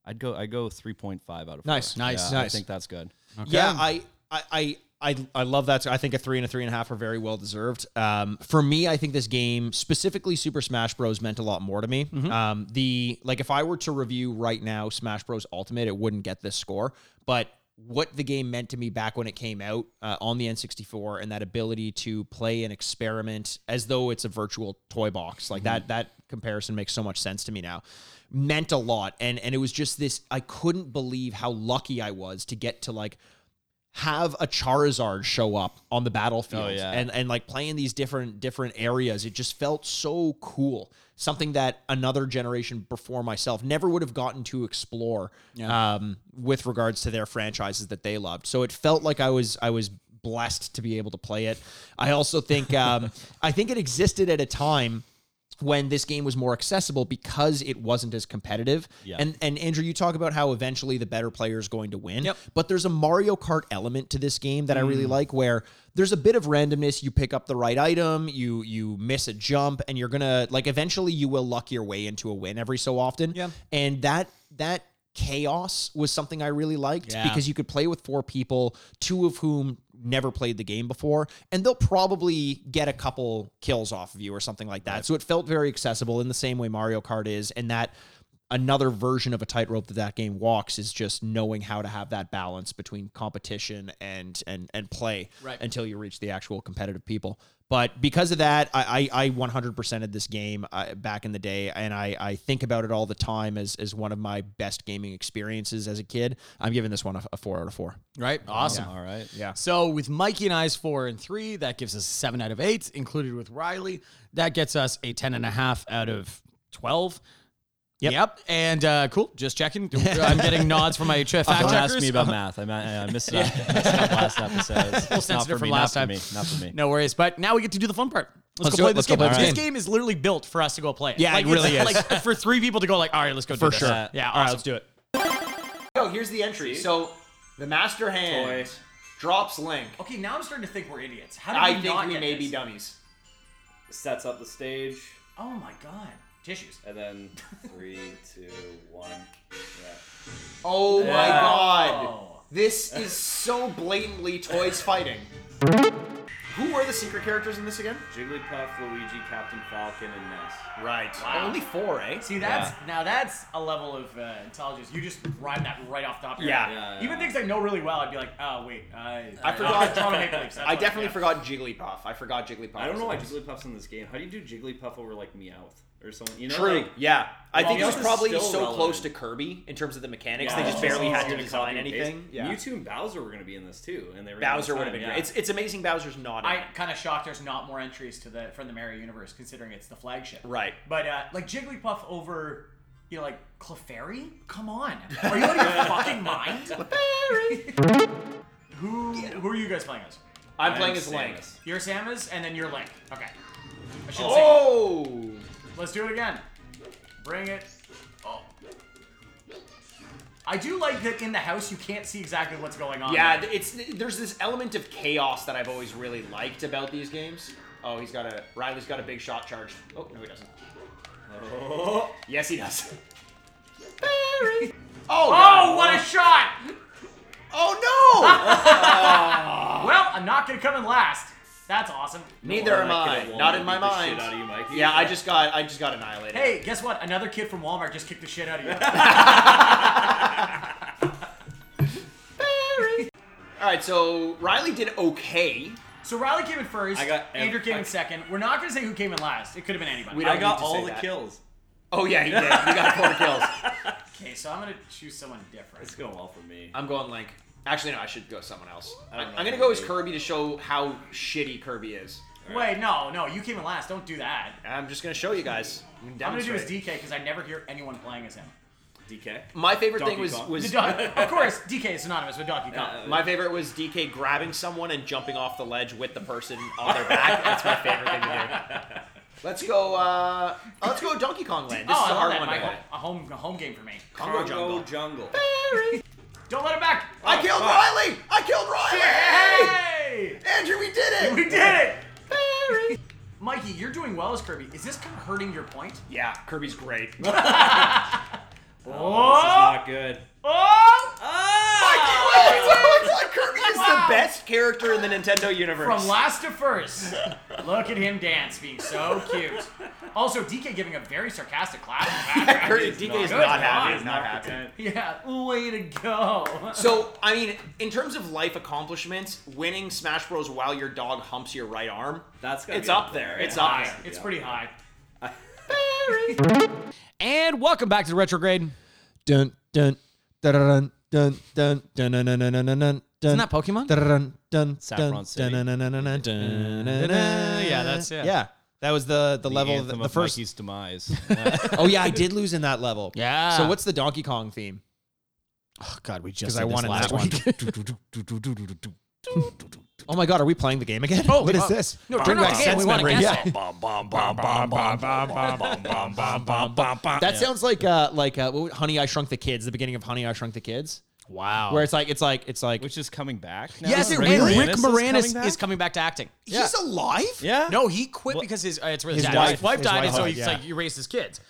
[SPEAKER 3] I'd go. I go three point five out of
[SPEAKER 1] Nice,
[SPEAKER 3] four.
[SPEAKER 1] nice,
[SPEAKER 3] Yeah,
[SPEAKER 1] nice. Uh-huh.
[SPEAKER 3] I think that's good.
[SPEAKER 1] Yeah, I, I, I. I, I love that. I think a three and a three and a half are very well deserved. Um, for me, I think this game, specifically Super Smash Bros, meant a lot more to me. Um, the like, if I were to review right now Smash Bros Ultimate, it wouldn't get this score. But what the game meant to me back when it came out uh, on the N64, and that ability to play and experiment as though it's a virtual toy box, like that that comparison makes so much sense to me now meant a lot and and it was just this i couldn't believe how lucky i was to get to like have a Charizard show up on the battlefield
[SPEAKER 3] Oh, yeah.
[SPEAKER 1] and and like playing these different different areas. It just felt so cool. Something that another generation before myself never would have gotten to explore um, with regards to their franchises that they loved. So it felt like I was I was blessed to be able to play it. I also think um, I think it existed at a time when this game was more accessible because it wasn't as competitive.
[SPEAKER 3] Yeah.
[SPEAKER 1] And and Andrew, you talk about how eventually the better player is going to win.
[SPEAKER 2] Yep. Mm.
[SPEAKER 1] But there's a Mario Kart element to this game that I really like where there's a bit of randomness. You pick up the right item, you you miss a jump, and you're gonna like eventually you will luck your way into a win every so often.
[SPEAKER 2] Yeah.
[SPEAKER 1] And that that chaos was something I really liked
[SPEAKER 2] Yeah.
[SPEAKER 1] because you could play with four people, two of whom never played the game before, and they'll probably get a couple kills off of you or something like that. So it felt very accessible in the same way Mario Kart is, and that another version of a tightrope that that game walks is just knowing how to have that balance between competition and and and play
[SPEAKER 2] Right.
[SPEAKER 1] until you reach the actual competitive people. But because of that, I I, I 100%ed this game uh, back in the day, and I I think about it all the time as as one of my best gaming experiences as a kid. I'm giving this one a, a four out of four.
[SPEAKER 2] Right? Awesome.
[SPEAKER 3] All right.
[SPEAKER 1] Yeah.
[SPEAKER 2] So with Mikey and I's four and three, that gives us seven out of eight, included with Riley. That gets us a ten and a half out of twelve.
[SPEAKER 1] Yep.
[SPEAKER 2] And uh, cool. Just checking. I'm getting nods from my ch- fact
[SPEAKER 3] Don't
[SPEAKER 2] checkers.
[SPEAKER 3] ask me about math. I, I, I missed it out, missed it out last episode. It's not
[SPEAKER 2] sensitive
[SPEAKER 3] for
[SPEAKER 2] from
[SPEAKER 3] me.
[SPEAKER 2] last
[SPEAKER 3] not
[SPEAKER 2] time.
[SPEAKER 3] for me. Not for me.
[SPEAKER 2] No worries. But now we get to do the fun part.
[SPEAKER 1] Let's
[SPEAKER 2] Let's, go
[SPEAKER 1] do
[SPEAKER 2] play
[SPEAKER 1] it. Let's
[SPEAKER 2] this game.
[SPEAKER 1] go play
[SPEAKER 2] this
[SPEAKER 1] this
[SPEAKER 2] game. is literally built for us to go play. It.
[SPEAKER 1] Yeah,
[SPEAKER 2] like,
[SPEAKER 1] it really
[SPEAKER 2] it's-
[SPEAKER 1] is.
[SPEAKER 2] Like for three people to go, like, all right, let's go.
[SPEAKER 1] For
[SPEAKER 2] do
[SPEAKER 1] sure.
[SPEAKER 2] This. Yeah.
[SPEAKER 1] All right,
[SPEAKER 2] awesome.
[SPEAKER 1] let's do it. Oh, here's the entry. So the master hand drops Link.
[SPEAKER 2] Okay, now I'm starting to think we're idiots. How
[SPEAKER 1] I think we may be dummies.
[SPEAKER 3] Sets up the stage,
[SPEAKER 2] Oh my god. Tissues.
[SPEAKER 3] and then three, two, one.
[SPEAKER 1] Oh my
[SPEAKER 3] Yeah.
[SPEAKER 2] Oh.
[SPEAKER 1] god. This is so blatantly toys fighting. Who are the secret characters in this again?
[SPEAKER 3] Jigglypuff, Luigi, Captain Falcon, and Ness.
[SPEAKER 1] Right. Only four, eh?
[SPEAKER 2] See, that's now that's a level of uh, intelligence. You just rhyme that right off the top of your
[SPEAKER 1] Yeah.
[SPEAKER 2] head.
[SPEAKER 3] Yeah, yeah,
[SPEAKER 2] Even
[SPEAKER 3] yeah.
[SPEAKER 2] things I know really well, I'd be like, oh wait, I,
[SPEAKER 1] I forgot-
[SPEAKER 2] Toronto Maple Leafs. that's
[SPEAKER 1] I
[SPEAKER 2] what-
[SPEAKER 1] definitely
[SPEAKER 2] yeah.
[SPEAKER 1] forgot Jigglypuff. I forgot Jigglypuff.
[SPEAKER 3] I don't know why
[SPEAKER 1] was-
[SPEAKER 3] Jigglypuff's in this game. How do you do Jigglypuff over like Meowth or someone? You know,
[SPEAKER 1] True.
[SPEAKER 3] like-
[SPEAKER 1] yeah. I think it
[SPEAKER 3] Well,
[SPEAKER 1] was
[SPEAKER 3] Meowth is
[SPEAKER 1] probably
[SPEAKER 3] still
[SPEAKER 1] so
[SPEAKER 3] relevant.
[SPEAKER 1] close to Kirby in terms of the mechanics.
[SPEAKER 3] Yeah,
[SPEAKER 1] they
[SPEAKER 3] it's
[SPEAKER 1] just barely had to
[SPEAKER 3] easier copy
[SPEAKER 1] design
[SPEAKER 3] and paste.
[SPEAKER 1] anything. Yeah.
[SPEAKER 3] Mewtwo and Bowser were going to be in this too, and they ran out of
[SPEAKER 1] Bowser would have
[SPEAKER 3] time,
[SPEAKER 1] been
[SPEAKER 3] yeah.
[SPEAKER 1] great. It's it's amazing Bowser's not in
[SPEAKER 4] I
[SPEAKER 1] it.
[SPEAKER 4] kind of shocked there's not more entries to the from the Mario universe, considering it's the flagship.
[SPEAKER 1] Right.
[SPEAKER 4] But uh, like Jigglypuff over, you know, like Clefairy. Come on, are you out of your fucking mind? Clefairy. who who are you guys playing as?
[SPEAKER 1] I'm
[SPEAKER 3] I
[SPEAKER 1] playing as
[SPEAKER 3] understand
[SPEAKER 1] Link.
[SPEAKER 3] this.
[SPEAKER 4] You're Samus, and then you're Link. Okay. I should
[SPEAKER 1] Oh!
[SPEAKER 4] say. Let's do it again. Bring it. Oh. I do like that in the house you can't see exactly what's going on.
[SPEAKER 1] Yeah, th- it's there's this element of chaos that I've always really liked about these games. Oh, he's got a Riley's got a big shot charge. Oh no, he doesn't.
[SPEAKER 3] Oh,
[SPEAKER 1] Yes, he does.
[SPEAKER 4] Barry.
[SPEAKER 1] Oh,
[SPEAKER 4] Oh, what a shot!
[SPEAKER 1] oh no!
[SPEAKER 4] Well, I'm not gonna come in last. That's awesome.
[SPEAKER 1] Neither am
[SPEAKER 3] I
[SPEAKER 1] I.
[SPEAKER 3] could've
[SPEAKER 1] Not in my
[SPEAKER 3] wanted to beat the
[SPEAKER 1] mind.
[SPEAKER 3] shit out of you, Mikey.
[SPEAKER 1] Yeah, I just got I just got annihilated.
[SPEAKER 4] Hey, guess what? Another kid from Walmart just kicked the shit out of you.
[SPEAKER 1] All right, so Riley did okay.
[SPEAKER 4] so Riley came in first.
[SPEAKER 3] I got ev-
[SPEAKER 4] Andrew came
[SPEAKER 3] I-
[SPEAKER 4] in second. We're not gonna say who came in last. It could have been anybody.
[SPEAKER 1] We don't
[SPEAKER 3] I got
[SPEAKER 1] need to say
[SPEAKER 3] all the
[SPEAKER 1] that.
[SPEAKER 3] kills.
[SPEAKER 1] Oh yeah, he did. You got four kills.
[SPEAKER 4] okay, so I'm gonna choose someone
[SPEAKER 3] It's
[SPEAKER 4] different.
[SPEAKER 3] going well for me.
[SPEAKER 1] I'm going Link. Actually, no, I should go someone else.
[SPEAKER 3] I don't
[SPEAKER 1] I'm,
[SPEAKER 3] know.
[SPEAKER 1] I'm gonna go as Kirby to show how shitty Kirby is.
[SPEAKER 4] Wait, no, no, you came in last. Don't do that.
[SPEAKER 1] I'm just gonna show you guys. I'm
[SPEAKER 4] I'm gonna do his DK because I never hear anyone playing as him.
[SPEAKER 3] DK.
[SPEAKER 1] My favorite
[SPEAKER 3] Donkey
[SPEAKER 1] thing was
[SPEAKER 3] Kong.
[SPEAKER 4] The
[SPEAKER 1] was
[SPEAKER 4] Don- of course, DK is synonymous with Donkey Kong.
[SPEAKER 1] My favorite was DK grabbing someone and jumping off the ledge with the person on their back. That's my favorite thing to do. Let's go. Uh, let's go Donkey Kong Land.
[SPEAKER 4] oh,
[SPEAKER 1] This is
[SPEAKER 4] I
[SPEAKER 1] a
[SPEAKER 4] love
[SPEAKER 1] hard
[SPEAKER 4] that.
[SPEAKER 1] one.
[SPEAKER 4] My
[SPEAKER 1] to
[SPEAKER 4] home,
[SPEAKER 1] play.
[SPEAKER 4] a home, a home game for me.
[SPEAKER 1] Congo Jungle.
[SPEAKER 3] Jungle.
[SPEAKER 4] Don't let him back.
[SPEAKER 1] I killed
[SPEAKER 3] fuck.
[SPEAKER 1] Riley. I killed Riley.
[SPEAKER 4] Hey!
[SPEAKER 1] Andrew, we did it.
[SPEAKER 4] We did it! Mikey, you're doing well as Kirby. Is this kind of hurting your point?
[SPEAKER 5] Yeah, Kirby's great. This is
[SPEAKER 4] Oh!
[SPEAKER 5] not good.
[SPEAKER 4] Oh!
[SPEAKER 5] It's like Kirby is the best character in the Nintendo universe.
[SPEAKER 4] From last to first. Look at him dance, being so cute. Also, DK giving a very sarcastic laugh in the background.
[SPEAKER 5] Kirby, DK is
[SPEAKER 4] Good God.
[SPEAKER 5] not happy. He's not happy. content.
[SPEAKER 4] Yeah, way to go.
[SPEAKER 5] So, I mean, in terms of life accomplishments, winning Smash Bros. while your dog humps your right arm,
[SPEAKER 3] That's gotta
[SPEAKER 5] it's
[SPEAKER 3] be
[SPEAKER 5] up
[SPEAKER 3] up
[SPEAKER 5] there.
[SPEAKER 3] there,
[SPEAKER 5] It's up
[SPEAKER 4] high.
[SPEAKER 5] there.
[SPEAKER 4] It's pretty high.
[SPEAKER 2] And welcome back to the retrograde.
[SPEAKER 1] Dun dun dun dun dun dun dun dun dun dun dun dun. Isn't
[SPEAKER 2] that Pokemon?
[SPEAKER 1] Dun, dun,
[SPEAKER 3] Saffron
[SPEAKER 1] dun,
[SPEAKER 3] City.
[SPEAKER 1] dun, dun, dun, dun, dun, dun, dun, dun.
[SPEAKER 2] Uh, Yeah, that's- yeah.
[SPEAKER 1] Yeah, that was the the, level the,
[SPEAKER 3] anthem
[SPEAKER 1] the
[SPEAKER 3] of
[SPEAKER 1] first.
[SPEAKER 3] Mikey's demise. Yeah.
[SPEAKER 1] oh yeah, I did lose in that level.
[SPEAKER 2] Yeah.
[SPEAKER 1] So what's the Donkey Kong theme?
[SPEAKER 2] Oh God, we
[SPEAKER 1] Because
[SPEAKER 2] just did
[SPEAKER 1] I
[SPEAKER 2] this
[SPEAKER 1] wanted
[SPEAKER 2] last
[SPEAKER 1] that one.
[SPEAKER 2] week.
[SPEAKER 1] oh my God, are we playing the game again? Oh, what is this?
[SPEAKER 2] No, turn off the game. We want to
[SPEAKER 1] memory.
[SPEAKER 2] guess
[SPEAKER 1] Yeah.
[SPEAKER 2] it.
[SPEAKER 1] That sounds like uh like uh, what would- Honey I Shrunk the Kids, the beginning of Honey I Shrunk the Kids,
[SPEAKER 2] Wow.
[SPEAKER 1] where it's like it's like it's like
[SPEAKER 3] which is coming back. Now.
[SPEAKER 2] yes,
[SPEAKER 3] Rick
[SPEAKER 2] it, and Rick
[SPEAKER 3] is
[SPEAKER 2] Moranis is
[SPEAKER 3] coming
[SPEAKER 2] coming, back
[SPEAKER 3] back?
[SPEAKER 2] to acting.
[SPEAKER 1] he's alive.
[SPEAKER 3] Yeah.
[SPEAKER 2] No, he quit because his uh, it's really
[SPEAKER 1] His
[SPEAKER 2] sad.
[SPEAKER 1] wife-
[SPEAKER 2] his wife
[SPEAKER 1] his
[SPEAKER 2] died,
[SPEAKER 1] wife
[SPEAKER 2] and so
[SPEAKER 1] died,
[SPEAKER 2] he's
[SPEAKER 1] yeah.
[SPEAKER 2] like he raised his kids.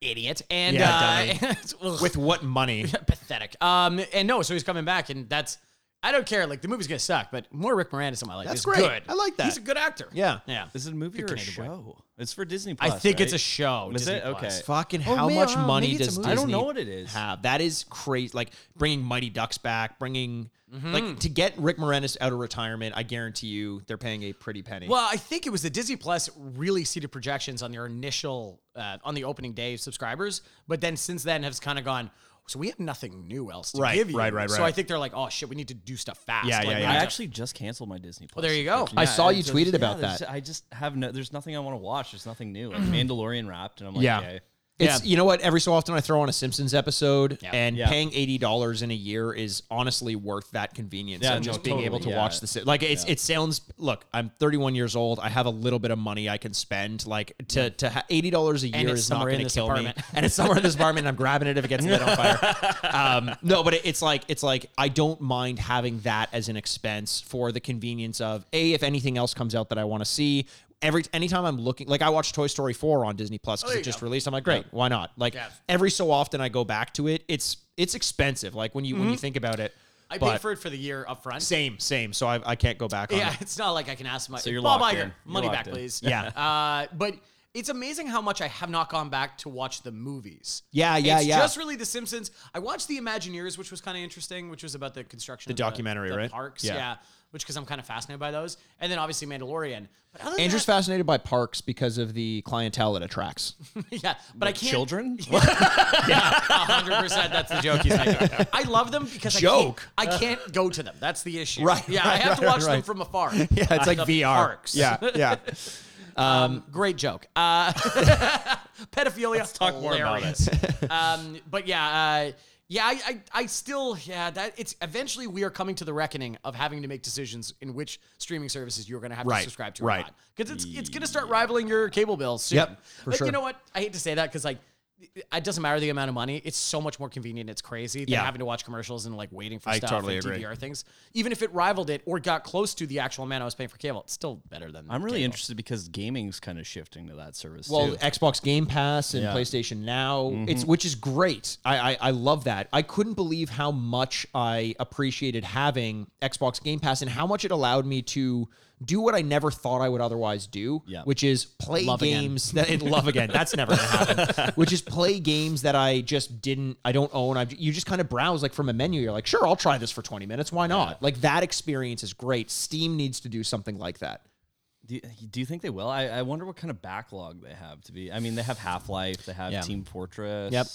[SPEAKER 2] Idiot. And
[SPEAKER 1] Yeah,
[SPEAKER 2] uh, ugh,
[SPEAKER 1] With what money?
[SPEAKER 2] pathetic. Um, and no, so he's coming back, and that's I don't care. Like the movie's gonna suck, but more Rick Moranis in my life.
[SPEAKER 1] That's
[SPEAKER 2] is
[SPEAKER 1] great.
[SPEAKER 2] Good.
[SPEAKER 1] I like that.
[SPEAKER 2] He's a good actor.
[SPEAKER 1] Yeah.
[SPEAKER 2] Yeah.
[SPEAKER 3] Is it a movie or a
[SPEAKER 2] Canadian
[SPEAKER 3] show? It's for Disney
[SPEAKER 2] I
[SPEAKER 3] Plus.
[SPEAKER 2] think it's a
[SPEAKER 3] right?
[SPEAKER 2] show.
[SPEAKER 3] Is
[SPEAKER 2] Disney
[SPEAKER 3] it? Okay.
[SPEAKER 2] Plus.
[SPEAKER 1] Fucking
[SPEAKER 2] Oh,
[SPEAKER 1] how
[SPEAKER 2] man,
[SPEAKER 1] much
[SPEAKER 2] oh,
[SPEAKER 1] money
[SPEAKER 2] maybe it's
[SPEAKER 1] does
[SPEAKER 2] a
[SPEAKER 1] Disney
[SPEAKER 2] movie.
[SPEAKER 3] I don't know what it is.
[SPEAKER 1] have? That is crazy. Like bringing Mighty Ducks back, bringing like to get Rick Moranis out of retirement. I guarantee you, they're paying a pretty penny.
[SPEAKER 2] Well, I think it was the Disney Plus really exceeded projections on their initial uh, on the opening day of subscribers, but then since then has kind of gone. So we have nothing new else to
[SPEAKER 1] Right,
[SPEAKER 2] give you.
[SPEAKER 1] right, right,
[SPEAKER 2] So
[SPEAKER 1] right.
[SPEAKER 2] I think they're like, oh shit, we need to do stuff fast.
[SPEAKER 1] Yeah,
[SPEAKER 2] Like,
[SPEAKER 1] yeah,
[SPEAKER 2] we
[SPEAKER 1] yeah.
[SPEAKER 3] I
[SPEAKER 2] need to-
[SPEAKER 3] actually just canceled my Disney Plus.
[SPEAKER 2] Oh, there you go.
[SPEAKER 3] subscription.
[SPEAKER 1] I saw you
[SPEAKER 3] it's
[SPEAKER 1] tweeted about
[SPEAKER 3] there's-
[SPEAKER 1] that.
[SPEAKER 3] I just have no. There's nothing I want to watch. There's nothing new. Like
[SPEAKER 2] Mm.
[SPEAKER 3] Mandalorian wrapped, and I'm like,
[SPEAKER 1] Yeah.
[SPEAKER 3] okay.
[SPEAKER 1] It's you know what? Every so often I throw on a Simpsons episode,
[SPEAKER 2] Yeah.
[SPEAKER 1] and
[SPEAKER 3] Yeah.
[SPEAKER 1] paying eighty dollars in a year is honestly worth that convenience
[SPEAKER 3] Yeah,
[SPEAKER 1] of just
[SPEAKER 3] no,
[SPEAKER 1] being
[SPEAKER 3] totally.
[SPEAKER 1] able to
[SPEAKER 3] Yeah.
[SPEAKER 1] watch the si- like. It's, It sounds. Look, I'm 31 years old. I have a little bit of money I can spend. Like to to ha- eighty dollars a year
[SPEAKER 2] it's
[SPEAKER 1] is not
[SPEAKER 2] somewhere in
[SPEAKER 1] going to
[SPEAKER 2] this
[SPEAKER 1] kill
[SPEAKER 2] apartment.
[SPEAKER 1] me, and it's somewhere in this apartment. And I'm grabbing it if it gets lit on fire. Um, no, but it, it's like it's like I don't mind having that as an expense for the convenience of a if anything else comes out that I want to see. Every anytime I'm looking, like I watched Toy Story 4 on Disney Plus because
[SPEAKER 2] Oh, there
[SPEAKER 1] it
[SPEAKER 2] you
[SPEAKER 1] just
[SPEAKER 2] go.
[SPEAKER 1] released. I'm like, great, why not? Like
[SPEAKER 2] Yeah.
[SPEAKER 1] every so often I go back to it. It's it's expensive. Like when you when you think about it,
[SPEAKER 2] Mm-hmm. I
[SPEAKER 1] but
[SPEAKER 2] paid for it for the year up front.
[SPEAKER 1] same same. So I, I can't go back on
[SPEAKER 2] Yeah,
[SPEAKER 1] it.
[SPEAKER 2] it's not like I can ask my
[SPEAKER 3] So you're
[SPEAKER 2] Bob
[SPEAKER 3] locked
[SPEAKER 2] Iger,
[SPEAKER 3] in. You're
[SPEAKER 2] money
[SPEAKER 3] locked
[SPEAKER 2] back,
[SPEAKER 3] in.
[SPEAKER 2] please.
[SPEAKER 1] Yeah.
[SPEAKER 2] Uh, but it's amazing how much I have not gone back to watch the movies.
[SPEAKER 1] Yeah, yeah,
[SPEAKER 2] it's
[SPEAKER 1] yeah.
[SPEAKER 2] Just really The Simpsons. I watched The Imagineers, which was kind of interesting, which was about the construction, the of
[SPEAKER 1] documentary,
[SPEAKER 2] the,
[SPEAKER 1] right?
[SPEAKER 2] Parks,
[SPEAKER 1] Yeah.
[SPEAKER 2] yeah. Which because I'm kind of fascinated by those, and then obviously Mandalorian. But other than
[SPEAKER 1] Andrew's
[SPEAKER 2] that,
[SPEAKER 1] fascinated by parks because of the clientele it attracts.
[SPEAKER 2] yeah, but I can't.
[SPEAKER 3] Children.
[SPEAKER 2] hundred percent. That's the joke he's making. I love them because
[SPEAKER 1] Joke.
[SPEAKER 2] I can't, I can't go to them. That's the issue.
[SPEAKER 1] Right,
[SPEAKER 2] Yeah, I
[SPEAKER 1] right,
[SPEAKER 2] have to
[SPEAKER 1] right,
[SPEAKER 2] watch them
[SPEAKER 1] right.
[SPEAKER 2] from afar.
[SPEAKER 1] yeah, it's like
[SPEAKER 2] The
[SPEAKER 1] VR.
[SPEAKER 2] parks.
[SPEAKER 1] Yeah, yeah.
[SPEAKER 2] Um, great joke. Uh, pedophilia. Let's
[SPEAKER 3] talk more about
[SPEAKER 2] it. um, but yeah, uh, yeah, I, I, I still, yeah, that it's eventually we are coming to the reckoning of having to make decisions in which streaming services you're going to have
[SPEAKER 1] Right,
[SPEAKER 2] to subscribe to,
[SPEAKER 1] right.
[SPEAKER 2] Because it's it's going to start rivaling your cable bills soon.
[SPEAKER 1] Yep, for
[SPEAKER 2] Like,
[SPEAKER 1] sure.
[SPEAKER 2] You know what? I hate to say that because like. It doesn't matter the amount of money; it's so much more convenient. It's crazy than
[SPEAKER 1] Yeah.
[SPEAKER 2] having to watch commercials and like waiting for
[SPEAKER 1] I
[SPEAKER 2] stuff
[SPEAKER 1] totally
[SPEAKER 2] and
[SPEAKER 1] agree.
[SPEAKER 2] DVR things. Even if it rivaled it or got close to the actual amount I was paying for cable, it's still better than.
[SPEAKER 3] I'm really
[SPEAKER 2] cable.
[SPEAKER 3] interested because gaming's kind of shifting to that service
[SPEAKER 1] Well,
[SPEAKER 3] too.
[SPEAKER 1] Xbox Game Pass and PlayStation Now, it's which is great. I, I I love that. I couldn't believe how much I appreciated having Xbox Game Pass and how much it allowed me to do what I never thought I would otherwise do,
[SPEAKER 3] Yeah.
[SPEAKER 1] which is play
[SPEAKER 2] Love again.
[SPEAKER 1] games that and love again. That's never gonna happen. which is play games that I just didn't, I don't own. I you just kind of browse like from a menu. You're like, sure, I'll try this for 20 minutes. Why not? Like that experience is great. Steam needs to do something like that.
[SPEAKER 3] Do you, do you think they will? I, I wonder what kind of backlog they have to be. I mean, they have Half Life, they have
[SPEAKER 2] Yeah.
[SPEAKER 3] Team Fortress.
[SPEAKER 1] Yep.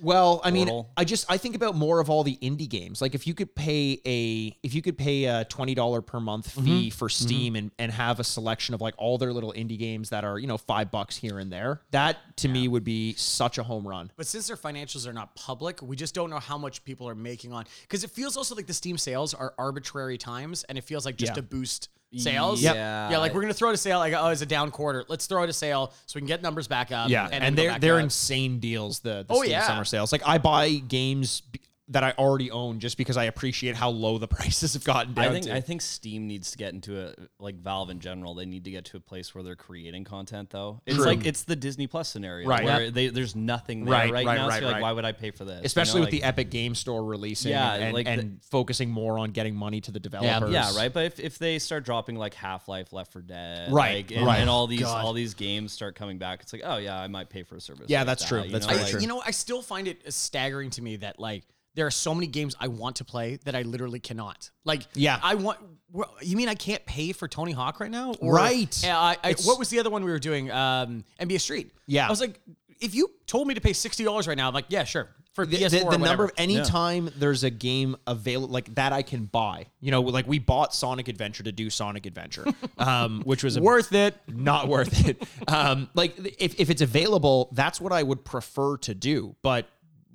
[SPEAKER 1] Well, I mean,
[SPEAKER 3] Portal.
[SPEAKER 1] I just I think about more of all the indie games. Like if you could pay a if you could pay a twenty dollar per month fee for Steam and and have a selection of like all their little indie games that are you know five bucks here and there. That to me would be such a home run.
[SPEAKER 2] But since their financials are not public, we just don't know how much people are making on. Because it feels also like the Steam sales are arbitrary times, and it feels like just
[SPEAKER 1] Yeah.
[SPEAKER 2] to boost sales.
[SPEAKER 3] Yep.
[SPEAKER 2] Yeah, like we're gonna throw it a sale. Like oh, it's a down quarter. Let's throw it a sale so we can get numbers back up.
[SPEAKER 1] Yeah,
[SPEAKER 2] then
[SPEAKER 1] and,
[SPEAKER 2] go
[SPEAKER 1] they're
[SPEAKER 2] back
[SPEAKER 1] they're
[SPEAKER 2] up.
[SPEAKER 1] insane deals. The, the
[SPEAKER 2] Oh,
[SPEAKER 1] Steam
[SPEAKER 2] yeah.
[SPEAKER 1] summer sales. Like I buy games b- that I already own just because I appreciate how low the prices have gotten down
[SPEAKER 3] I think
[SPEAKER 1] to.
[SPEAKER 3] I think Steam needs to get into a like Valve in general. They need to get to a place where they're creating content though. It's
[SPEAKER 1] True.
[SPEAKER 3] like it's the Disney Plus scenario,
[SPEAKER 1] Right.
[SPEAKER 3] Where they, there's nothing there
[SPEAKER 1] Right,
[SPEAKER 3] right,
[SPEAKER 1] right,
[SPEAKER 3] now.
[SPEAKER 1] right,
[SPEAKER 3] so you're like,
[SPEAKER 1] right.
[SPEAKER 3] why would I pay for this? You
[SPEAKER 1] Especially
[SPEAKER 3] know,
[SPEAKER 1] with
[SPEAKER 3] like-
[SPEAKER 1] the Epic Game Store releasing
[SPEAKER 3] Yeah,
[SPEAKER 1] and,
[SPEAKER 3] like the-
[SPEAKER 1] and focusing more on getting money to the developers.
[SPEAKER 3] Yeah, right. But if, if they start dropping like Half Life, Left for Dead,
[SPEAKER 1] Right,
[SPEAKER 3] like, and,
[SPEAKER 1] right.
[SPEAKER 3] and all these
[SPEAKER 2] God.
[SPEAKER 3] all these games start coming back, it's like, oh yeah, I might pay for a service.
[SPEAKER 1] Yeah,
[SPEAKER 3] like
[SPEAKER 1] that's
[SPEAKER 3] that,
[SPEAKER 1] true.
[SPEAKER 3] you
[SPEAKER 1] That's
[SPEAKER 3] know,
[SPEAKER 1] very
[SPEAKER 3] like-
[SPEAKER 1] true.
[SPEAKER 2] You know, I still find it uh, staggering to me that like there are so many games I want to play that I literally cannot. Like,
[SPEAKER 1] Yeah.
[SPEAKER 2] I want. well, You mean I can't pay for Tony Hawk right now?
[SPEAKER 1] Right.
[SPEAKER 2] Yeah. I, I,
[SPEAKER 1] It's-
[SPEAKER 2] what was the other one we were doing? Um, NBA Street.
[SPEAKER 1] Yeah.
[SPEAKER 2] I was like, if you told me to pay sixty dollars right now, I'm like, yeah, sure. For
[SPEAKER 1] the,
[SPEAKER 2] PS4
[SPEAKER 1] the-
[SPEAKER 2] or
[SPEAKER 1] the number
[SPEAKER 2] whatever.
[SPEAKER 1] of any time there's a game available like that I can buy. You know, like we bought Sonic Adventure to do Sonic Adventure, um, which was a,
[SPEAKER 2] worth it.
[SPEAKER 1] not worth it. Um, like th- if if it's available, that's what I would prefer to do, but.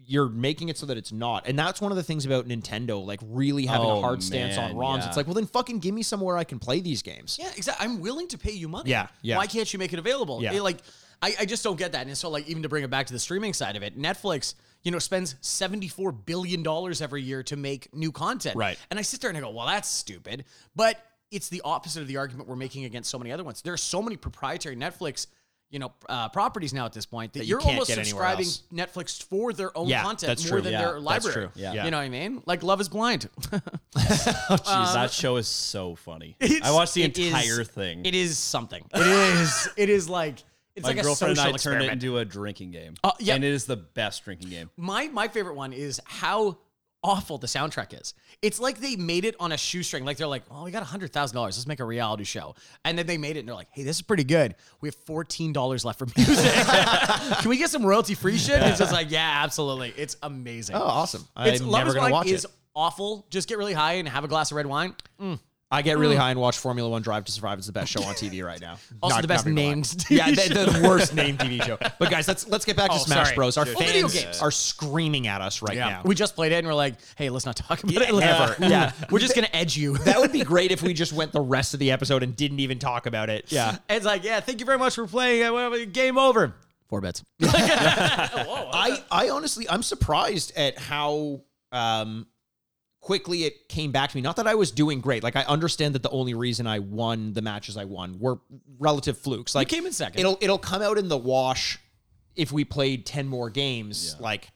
[SPEAKER 1] You're making it so that it's not, and that's one of the things about Nintendo, like really having a
[SPEAKER 3] Oh,
[SPEAKER 1] hard stance on
[SPEAKER 3] man,
[SPEAKER 1] ROMs.
[SPEAKER 3] yeah.
[SPEAKER 1] It's like, well, then fucking give me somewhere I can play these games.
[SPEAKER 2] Yeah, exactly. I'm willing to pay you money.
[SPEAKER 1] Yeah, yeah.
[SPEAKER 2] Why can't you make it available?
[SPEAKER 1] Yeah.
[SPEAKER 2] It, like, I, I just don't get that. And so, like, even to bring it back to the streaming side of it, Netflix, you know, spends $74 billion every year to make new content.
[SPEAKER 1] Right.
[SPEAKER 2] And I sit there and I go, well, that's stupid. But it's the opposite of the argument we're making against so many other ones. There are so many proprietary Netflix, you know, uh, properties now at this point that,
[SPEAKER 1] you
[SPEAKER 2] you're
[SPEAKER 1] can't
[SPEAKER 2] almost
[SPEAKER 1] get anywhere
[SPEAKER 2] subscribing
[SPEAKER 1] else.
[SPEAKER 2] Netflix for their own
[SPEAKER 1] Yeah,
[SPEAKER 2] content
[SPEAKER 1] that's
[SPEAKER 2] more
[SPEAKER 1] true.
[SPEAKER 2] than
[SPEAKER 1] Yeah,
[SPEAKER 2] their
[SPEAKER 1] that's
[SPEAKER 2] library.
[SPEAKER 1] true. Yeah.
[SPEAKER 2] You know what I mean? Like, Love is Blind.
[SPEAKER 3] "Oh,
[SPEAKER 1] Um,
[SPEAKER 3] Jeez, that show is so funny. I
[SPEAKER 2] It's-
[SPEAKER 3] watched the
[SPEAKER 2] it is-
[SPEAKER 3] entire thing.
[SPEAKER 2] It is something. It is. It is like it's
[SPEAKER 3] My
[SPEAKER 2] like a
[SPEAKER 3] girlfriend
[SPEAKER 2] social
[SPEAKER 3] and I turned
[SPEAKER 2] experiment.
[SPEAKER 3] it into a drinking game.
[SPEAKER 2] Uh, yeah.
[SPEAKER 3] and it is the best drinking game.
[SPEAKER 2] my my favorite one is how awful the soundtrack is. It's like they made it on a shoestring. Like they're like, "Oh, we got hundred thousand dollars. Let's make a reality show." And then they made it, and they're like, "Hey, this is pretty good. We have fourteen dollars left for music. Can we get some royalty free shit?" It's just like, yeah, absolutely. It's amazing.
[SPEAKER 1] Oh, awesome! I'm
[SPEAKER 2] it's Love
[SPEAKER 1] never
[SPEAKER 2] is
[SPEAKER 1] gonna
[SPEAKER 2] Blind
[SPEAKER 1] watch
[SPEAKER 2] is
[SPEAKER 1] it.
[SPEAKER 2] awful. Just get really high and have a glass of red wine.
[SPEAKER 1] I get really high and watch Formula One Drive to Survive. It's the best show on TV right now.
[SPEAKER 2] Mm. Also
[SPEAKER 1] Not-
[SPEAKER 2] the best
[SPEAKER 1] not gonna lie.
[SPEAKER 2] named TV
[SPEAKER 1] yeah, the, the worst named TV show. But guys, let's let's get back to
[SPEAKER 2] Oh,
[SPEAKER 1] Smash
[SPEAKER 2] sorry.
[SPEAKER 1] Bros. Our
[SPEAKER 2] Oh,
[SPEAKER 1] fans
[SPEAKER 2] video games.
[SPEAKER 1] are screaming at us right now.
[SPEAKER 2] We just played it and we're like, hey, let's not talk about it
[SPEAKER 1] Yeah,
[SPEAKER 2] ever.
[SPEAKER 1] ever. Yeah.
[SPEAKER 2] We're just gonna edge you.
[SPEAKER 1] that would be great if we just went the rest of the episode and didn't even talk about it. Yeah.
[SPEAKER 2] It's like, yeah, thank you very much for playing. Uh, whatever, Game over. Four bets.
[SPEAKER 1] I, I honestly I'm surprised at how um quickly it came back to me. Not that I was doing great. Like I understand that the only reason I won the matches I won were relative flukes. Like
[SPEAKER 2] came in second.
[SPEAKER 1] It'll it'll come out in the wash if we played ten more games. Like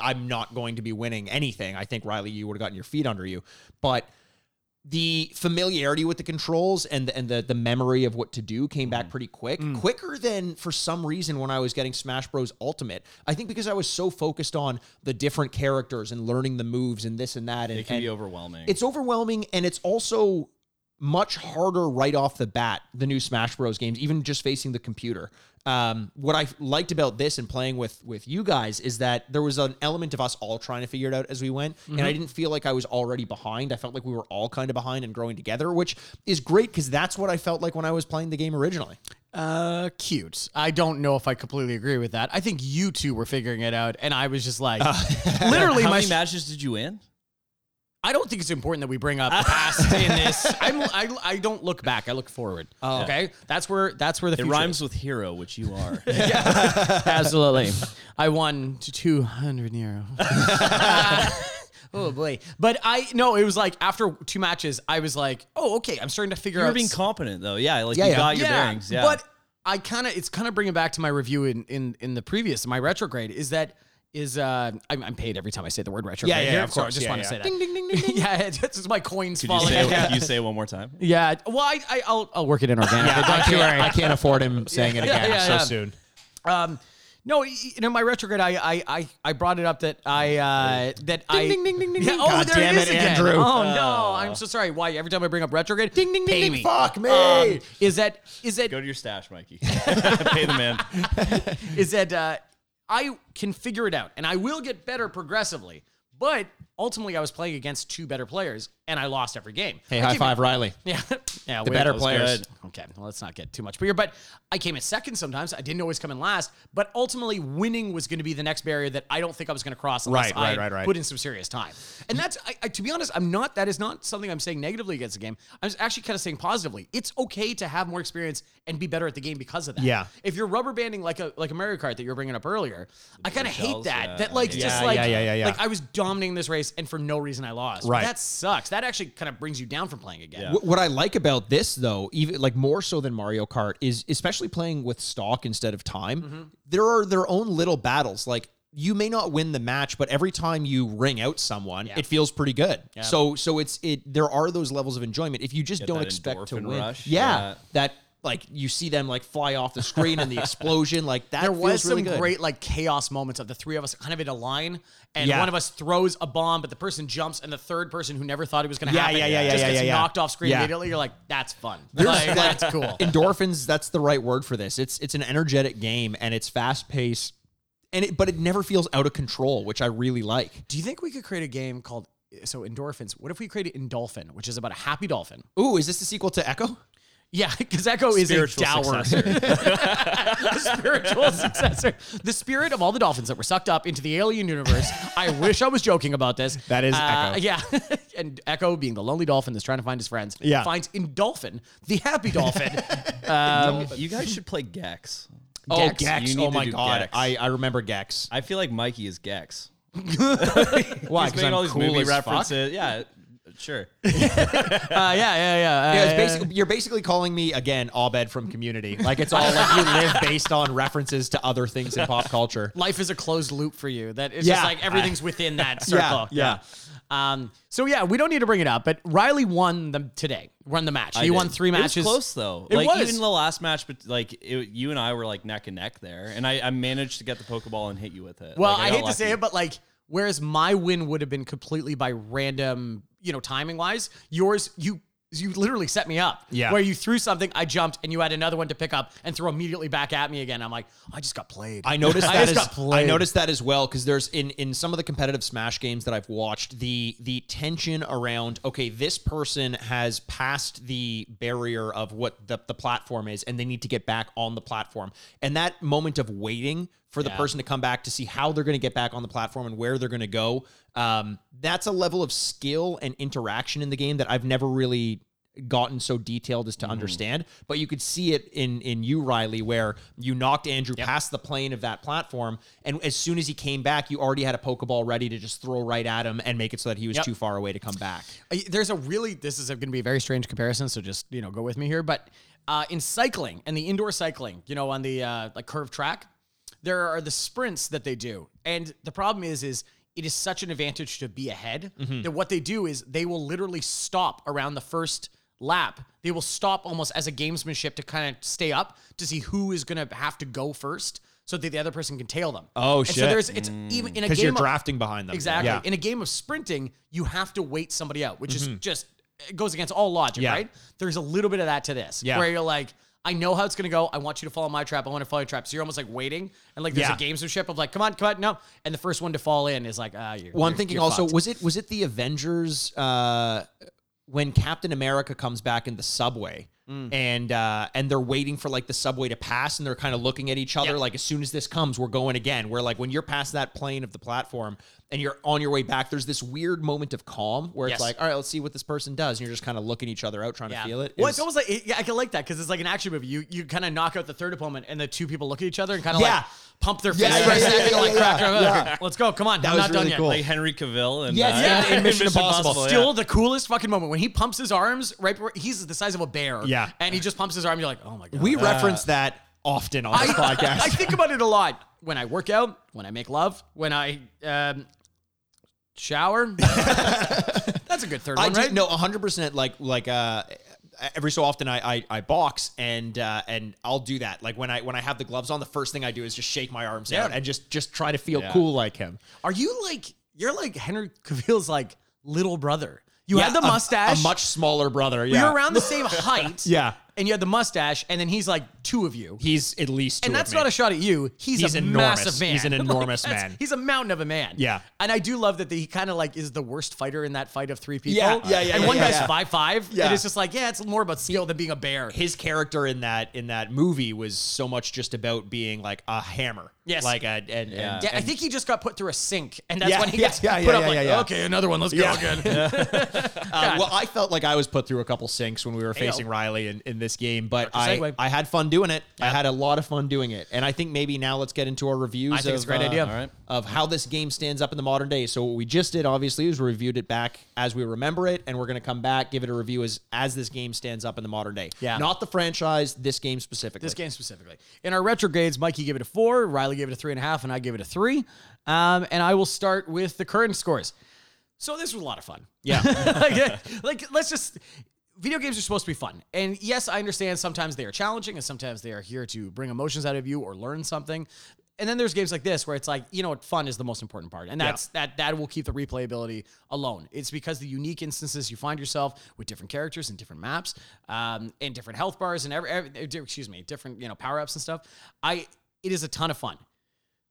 [SPEAKER 1] I'm not going to be winning anything. I think Riley, you would have gotten your feet under you. But the familiarity with the controls and the, and the the memory of what to do came
[SPEAKER 3] Mm.
[SPEAKER 1] back pretty quick, quicker than for some reason when I was getting Smash Bros Ultimate. I think because I was so focused on the different characters and learning the moves and this and that, and,
[SPEAKER 3] It can
[SPEAKER 1] and
[SPEAKER 3] be overwhelming.
[SPEAKER 1] it's overwhelming and it's also much harder right off the bat the new smash bros games even just facing the computer um, what i liked about this and playing with with you guys is that there was an element of us all trying to figure it out as we went and i didn't feel like i was already behind i felt like we were all kind of behind and growing together which is great because that's what i felt like when i was playing the game originally
[SPEAKER 2] Uh, cute. I don't know if I completely agree with that. I think you two were figuring it out, and I was just like, literally,
[SPEAKER 3] How
[SPEAKER 2] my.
[SPEAKER 3] many matches did you win?
[SPEAKER 2] I don't think it's important that we bring up past in this. I'm, I, I don't look back. I look forward. Oh, okay. That's where that's where the
[SPEAKER 3] It
[SPEAKER 2] future
[SPEAKER 3] rhymes with hero, which you are.
[SPEAKER 2] is. Absolutely. I won to two hundred euro. oh boy. But I no, it was like after two matches, I was like, oh okay, I'm starting to figure
[SPEAKER 3] You're
[SPEAKER 2] out
[SPEAKER 3] being
[SPEAKER 2] s-
[SPEAKER 3] competent though. Yeah, like
[SPEAKER 1] Yeah,
[SPEAKER 3] you
[SPEAKER 1] yeah.
[SPEAKER 3] got your bearings. Yeah,
[SPEAKER 2] But I kind of it's kind of bringing back to my review in in in the previous my retrograde is that is uh I'm, I'm paid every time I say the word retrograde.
[SPEAKER 1] Yeah, yeah,
[SPEAKER 2] here,
[SPEAKER 1] of
[SPEAKER 2] so I
[SPEAKER 1] course.
[SPEAKER 2] just
[SPEAKER 1] Yeah,
[SPEAKER 2] want to
[SPEAKER 1] yeah.
[SPEAKER 2] say that. Ding ding ding ding. yeah, it's, it's my coins
[SPEAKER 3] could you
[SPEAKER 2] falling.
[SPEAKER 3] say,
[SPEAKER 2] out.
[SPEAKER 3] could you say it one more time?
[SPEAKER 2] yeah. Well, I, I I'll I'll work it in organically.
[SPEAKER 1] I, can't, I can't afford him saying it
[SPEAKER 2] Yeah,
[SPEAKER 1] again
[SPEAKER 2] yeah,
[SPEAKER 1] so
[SPEAKER 2] yeah.
[SPEAKER 1] soon
[SPEAKER 2] Um, no, y- you know my retrograde. I I I, I brought it up that I uh, that I.
[SPEAKER 1] ding, ding, ding, ding,
[SPEAKER 2] Yeah,
[SPEAKER 1] ding.
[SPEAKER 2] oh,
[SPEAKER 1] God
[SPEAKER 2] there
[SPEAKER 1] damn
[SPEAKER 2] it is
[SPEAKER 1] it,
[SPEAKER 2] again.
[SPEAKER 1] Andrew.
[SPEAKER 2] Oh no, I'm so sorry. Why every time I bring up retrograde? Ding ding
[SPEAKER 1] ding,
[SPEAKER 2] Me.
[SPEAKER 1] fuck me.
[SPEAKER 2] Um, is that is that
[SPEAKER 3] Go to your stash, Mikey. Pay the man.
[SPEAKER 2] is that uh, I can figure it out and I will get better progressively. But ultimately, I was playing against two better players and I lost every game.
[SPEAKER 1] hey
[SPEAKER 2] I
[SPEAKER 1] high
[SPEAKER 2] keep-
[SPEAKER 1] five riley
[SPEAKER 2] Yeah. Yeah,
[SPEAKER 1] The
[SPEAKER 2] we-
[SPEAKER 1] better
[SPEAKER 2] that was
[SPEAKER 1] players.
[SPEAKER 2] good. Okay, well, let's not get too much. But you're, but I came in second sometimes. I didn't always come in last. But ultimately, winning was going to be the next barrier that I don't think I was going to cross unless
[SPEAKER 1] Right, right,
[SPEAKER 2] I
[SPEAKER 1] right, right.
[SPEAKER 2] put in some serious time. And that's, I, I, to be honest, I'm not. That is not something I'm saying negatively against the game. I'm just actually kind of saying positively. It's okay to have more experience and be better at the game because of that.
[SPEAKER 1] Yeah.
[SPEAKER 2] If you're rubber banding like a like a Mario Kart that you were bringing up earlier, I kind of hate
[SPEAKER 3] shells,
[SPEAKER 2] that.
[SPEAKER 3] yeah,
[SPEAKER 2] That
[SPEAKER 3] I
[SPEAKER 2] like
[SPEAKER 3] hate
[SPEAKER 2] just
[SPEAKER 1] that.
[SPEAKER 2] like
[SPEAKER 1] Yeah, yeah, yeah, yeah.
[SPEAKER 2] like I was dominating this race and for no reason I lost.
[SPEAKER 1] Right.
[SPEAKER 2] That sucks. That actually kind of brings you down from playing again.
[SPEAKER 3] Yeah.
[SPEAKER 1] Wh- What I like about this, though, even like more so than Mario Kart, is especially playing with stock instead of time. There are their own little battles. Like you may not win the match, but every time you ring out someone, it feels pretty good. So so it's it. There are those levels of enjoyment. If you just don't
[SPEAKER 3] that
[SPEAKER 1] expect to
[SPEAKER 3] endorphin
[SPEAKER 1] win,
[SPEAKER 3] rush,
[SPEAKER 1] yeah,
[SPEAKER 3] yeah.
[SPEAKER 1] that like you see them like fly off the screen and the explosion, like that.
[SPEAKER 2] there was
[SPEAKER 1] feels really
[SPEAKER 2] some
[SPEAKER 1] good.
[SPEAKER 2] great like chaos moments of the three of us kind of in a line, and
[SPEAKER 1] Yeah.
[SPEAKER 2] one of us throws a bomb, but the person jumps, and the third person who never thought it was going to
[SPEAKER 1] Yeah,
[SPEAKER 2] happen
[SPEAKER 1] yeah, yeah, yeah,
[SPEAKER 2] just
[SPEAKER 1] yeah,
[SPEAKER 2] gets
[SPEAKER 1] yeah, yeah.
[SPEAKER 2] knocked off screen
[SPEAKER 1] Yeah.
[SPEAKER 2] immediately. You're like, that's fun.
[SPEAKER 1] There's
[SPEAKER 2] Like,
[SPEAKER 1] that-
[SPEAKER 2] that's cool.
[SPEAKER 1] Endorphins, that's the right word for this. It's it's an energetic game and it's fast paced and it but it never feels out of control, which I really like.
[SPEAKER 2] Do you think we could create a game called so endorphins? What if we created Endolphin, which is about a happy dolphin?
[SPEAKER 1] Ooh, is this the sequel to Echo?
[SPEAKER 2] Yeah, because Echo is a
[SPEAKER 3] Spiritual
[SPEAKER 2] dour, a spiritual successor. The spirit of all the dolphins that were sucked up into the alien universe. I wish I was joking about this. Uh,
[SPEAKER 1] That is Echo.
[SPEAKER 2] Yeah, and Echo, being the lonely dolphin that's trying to find his friends,
[SPEAKER 1] Yeah.
[SPEAKER 2] finds in Dolphin the happy dolphin.
[SPEAKER 3] Um, you guys should play Gex.
[SPEAKER 1] Oh,
[SPEAKER 2] Um, Gex.
[SPEAKER 1] Gex.
[SPEAKER 3] You need
[SPEAKER 1] Oh
[SPEAKER 3] to
[SPEAKER 1] my
[SPEAKER 3] do
[SPEAKER 1] god.
[SPEAKER 3] Gex.
[SPEAKER 1] I, I remember Gex.
[SPEAKER 3] I feel like Mikey is Gex.
[SPEAKER 1] Why?
[SPEAKER 3] He's making all these movie references. Yeah, sure.
[SPEAKER 2] Uh, yeah, yeah, yeah. Uh,
[SPEAKER 1] Yeah, it's basically, you're basically calling me again Abed from Community. Like it's all like you live based on references to other things in pop culture.
[SPEAKER 2] life is a closed loop for you. That it's
[SPEAKER 1] Yeah.
[SPEAKER 2] just like everything's within that
[SPEAKER 1] Yeah,
[SPEAKER 2] circle.
[SPEAKER 1] yeah.
[SPEAKER 2] Um, so yeah, we don't need to bring it up, but Riley won the today. Won the match. he won
[SPEAKER 3] did.
[SPEAKER 2] three matches.
[SPEAKER 3] It was close though.
[SPEAKER 2] It
[SPEAKER 3] like
[SPEAKER 2] was.
[SPEAKER 3] even the last match, but like it, you and I were like neck and neck there, and I, I managed to get the Pokeball and hit you with it.
[SPEAKER 2] Well,
[SPEAKER 3] Like,
[SPEAKER 2] I,
[SPEAKER 3] got
[SPEAKER 2] hate to say
[SPEAKER 3] lucky.
[SPEAKER 2] it, but like, whereas my win would have been completely by random, you know, timing wise, yours, you. You literally set me up.
[SPEAKER 1] Yeah.
[SPEAKER 2] Where you threw something, I jumped, and you had another one to pick up and throw immediately back at me again. I'm like, I just got played.
[SPEAKER 1] I noticed
[SPEAKER 2] I
[SPEAKER 1] that
[SPEAKER 2] just
[SPEAKER 1] as,
[SPEAKER 2] got
[SPEAKER 1] I
[SPEAKER 2] played.
[SPEAKER 1] noticed that as well because there's in in some of the competitive Smash games that I've watched the the tension around okay this person has passed the barrier of what the, the platform is and they need to get back on the platform and that moment of waiting for the person to come back to see how they're going to get back on the platform and where they're going to go um, that's a level of skill and interaction in the game that I've never really gotten so detailed as to understand but you could see it in in you Riley where you knocked Andrew past the plane of that platform and as soon as he came back you already had a pokeball ready to just throw right at him and make it so that he was
[SPEAKER 2] Yep.
[SPEAKER 1] too far away to come back
[SPEAKER 2] I- there's a really this is going to be a very strange comparison so just you know go with me here but uh, in cycling and the indoor cycling you know on the uh, like curved track there are the sprints that they do and the problem is is it is such an advantage to be ahead
[SPEAKER 1] Mm-hmm.
[SPEAKER 2] that what they do is they will literally stop around the first lap they will stop almost as a gamesmanship to kind of stay up to see who is going to have to go first so that the other person can tail them
[SPEAKER 1] Oh,
[SPEAKER 2] and so
[SPEAKER 1] shit.
[SPEAKER 2] there's it's even in a
[SPEAKER 1] because
[SPEAKER 2] game
[SPEAKER 1] you're
[SPEAKER 2] of-
[SPEAKER 1] drafting behind them
[SPEAKER 2] Exactly.
[SPEAKER 1] Yeah. Mm-hmm.
[SPEAKER 2] In a game of sprinting, you have to wait somebody out, which is just it goes against all logic,
[SPEAKER 1] Yeah.
[SPEAKER 2] right? There's a little bit of that to this,
[SPEAKER 1] Yeah.
[SPEAKER 2] where you're like, I know how it's gonna go. I want you to follow my trap. I want to follow your trap. So you're almost like waiting, and like there's
[SPEAKER 1] Yeah.
[SPEAKER 2] a gamesmanship of like, come on, come on, no. And the first one to fall in is like, ah, you're.
[SPEAKER 1] Well, I'm
[SPEAKER 2] you're-
[SPEAKER 1] thinking
[SPEAKER 2] you're
[SPEAKER 1] also
[SPEAKER 2] fucked.
[SPEAKER 1] was it was it the Avengers uh, when Captain America comes back in the subway
[SPEAKER 2] Mm.
[SPEAKER 1] and uh, and they're waiting for like the subway to pass and they're kind of looking at each other like as soon as this comes we're going again. Where like when you're past that plane of the platform and you're on your way back, there's this weird moment of calm where
[SPEAKER 2] Yes.
[SPEAKER 1] it's like all right, let's see what this person does, and you're just kind of looking each other out trying
[SPEAKER 2] Yeah.
[SPEAKER 1] to feel it.
[SPEAKER 2] Well,
[SPEAKER 1] It was-
[SPEAKER 2] it's almost like it- yeah, I can like that because it's like an action movie. You you kind of knock out the third opponent, and the two people look at each other and kind of
[SPEAKER 1] Yeah.
[SPEAKER 2] like pump their
[SPEAKER 1] Yeah,
[SPEAKER 2] fists
[SPEAKER 1] yeah,
[SPEAKER 2] for a
[SPEAKER 1] yeah,
[SPEAKER 2] second,
[SPEAKER 1] yeah,
[SPEAKER 2] like
[SPEAKER 1] yeah,
[SPEAKER 2] crack.
[SPEAKER 1] yeah.
[SPEAKER 2] okay, Let's go, come on, I'm
[SPEAKER 1] was
[SPEAKER 2] not done
[SPEAKER 1] really
[SPEAKER 2] yet.
[SPEAKER 1] cool.
[SPEAKER 3] like Henry Cavill and
[SPEAKER 1] Yes,
[SPEAKER 3] uh,
[SPEAKER 1] yeah, in Mission Impossible,
[SPEAKER 2] still
[SPEAKER 3] yeah.
[SPEAKER 2] the coolest fucking moment when he pumps his arms right where he's the size of a bear.
[SPEAKER 1] Yeah.
[SPEAKER 2] And he just pumps his arm. You're like, oh my God.
[SPEAKER 1] we reference that often on
[SPEAKER 2] I,
[SPEAKER 1] this podcast.
[SPEAKER 2] I think about it a lot when I work out, when I make love, when I um, shower. That's a good third
[SPEAKER 1] I
[SPEAKER 2] one,
[SPEAKER 1] do,
[SPEAKER 2] right?
[SPEAKER 1] no, hundred percent. Like like uh, every so often I I, I box and uh, and I'll do that. Like when I when I have the gloves on, the first thing I do is just shake my arms out and just just try to feel
[SPEAKER 3] Yeah.
[SPEAKER 1] cool like him.
[SPEAKER 2] Are you like, you're like Henry Cavill's like little brother. You
[SPEAKER 1] Yeah,
[SPEAKER 2] had the
[SPEAKER 1] a-
[SPEAKER 2] mustache.
[SPEAKER 1] a, much smaller brother.
[SPEAKER 2] We
[SPEAKER 1] Yeah,
[SPEAKER 2] were around the same height.
[SPEAKER 1] Yeah.
[SPEAKER 2] and you had the mustache, and then he's like two of you.
[SPEAKER 1] He's at least two
[SPEAKER 2] and
[SPEAKER 1] of
[SPEAKER 2] that's
[SPEAKER 1] me.
[SPEAKER 2] not a shot at you. He's,
[SPEAKER 1] He's
[SPEAKER 2] a
[SPEAKER 1] enormous.
[SPEAKER 2] massive man.
[SPEAKER 1] He's an
[SPEAKER 2] Like,
[SPEAKER 1] enormous
[SPEAKER 2] that's-
[SPEAKER 1] man.
[SPEAKER 2] He's a mountain of a man.
[SPEAKER 1] Yeah.
[SPEAKER 2] And I do love that he kind of like is the worst fighter in that fight of three people.
[SPEAKER 1] Yeah, yeah, yeah,
[SPEAKER 2] And
[SPEAKER 1] yeah,
[SPEAKER 2] one
[SPEAKER 1] yeah,
[SPEAKER 2] guy's
[SPEAKER 1] yeah.
[SPEAKER 2] five five.
[SPEAKER 1] Yeah.
[SPEAKER 2] And it's just like, yeah, it's more about skill than being a bear.
[SPEAKER 1] his character in that in that movie was so much just about being like a hammer.
[SPEAKER 2] Yes.
[SPEAKER 1] Like a and, uh, and-
[SPEAKER 3] Yeah.
[SPEAKER 2] Yeah, I think he just got put through a sink, and that's
[SPEAKER 1] Yeah,
[SPEAKER 2] when he
[SPEAKER 1] yeah,
[SPEAKER 2] gets
[SPEAKER 1] yeah,
[SPEAKER 2] put
[SPEAKER 1] yeah,
[SPEAKER 2] up
[SPEAKER 1] yeah,
[SPEAKER 2] like,
[SPEAKER 1] yeah.
[SPEAKER 2] okay, another one, let's go again.
[SPEAKER 1] Uh, well, I felt like I was put through a couple sinks when we were facing Riley in, in this game, but I,
[SPEAKER 2] segue.
[SPEAKER 1] I had fun doing it. I had a lot of fun doing it, and I think maybe now let's get into our reviews.
[SPEAKER 2] I think it's
[SPEAKER 1] of,
[SPEAKER 2] a great
[SPEAKER 1] uh,
[SPEAKER 2] idea. All
[SPEAKER 3] right.
[SPEAKER 1] of how this game stands up in the modern day. So what we just did, obviously, is we reviewed it back as we remember it, and we're going to come back give it a review as as this game stands up in the modern day.
[SPEAKER 2] Yeah.
[SPEAKER 1] not the franchise, this game specifically.
[SPEAKER 2] This game specifically. In our retrogrades, Mikey gave it a four, Riley gave it a three and a half, and I gave it a three. Um, and I will start with the current scores. So this was a lot of fun.
[SPEAKER 1] Yeah.
[SPEAKER 2] like, like, let's just. Video games are supposed to be fun. And yes, I understand sometimes they are challenging and sometimes they are here to bring emotions out of you or learn something. And then there's games like this where it's like, you know what, fun is the most important part. And that's that that will keep the replayability alone. It's because the unique instances you find yourself with different characters and different maps, um, and different health bars and every, every excuse me, different, you know, power-ups and stuff. I it is a ton of fun.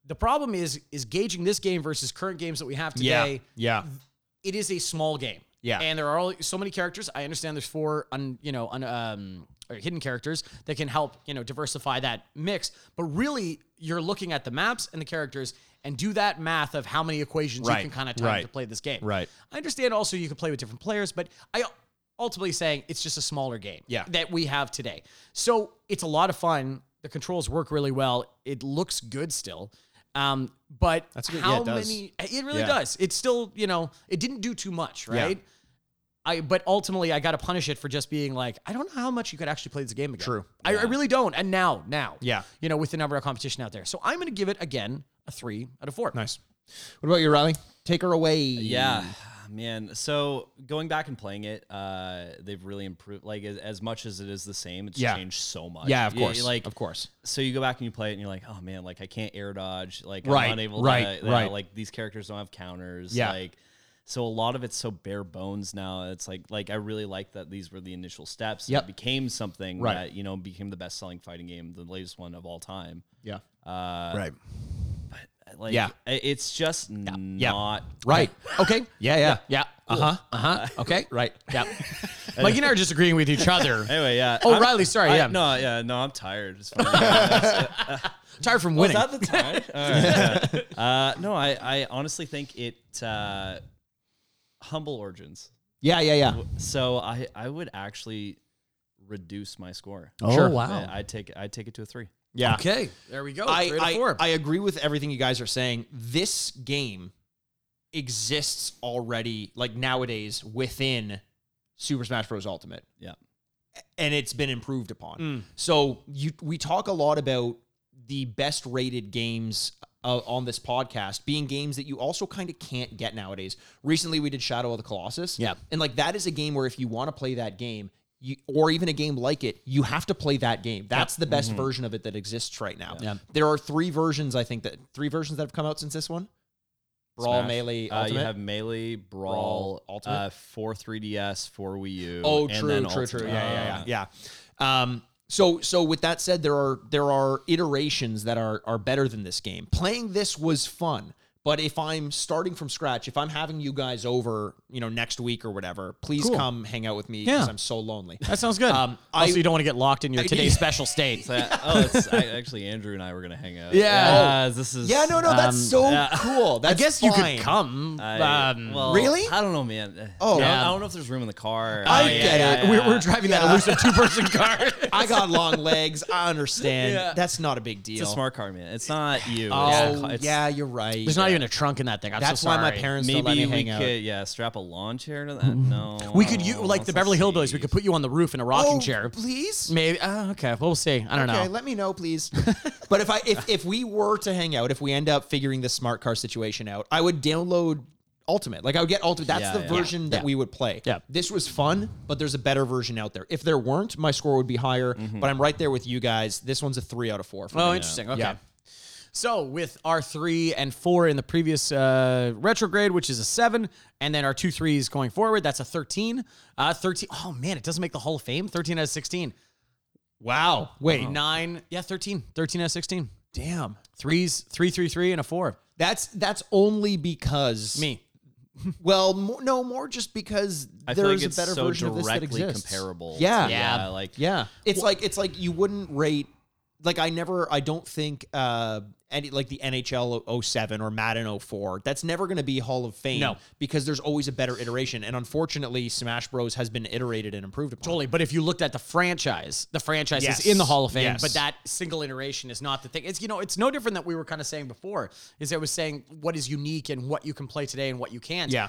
[SPEAKER 2] The problem is is gauging this game versus current games that we have
[SPEAKER 1] yeah,
[SPEAKER 2] today
[SPEAKER 1] yeah,
[SPEAKER 2] it is a small game.
[SPEAKER 1] Yeah.
[SPEAKER 2] And there are all, so many characters. I understand there's four, un, you know, un, um, or hidden characters that can help, you know, diversify that mix. But really, you're looking at the maps and the characters and do that math of how many equations
[SPEAKER 1] Right,
[SPEAKER 2] you can kind of time
[SPEAKER 1] right,
[SPEAKER 2] to play this game.
[SPEAKER 1] right.
[SPEAKER 2] I understand also you can play with different players, but I ultimately saying it's just a smaller game
[SPEAKER 1] Yeah.
[SPEAKER 2] that we have today. So it's a lot of fun. The controls work really well. It looks good still. Um, but
[SPEAKER 1] That's good. Yeah,
[SPEAKER 2] how
[SPEAKER 1] it does.
[SPEAKER 2] many it really
[SPEAKER 1] Yeah.
[SPEAKER 2] does. It's still, you know, it didn't do too much,
[SPEAKER 1] Yeah.
[SPEAKER 2] right? I but ultimately I gotta punish it for just being like, I don't know how much you could actually play this game again.
[SPEAKER 1] True.
[SPEAKER 2] I, I really don't. And now, now.
[SPEAKER 1] Yeah.
[SPEAKER 2] You know, with the number of competition out there. So I'm gonna give it again a three out of four.
[SPEAKER 1] nice. What about you, Riley? Take her away.
[SPEAKER 3] Yeah, Ah, man. So going back and playing it, uh, they've really improved. Like as, as much as it is the same, it's
[SPEAKER 1] Yeah.
[SPEAKER 3] changed so much.
[SPEAKER 1] yeah, of
[SPEAKER 3] You-
[SPEAKER 1] course,
[SPEAKER 3] like
[SPEAKER 1] of course.
[SPEAKER 3] so you go back and you play it and you're like, oh man, like I can't air dodge, like
[SPEAKER 1] Right,
[SPEAKER 3] I'm unable
[SPEAKER 1] right,
[SPEAKER 3] to, you know,
[SPEAKER 1] right.
[SPEAKER 3] like these characters don't have counters,
[SPEAKER 1] Yeah.
[SPEAKER 3] like so a lot of it's so bare bones now. It's like like I really like that these were the initial steps. and
[SPEAKER 1] Yep.
[SPEAKER 3] It became something
[SPEAKER 1] Right.
[SPEAKER 3] that, you know, became the best selling fighting game, the latest one of all time. Uh,
[SPEAKER 1] Yeah.
[SPEAKER 2] Right.
[SPEAKER 3] Like
[SPEAKER 1] Yeah.
[SPEAKER 3] i- it's just not
[SPEAKER 1] Right.
[SPEAKER 2] Okay.
[SPEAKER 1] Yeah, yeah.
[SPEAKER 2] Yeah.
[SPEAKER 1] Uh-huh.
[SPEAKER 2] Uh-huh. Okay.
[SPEAKER 1] Right.
[SPEAKER 2] Yeah. Mike and I are just agreeing with each other.
[SPEAKER 3] Anyway, yeah.
[SPEAKER 2] Oh,
[SPEAKER 3] I'm-
[SPEAKER 2] Riley, sorry.
[SPEAKER 3] I-
[SPEAKER 2] yeah.
[SPEAKER 3] No, yeah, no, I'm tired. It's fine.
[SPEAKER 2] Tired from
[SPEAKER 3] Was
[SPEAKER 2] winning.
[SPEAKER 3] that the time? All right, yeah. uh, no, I, I honestly think it uh, humble origins.
[SPEAKER 1] Yeah, yeah, yeah.
[SPEAKER 3] So I, I would actually reduce my score.
[SPEAKER 2] oh,
[SPEAKER 1] Sure.
[SPEAKER 2] wow.
[SPEAKER 3] I, I'd take I'd take it to a three.
[SPEAKER 1] Yeah.
[SPEAKER 2] Okay. There we go. Three out of
[SPEAKER 1] I,
[SPEAKER 2] four.
[SPEAKER 1] I, I agree with everything you guys are saying. This game exists already, like nowadays, within Super Smash Bros. Ultimate.
[SPEAKER 3] Yeah.
[SPEAKER 1] And it's been improved upon.
[SPEAKER 3] Mm.
[SPEAKER 1] So you, we talk a lot about the best rated games uh, on this podcast being games that you also kind of can't get nowadays. Recently, we did Shadow of the Colossus.
[SPEAKER 2] Yeah.
[SPEAKER 1] And like that is a game where if you want to play that game, you, or even a game like it, you have to play that game. That's the
[SPEAKER 3] Mm-hmm.
[SPEAKER 1] best version of it that exists right now.
[SPEAKER 2] Yeah.
[SPEAKER 1] There are three versions, I think that three versions that have come out since this one. Brawl,
[SPEAKER 3] Smash.
[SPEAKER 1] melee,
[SPEAKER 3] Uh,
[SPEAKER 1] ultimate.
[SPEAKER 3] you have melee, brawl,
[SPEAKER 1] Brawl, Ultimate?
[SPEAKER 3] uh, four 3ds, four Wii U.
[SPEAKER 1] Oh,
[SPEAKER 3] and
[SPEAKER 1] true,
[SPEAKER 3] then Ah.
[SPEAKER 1] true, true.
[SPEAKER 3] Ultimate. Um,
[SPEAKER 1] Yeah, yeah, yeah, yeah. Um, so, so with that said, there are there are iterations that are are better than this game. Playing this was fun, but if I'm starting from scratch, if I'm having you guys over, you know, next week or whatever, please
[SPEAKER 2] Cool.
[SPEAKER 1] come hang out with me because
[SPEAKER 2] Yeah.
[SPEAKER 1] I'm so lonely.
[SPEAKER 2] that sounds good.
[SPEAKER 1] Um,
[SPEAKER 2] also,
[SPEAKER 1] I-
[SPEAKER 2] you don't want to get locked in your today's special state.
[SPEAKER 3] So, uh, oh, it's, I, actually, Andrew and I were gonna hang out.
[SPEAKER 2] Yeah.
[SPEAKER 1] Oh.
[SPEAKER 3] Uh, this is.
[SPEAKER 1] Yeah, no, no, that's
[SPEAKER 2] Um,
[SPEAKER 1] so cool. That's
[SPEAKER 2] I guess you
[SPEAKER 1] fine.
[SPEAKER 2] could come.
[SPEAKER 3] I-
[SPEAKER 2] um,
[SPEAKER 3] well,
[SPEAKER 1] Really?
[SPEAKER 3] I don't know, man.
[SPEAKER 1] Oh.
[SPEAKER 3] I don't-
[SPEAKER 2] Yeah.
[SPEAKER 3] I don't know if there's room in the car.
[SPEAKER 1] I
[SPEAKER 3] Uh,
[SPEAKER 1] get
[SPEAKER 3] yeah, yeah,
[SPEAKER 1] it.
[SPEAKER 3] yeah.
[SPEAKER 2] we're, we're driving that
[SPEAKER 1] Yeah.
[SPEAKER 2] elusive two-person car.
[SPEAKER 1] I got long legs. I understand.
[SPEAKER 2] Yeah.
[SPEAKER 1] That's not a big deal.
[SPEAKER 3] It's a smart car, man. It's not you. it's a
[SPEAKER 1] oh,
[SPEAKER 3] car- it's-
[SPEAKER 1] yeah, you're right.
[SPEAKER 2] There's not even a trunk in that thing. I'm
[SPEAKER 1] That's
[SPEAKER 2] so
[SPEAKER 1] why my
[SPEAKER 2] sorry.
[SPEAKER 1] parents don't let me
[SPEAKER 3] Maybe we
[SPEAKER 1] hang out. Mm.
[SPEAKER 3] could, yeah, strap a lawn chair to that. No,
[SPEAKER 2] We could, you like the Beverly Hillbillies. We could put you on the roof in a rocking
[SPEAKER 1] oh,
[SPEAKER 2] chair.
[SPEAKER 1] please.
[SPEAKER 2] Maybe. Uh, okay, well, we'll see. I don't
[SPEAKER 1] Okay,
[SPEAKER 2] know.
[SPEAKER 1] let me know, please. but if I if if we were to hang out, if we end up figuring the smart car situation out, I would download Ultimate. Like I would get Ultimate. That's
[SPEAKER 3] Yeah,
[SPEAKER 1] the
[SPEAKER 3] yeah.
[SPEAKER 1] version that
[SPEAKER 2] yeah.
[SPEAKER 1] we would play.
[SPEAKER 2] Yeah.
[SPEAKER 1] This was fun, but there's a better version out there. If there weren't, my score would be higher.
[SPEAKER 3] Mm-hmm.
[SPEAKER 1] But I'm right there with you guys. This one's a three out of four. For
[SPEAKER 2] Oh,
[SPEAKER 1] me.
[SPEAKER 2] interesting. Okay.
[SPEAKER 1] Yeah.
[SPEAKER 2] So with our three and four in the previous uh, retrograde, which is a seven, and then our two threes going forward, that's a 13. Uh, 13. Oh, man, it doesn't make the Hall of Fame. 13 out of 16.
[SPEAKER 1] Wow. Wait. Not,
[SPEAKER 2] Nine, yeah, 13. 13 out of 16.
[SPEAKER 1] damn.
[SPEAKER 2] Threes, three, three, three, and a four.
[SPEAKER 1] That's that's only because
[SPEAKER 2] Me.
[SPEAKER 1] Well, more, no, more just because
[SPEAKER 3] I feel
[SPEAKER 1] there's
[SPEAKER 3] like
[SPEAKER 1] a
[SPEAKER 3] it's
[SPEAKER 1] better
[SPEAKER 3] so
[SPEAKER 1] version of this that
[SPEAKER 3] directly
[SPEAKER 1] exists.
[SPEAKER 3] comparable.
[SPEAKER 1] Yeah.
[SPEAKER 3] to-
[SPEAKER 1] Yeah.
[SPEAKER 3] yeah, like
[SPEAKER 1] Yeah. It's like it's like you wouldn't rate like I never I don't think uh any like the NHL 07 or Madden 04. That's never going to be Hall of Fame
[SPEAKER 2] No.
[SPEAKER 1] because there's always a better iteration and unfortunately Smash Bros has been iterated and improved upon.
[SPEAKER 2] Totally. But if you looked at the franchise, the franchise
[SPEAKER 1] Yes.
[SPEAKER 2] is in the Hall of Fame,
[SPEAKER 1] Yes.
[SPEAKER 2] but that single iteration is not the thing. It's you know, it's no different that we were kind of saying before. Is it was saying what is unique and what you can play today and what you can't.
[SPEAKER 1] Yeah.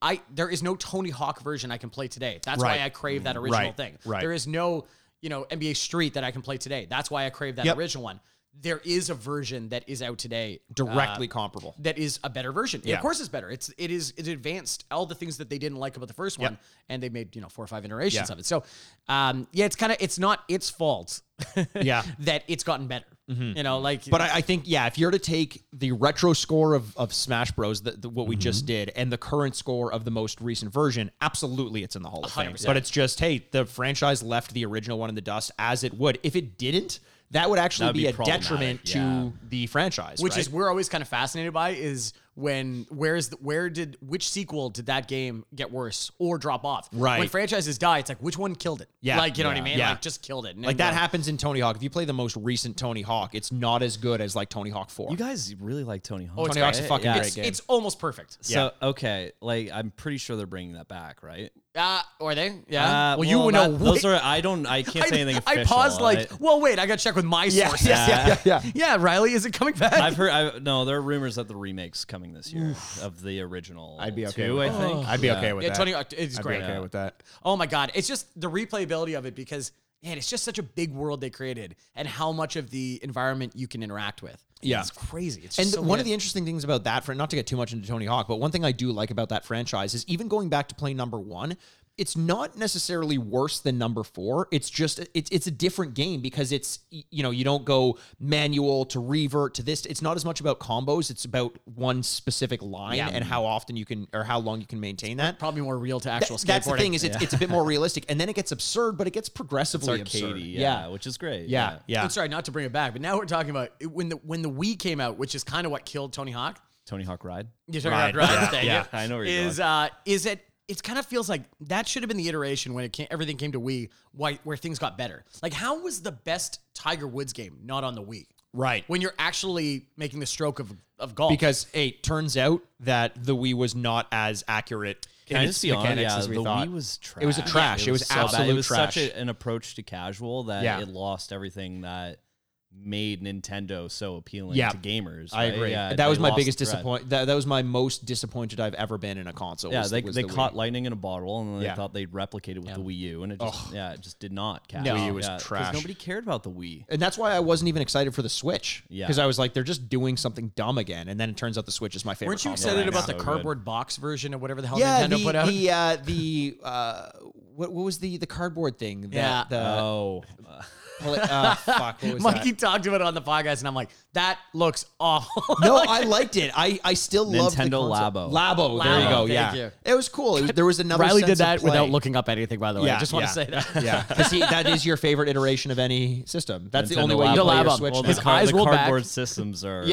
[SPEAKER 2] I there is no Tony Hawk version I can play today. That's
[SPEAKER 1] Right. Mm,
[SPEAKER 2] why I crave that original
[SPEAKER 1] Right.
[SPEAKER 2] thing.
[SPEAKER 1] Right.
[SPEAKER 2] There is no, you know, NBA Street that I can play today. That's why I crave that
[SPEAKER 1] Yep.
[SPEAKER 2] original one. There is a version that is out today uh,
[SPEAKER 1] Directly comparable.
[SPEAKER 2] that is a better version.
[SPEAKER 1] Yeah.
[SPEAKER 2] Of course, it's better. It's it is it's advanced all the things that they didn't like about the first one, and they made you know four or five iterations
[SPEAKER 1] Yeah.
[SPEAKER 2] of it. So, um, yeah, it's kind of it's not its fault.
[SPEAKER 1] Yeah. Mm-hmm.
[SPEAKER 2] that it's gotten better. You know, like
[SPEAKER 1] But I, I think, yeah, if you're to take the retro score of, of Smash Bros, the, the, what we just did, and the current score of the most recent version, absolutely it's in the Hall of Fame.
[SPEAKER 2] 100%.
[SPEAKER 1] But it's just, hey, the franchise left the original one in the dust as it would. If it didn't, that would actually
[SPEAKER 3] That'd
[SPEAKER 1] be,
[SPEAKER 3] be
[SPEAKER 1] a detriment
[SPEAKER 3] problematic,
[SPEAKER 1] to
[SPEAKER 3] yeah.
[SPEAKER 1] the franchise.
[SPEAKER 2] which is
[SPEAKER 1] right?
[SPEAKER 2] we're always kind of fascinated by is when where's the, where did which sequel did that game get worse or drop off? When
[SPEAKER 1] Right.
[SPEAKER 2] franchises die, it's like which one killed it?
[SPEAKER 1] Yeah.
[SPEAKER 2] like you know what I
[SPEAKER 1] Yeah.
[SPEAKER 2] mean?
[SPEAKER 1] Yeah.
[SPEAKER 2] Like just killed it.
[SPEAKER 1] like that happens in Tony Hawk. If you play the most recent Tony Hawk, it's not as good as like Tony Hawk 4.
[SPEAKER 3] You guys really like Tony Hawk.
[SPEAKER 1] Oh, Tony Hawk's a
[SPEAKER 3] right?
[SPEAKER 1] fucking
[SPEAKER 3] Yeah.
[SPEAKER 1] great
[SPEAKER 2] "Oh, It's,
[SPEAKER 1] game.
[SPEAKER 2] it's almost perfect.
[SPEAKER 3] So okay, like I'm pretty sure they're bringing that back, right?
[SPEAKER 2] Uh, or they? Yeah.
[SPEAKER 3] Uh,
[SPEAKER 2] well, you would know.
[SPEAKER 3] that-
[SPEAKER 2] way-
[SPEAKER 3] Those are I don't I can't say anything.
[SPEAKER 2] I
[SPEAKER 3] Official,
[SPEAKER 2] paused like,
[SPEAKER 3] I-
[SPEAKER 2] well, wait, I got to check with my sources.
[SPEAKER 1] yes, yeah, yeah, yeah.
[SPEAKER 2] yeah, Riley, is it coming back?
[SPEAKER 3] I've heard. I, no, there are rumors that the remake's coming this year of the original.
[SPEAKER 1] I'd be okay
[SPEAKER 3] Two,
[SPEAKER 1] with Oh,
[SPEAKER 3] I
[SPEAKER 1] that.
[SPEAKER 3] think
[SPEAKER 1] I'd be okay with
[SPEAKER 2] yeah,
[SPEAKER 1] that.
[SPEAKER 2] Tony, it's
[SPEAKER 1] I'd
[SPEAKER 2] great.
[SPEAKER 1] be okay with that.
[SPEAKER 2] Oh my god, it's just the replayability of it because man, it's just such a big world they created and how much of the environment you can interact with.
[SPEAKER 1] Yeah.
[SPEAKER 2] it's crazy. It's
[SPEAKER 1] And
[SPEAKER 2] just so
[SPEAKER 1] one of
[SPEAKER 2] good.
[SPEAKER 1] the interesting things about that, for not to get too much into Tony Hawk, but one thing I do like about that franchise is even going back to play number one, it's not necessarily worse than number four. It's just it's it's a different game because it's y- you know you don't go manual to revert to this. It's not as much about combos. It's about one specific line and how often you can or how long you can maintain that.
[SPEAKER 2] probably more real to actual skateboarding.
[SPEAKER 1] That's the thing is it's, it's a bit more realistic, and then it gets absurd, but it gets progressively absurd.
[SPEAKER 3] arcadey, yeah,
[SPEAKER 2] Yeah.
[SPEAKER 3] which is great.
[SPEAKER 1] yeah, yeah.
[SPEAKER 2] I'm sorry not to bring it back, but now we're talking about when the when the Wii came out, which is kind of what killed Tony Hawk.
[SPEAKER 3] Tony Hawk Ride.
[SPEAKER 2] You're talking
[SPEAKER 1] Right.
[SPEAKER 2] about Ryan
[SPEAKER 1] Yeah.
[SPEAKER 2] Thank
[SPEAKER 3] Yeah.
[SPEAKER 2] you.
[SPEAKER 3] I know where you're
[SPEAKER 2] is uh is it it kind of feels like that should have been the iteration when it came, everything came to Wii, why, where things got better. Like, how was the best Tiger Woods game not on the Wii?
[SPEAKER 1] Right.
[SPEAKER 2] When you're actually making the stroke of, of golf.
[SPEAKER 1] because hey, it turns out that the Wii was not as accurate
[SPEAKER 3] Can
[SPEAKER 1] in
[SPEAKER 3] I
[SPEAKER 1] its
[SPEAKER 3] just be honest?
[SPEAKER 1] mechanics
[SPEAKER 3] Yeah,
[SPEAKER 1] as we
[SPEAKER 3] the
[SPEAKER 1] thought.
[SPEAKER 3] Wii was trash.
[SPEAKER 1] It was a trash. It was
[SPEAKER 3] so bad.
[SPEAKER 1] absolute
[SPEAKER 3] It was such
[SPEAKER 1] trash.
[SPEAKER 3] a- an approach to casual that
[SPEAKER 1] Yeah.
[SPEAKER 3] it lost everything that made Nintendo so appealing
[SPEAKER 1] Yeah.
[SPEAKER 3] to gamers.
[SPEAKER 1] I
[SPEAKER 3] right?
[SPEAKER 1] agree.
[SPEAKER 3] Yeah,
[SPEAKER 1] that was
[SPEAKER 3] they
[SPEAKER 1] my
[SPEAKER 3] lost
[SPEAKER 1] biggest
[SPEAKER 3] the thread.
[SPEAKER 1] disappointment. That, that was my most disappointed I've ever been in a console.
[SPEAKER 3] Yeah,
[SPEAKER 1] was-
[SPEAKER 3] they,
[SPEAKER 1] was
[SPEAKER 3] they
[SPEAKER 1] the Wii.
[SPEAKER 3] caught lightning in a bottle and then they
[SPEAKER 1] Yeah.
[SPEAKER 3] thought they'd replicate it with the Wii U, and it just yeah, it just did not catch.
[SPEAKER 1] No. Wii U was
[SPEAKER 3] Yeah, 'cause
[SPEAKER 1] trash.
[SPEAKER 3] Nobody cared about the Wii.
[SPEAKER 1] And that's why I wasn't even excited for the Switch.
[SPEAKER 3] Yeah.
[SPEAKER 1] Because I was like, they're just doing something dumb again. And then it turns out the Switch is my favorite.
[SPEAKER 2] weren't you
[SPEAKER 1] console
[SPEAKER 2] excited
[SPEAKER 1] right
[SPEAKER 2] about
[SPEAKER 1] now.
[SPEAKER 2] the
[SPEAKER 3] So good.
[SPEAKER 2] cardboard box version of whatever the hell
[SPEAKER 1] Yeah,
[SPEAKER 2] Nintendo
[SPEAKER 1] the
[SPEAKER 2] put out?
[SPEAKER 1] the uh, the uh, what, what was the the cardboard thing? That,
[SPEAKER 2] Yeah.
[SPEAKER 1] The
[SPEAKER 3] Oh,
[SPEAKER 1] uh, fuck. What was
[SPEAKER 2] Mikey
[SPEAKER 1] that?
[SPEAKER 2] talked about it on the podcast, and I'm like, that looks awful.
[SPEAKER 1] No, I liked it. I I still love the
[SPEAKER 3] Nintendo
[SPEAKER 1] console.
[SPEAKER 3] Labo.
[SPEAKER 1] Labo. There you
[SPEAKER 2] Labo,
[SPEAKER 1] go.
[SPEAKER 2] thank
[SPEAKER 1] yeah.
[SPEAKER 2] you.
[SPEAKER 1] It was cool. It was, there was another.
[SPEAKER 2] Riley
[SPEAKER 1] sense
[SPEAKER 2] did
[SPEAKER 1] of
[SPEAKER 2] that without
[SPEAKER 1] play.
[SPEAKER 2] looking up anything, by the way. I just want to say that.
[SPEAKER 1] Yeah, because that is your favorite iteration of any system. That's the
[SPEAKER 3] Nintendo
[SPEAKER 1] only way you
[SPEAKER 2] Labo.
[SPEAKER 1] play
[SPEAKER 2] The
[SPEAKER 1] your
[SPEAKER 2] Labo.
[SPEAKER 1] Switch.
[SPEAKER 2] Well,
[SPEAKER 1] now.
[SPEAKER 2] His
[SPEAKER 3] the, car-
[SPEAKER 2] eyes
[SPEAKER 3] the
[SPEAKER 2] roll back.
[SPEAKER 3] cardboard systems are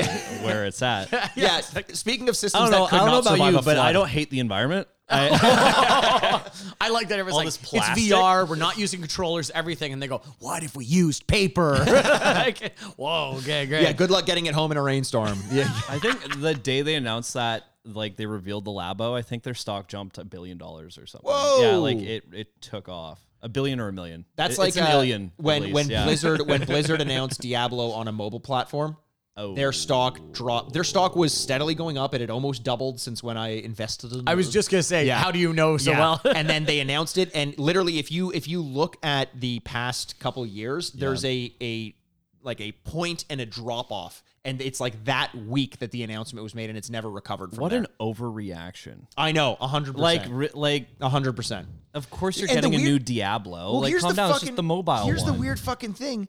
[SPEAKER 3] where it's at.
[SPEAKER 1] yeah. Speaking of systems
[SPEAKER 3] I don't know.
[SPEAKER 1] that could
[SPEAKER 3] I don't
[SPEAKER 1] not
[SPEAKER 3] know about
[SPEAKER 1] survive
[SPEAKER 3] you,
[SPEAKER 1] a
[SPEAKER 3] but I
[SPEAKER 1] flood.
[SPEAKER 3] don't hate the environment. I,
[SPEAKER 2] I like that everyone's
[SPEAKER 3] All
[SPEAKER 2] like,
[SPEAKER 3] this
[SPEAKER 2] it's
[SPEAKER 3] plastic."
[SPEAKER 2] VR, we're not using controllers, everything. And they go, what if we used paper? like, whoa, okay, great.
[SPEAKER 1] Yeah, good luck getting it home in a rainstorm. yeah,
[SPEAKER 3] I think the day they announced that, like they revealed the Labo, I think their stock jumped a billion dollars or something. Yeah,
[SPEAKER 1] Whoa.
[SPEAKER 3] like it it took off a billion or a million.
[SPEAKER 1] that's
[SPEAKER 3] It-
[SPEAKER 1] like
[SPEAKER 3] it's an
[SPEAKER 1] uh,
[SPEAKER 3] million. at
[SPEAKER 1] when
[SPEAKER 3] least,
[SPEAKER 1] when
[SPEAKER 3] yeah.
[SPEAKER 1] Blizzard when Blizzard announced Diablo on a mobile platform.
[SPEAKER 3] Oh.
[SPEAKER 1] Their stock dropped. Their stock was steadily going up. It had almost doubled since when I invested in.
[SPEAKER 2] I was
[SPEAKER 1] it.
[SPEAKER 2] just going to say,
[SPEAKER 1] Yeah.
[SPEAKER 2] how do you know so
[SPEAKER 1] Yeah.
[SPEAKER 2] well?
[SPEAKER 1] and then they announced it and literally if you if you look at the past couple years there's a a like a point and a drop off and it's like that week that the announcement was made and it's never recovered from
[SPEAKER 3] what
[SPEAKER 1] there.
[SPEAKER 3] an overreaction.
[SPEAKER 1] I know 100%
[SPEAKER 3] Like
[SPEAKER 1] like
[SPEAKER 3] re- like
[SPEAKER 1] 100%.
[SPEAKER 3] of course you're
[SPEAKER 1] And the
[SPEAKER 3] getting a new
[SPEAKER 1] weird-
[SPEAKER 3] Diablo.
[SPEAKER 1] Well,
[SPEAKER 3] like
[SPEAKER 1] here's
[SPEAKER 3] calm
[SPEAKER 1] the
[SPEAKER 3] down.
[SPEAKER 1] fucking
[SPEAKER 3] it's just the mobile.
[SPEAKER 1] Here's
[SPEAKER 3] one.
[SPEAKER 1] the weird fucking thing.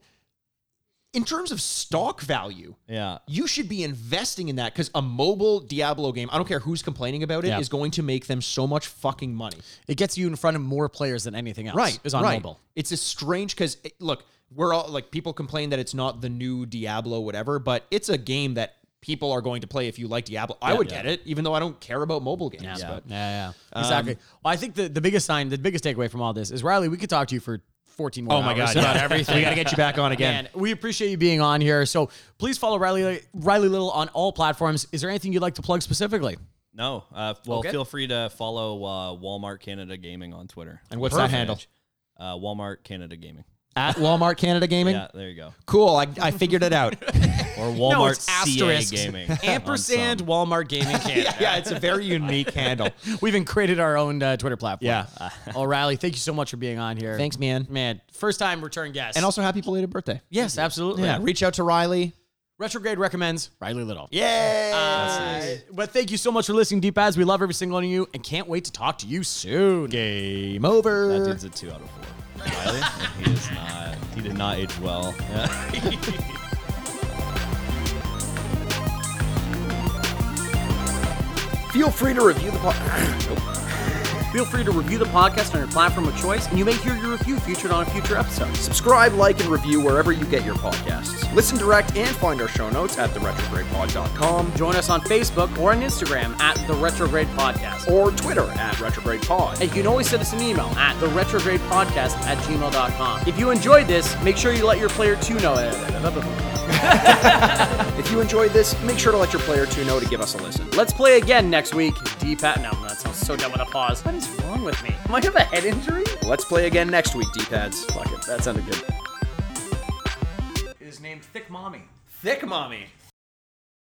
[SPEAKER 1] in terms of stock value,
[SPEAKER 3] Yeah.
[SPEAKER 1] you should be investing in that because a mobile Diablo game, I don't care who's complaining about it, is
[SPEAKER 2] Yeah.
[SPEAKER 1] going to make them so much fucking money.
[SPEAKER 2] It gets you in front of more players than anything else.
[SPEAKER 1] Right.
[SPEAKER 2] Is on
[SPEAKER 1] right.
[SPEAKER 2] mobile.
[SPEAKER 1] It's a strange because look, we're all like people complain that it's not the new Diablo, whatever, but it's a game that people are going to play if you like Diablo. I would get it, even though I don't care about mobile games.
[SPEAKER 2] Yeah.
[SPEAKER 1] But
[SPEAKER 2] Yeah, yeah.
[SPEAKER 1] Um,
[SPEAKER 2] Exactly. well, I think the, the biggest sign, the biggest takeaway from all this is Riley, we could talk to you for 14 more
[SPEAKER 1] Oh my
[SPEAKER 2] hours
[SPEAKER 1] God,
[SPEAKER 2] about
[SPEAKER 1] yeah.
[SPEAKER 2] everything.
[SPEAKER 1] We gotta get you back on again.
[SPEAKER 2] Man, we appreciate you being on here. So please follow Riley Riley Little on all platforms. Is there anything you'd like to plug specifically?
[SPEAKER 3] No. Uh, well,
[SPEAKER 2] Okay.
[SPEAKER 3] feel free to follow uh, Walmart Canada Gaming on Twitter.
[SPEAKER 1] And what's
[SPEAKER 2] Perfect.
[SPEAKER 1] that handle?
[SPEAKER 3] Uh, Walmart Canada Gaming.
[SPEAKER 1] At Walmart Canada Gaming.
[SPEAKER 3] Yeah, there you go.
[SPEAKER 1] Cool. I, I figured it out.
[SPEAKER 3] Or
[SPEAKER 2] No,
[SPEAKER 3] Walmart
[SPEAKER 2] it's
[SPEAKER 3] CA
[SPEAKER 2] asterisks.
[SPEAKER 3] Gaming.
[SPEAKER 2] Ampersand
[SPEAKER 3] on some.
[SPEAKER 2] Walmart Gaming Canada.
[SPEAKER 1] yeah, it's a very unique handle.
[SPEAKER 2] We even created our own uh, Twitter platform.
[SPEAKER 1] Yeah.
[SPEAKER 2] oh, Riley, thank you so much for being on here.
[SPEAKER 1] Thanks, man.
[SPEAKER 2] man. First time return guest.
[SPEAKER 1] And also, happy belated birthday.
[SPEAKER 2] yes, absolutely.
[SPEAKER 1] Yeah. Reach out to Riley. Uh,
[SPEAKER 2] Retrograde recommends Riley Little.
[SPEAKER 1] Yay!
[SPEAKER 2] But thank you so much for listening, Deep Ads. We love every single one of you and can't wait to talk to you soon.
[SPEAKER 1] Game over.
[SPEAKER 3] That dude's a two out of four. Riley, and he is not. He did not age well. Yeah.
[SPEAKER 6] Feel free to review the podcast.
[SPEAKER 7] Feel free to review the podcast on your platform of choice, and you may hear your review featured on a future episode.
[SPEAKER 6] Subscribe, like, and review wherever you get your podcasts. Listen direct and find our show notes at theretrogradepod.com
[SPEAKER 7] Join us on Facebook or on Instagram at The Retrograde Podcast.
[SPEAKER 6] or Twitter at retrogradepod.
[SPEAKER 7] And you can always send us an email at theretrogradepodcast at gmail.com. If you enjoyed this, make sure you let your player 2 know it.
[SPEAKER 6] If you enjoyed this, make sure to let your player two know to give us a listen.
[SPEAKER 7] Let's play again next week. Deep at... No, that sounds so dumb with a pause. What is wrong with me? Am I have a head injury?
[SPEAKER 6] Let's play again next week, D-pads.
[SPEAKER 7] Fuck it, that sounded good.
[SPEAKER 4] It is named Thick Mommy.
[SPEAKER 5] Thick mommy.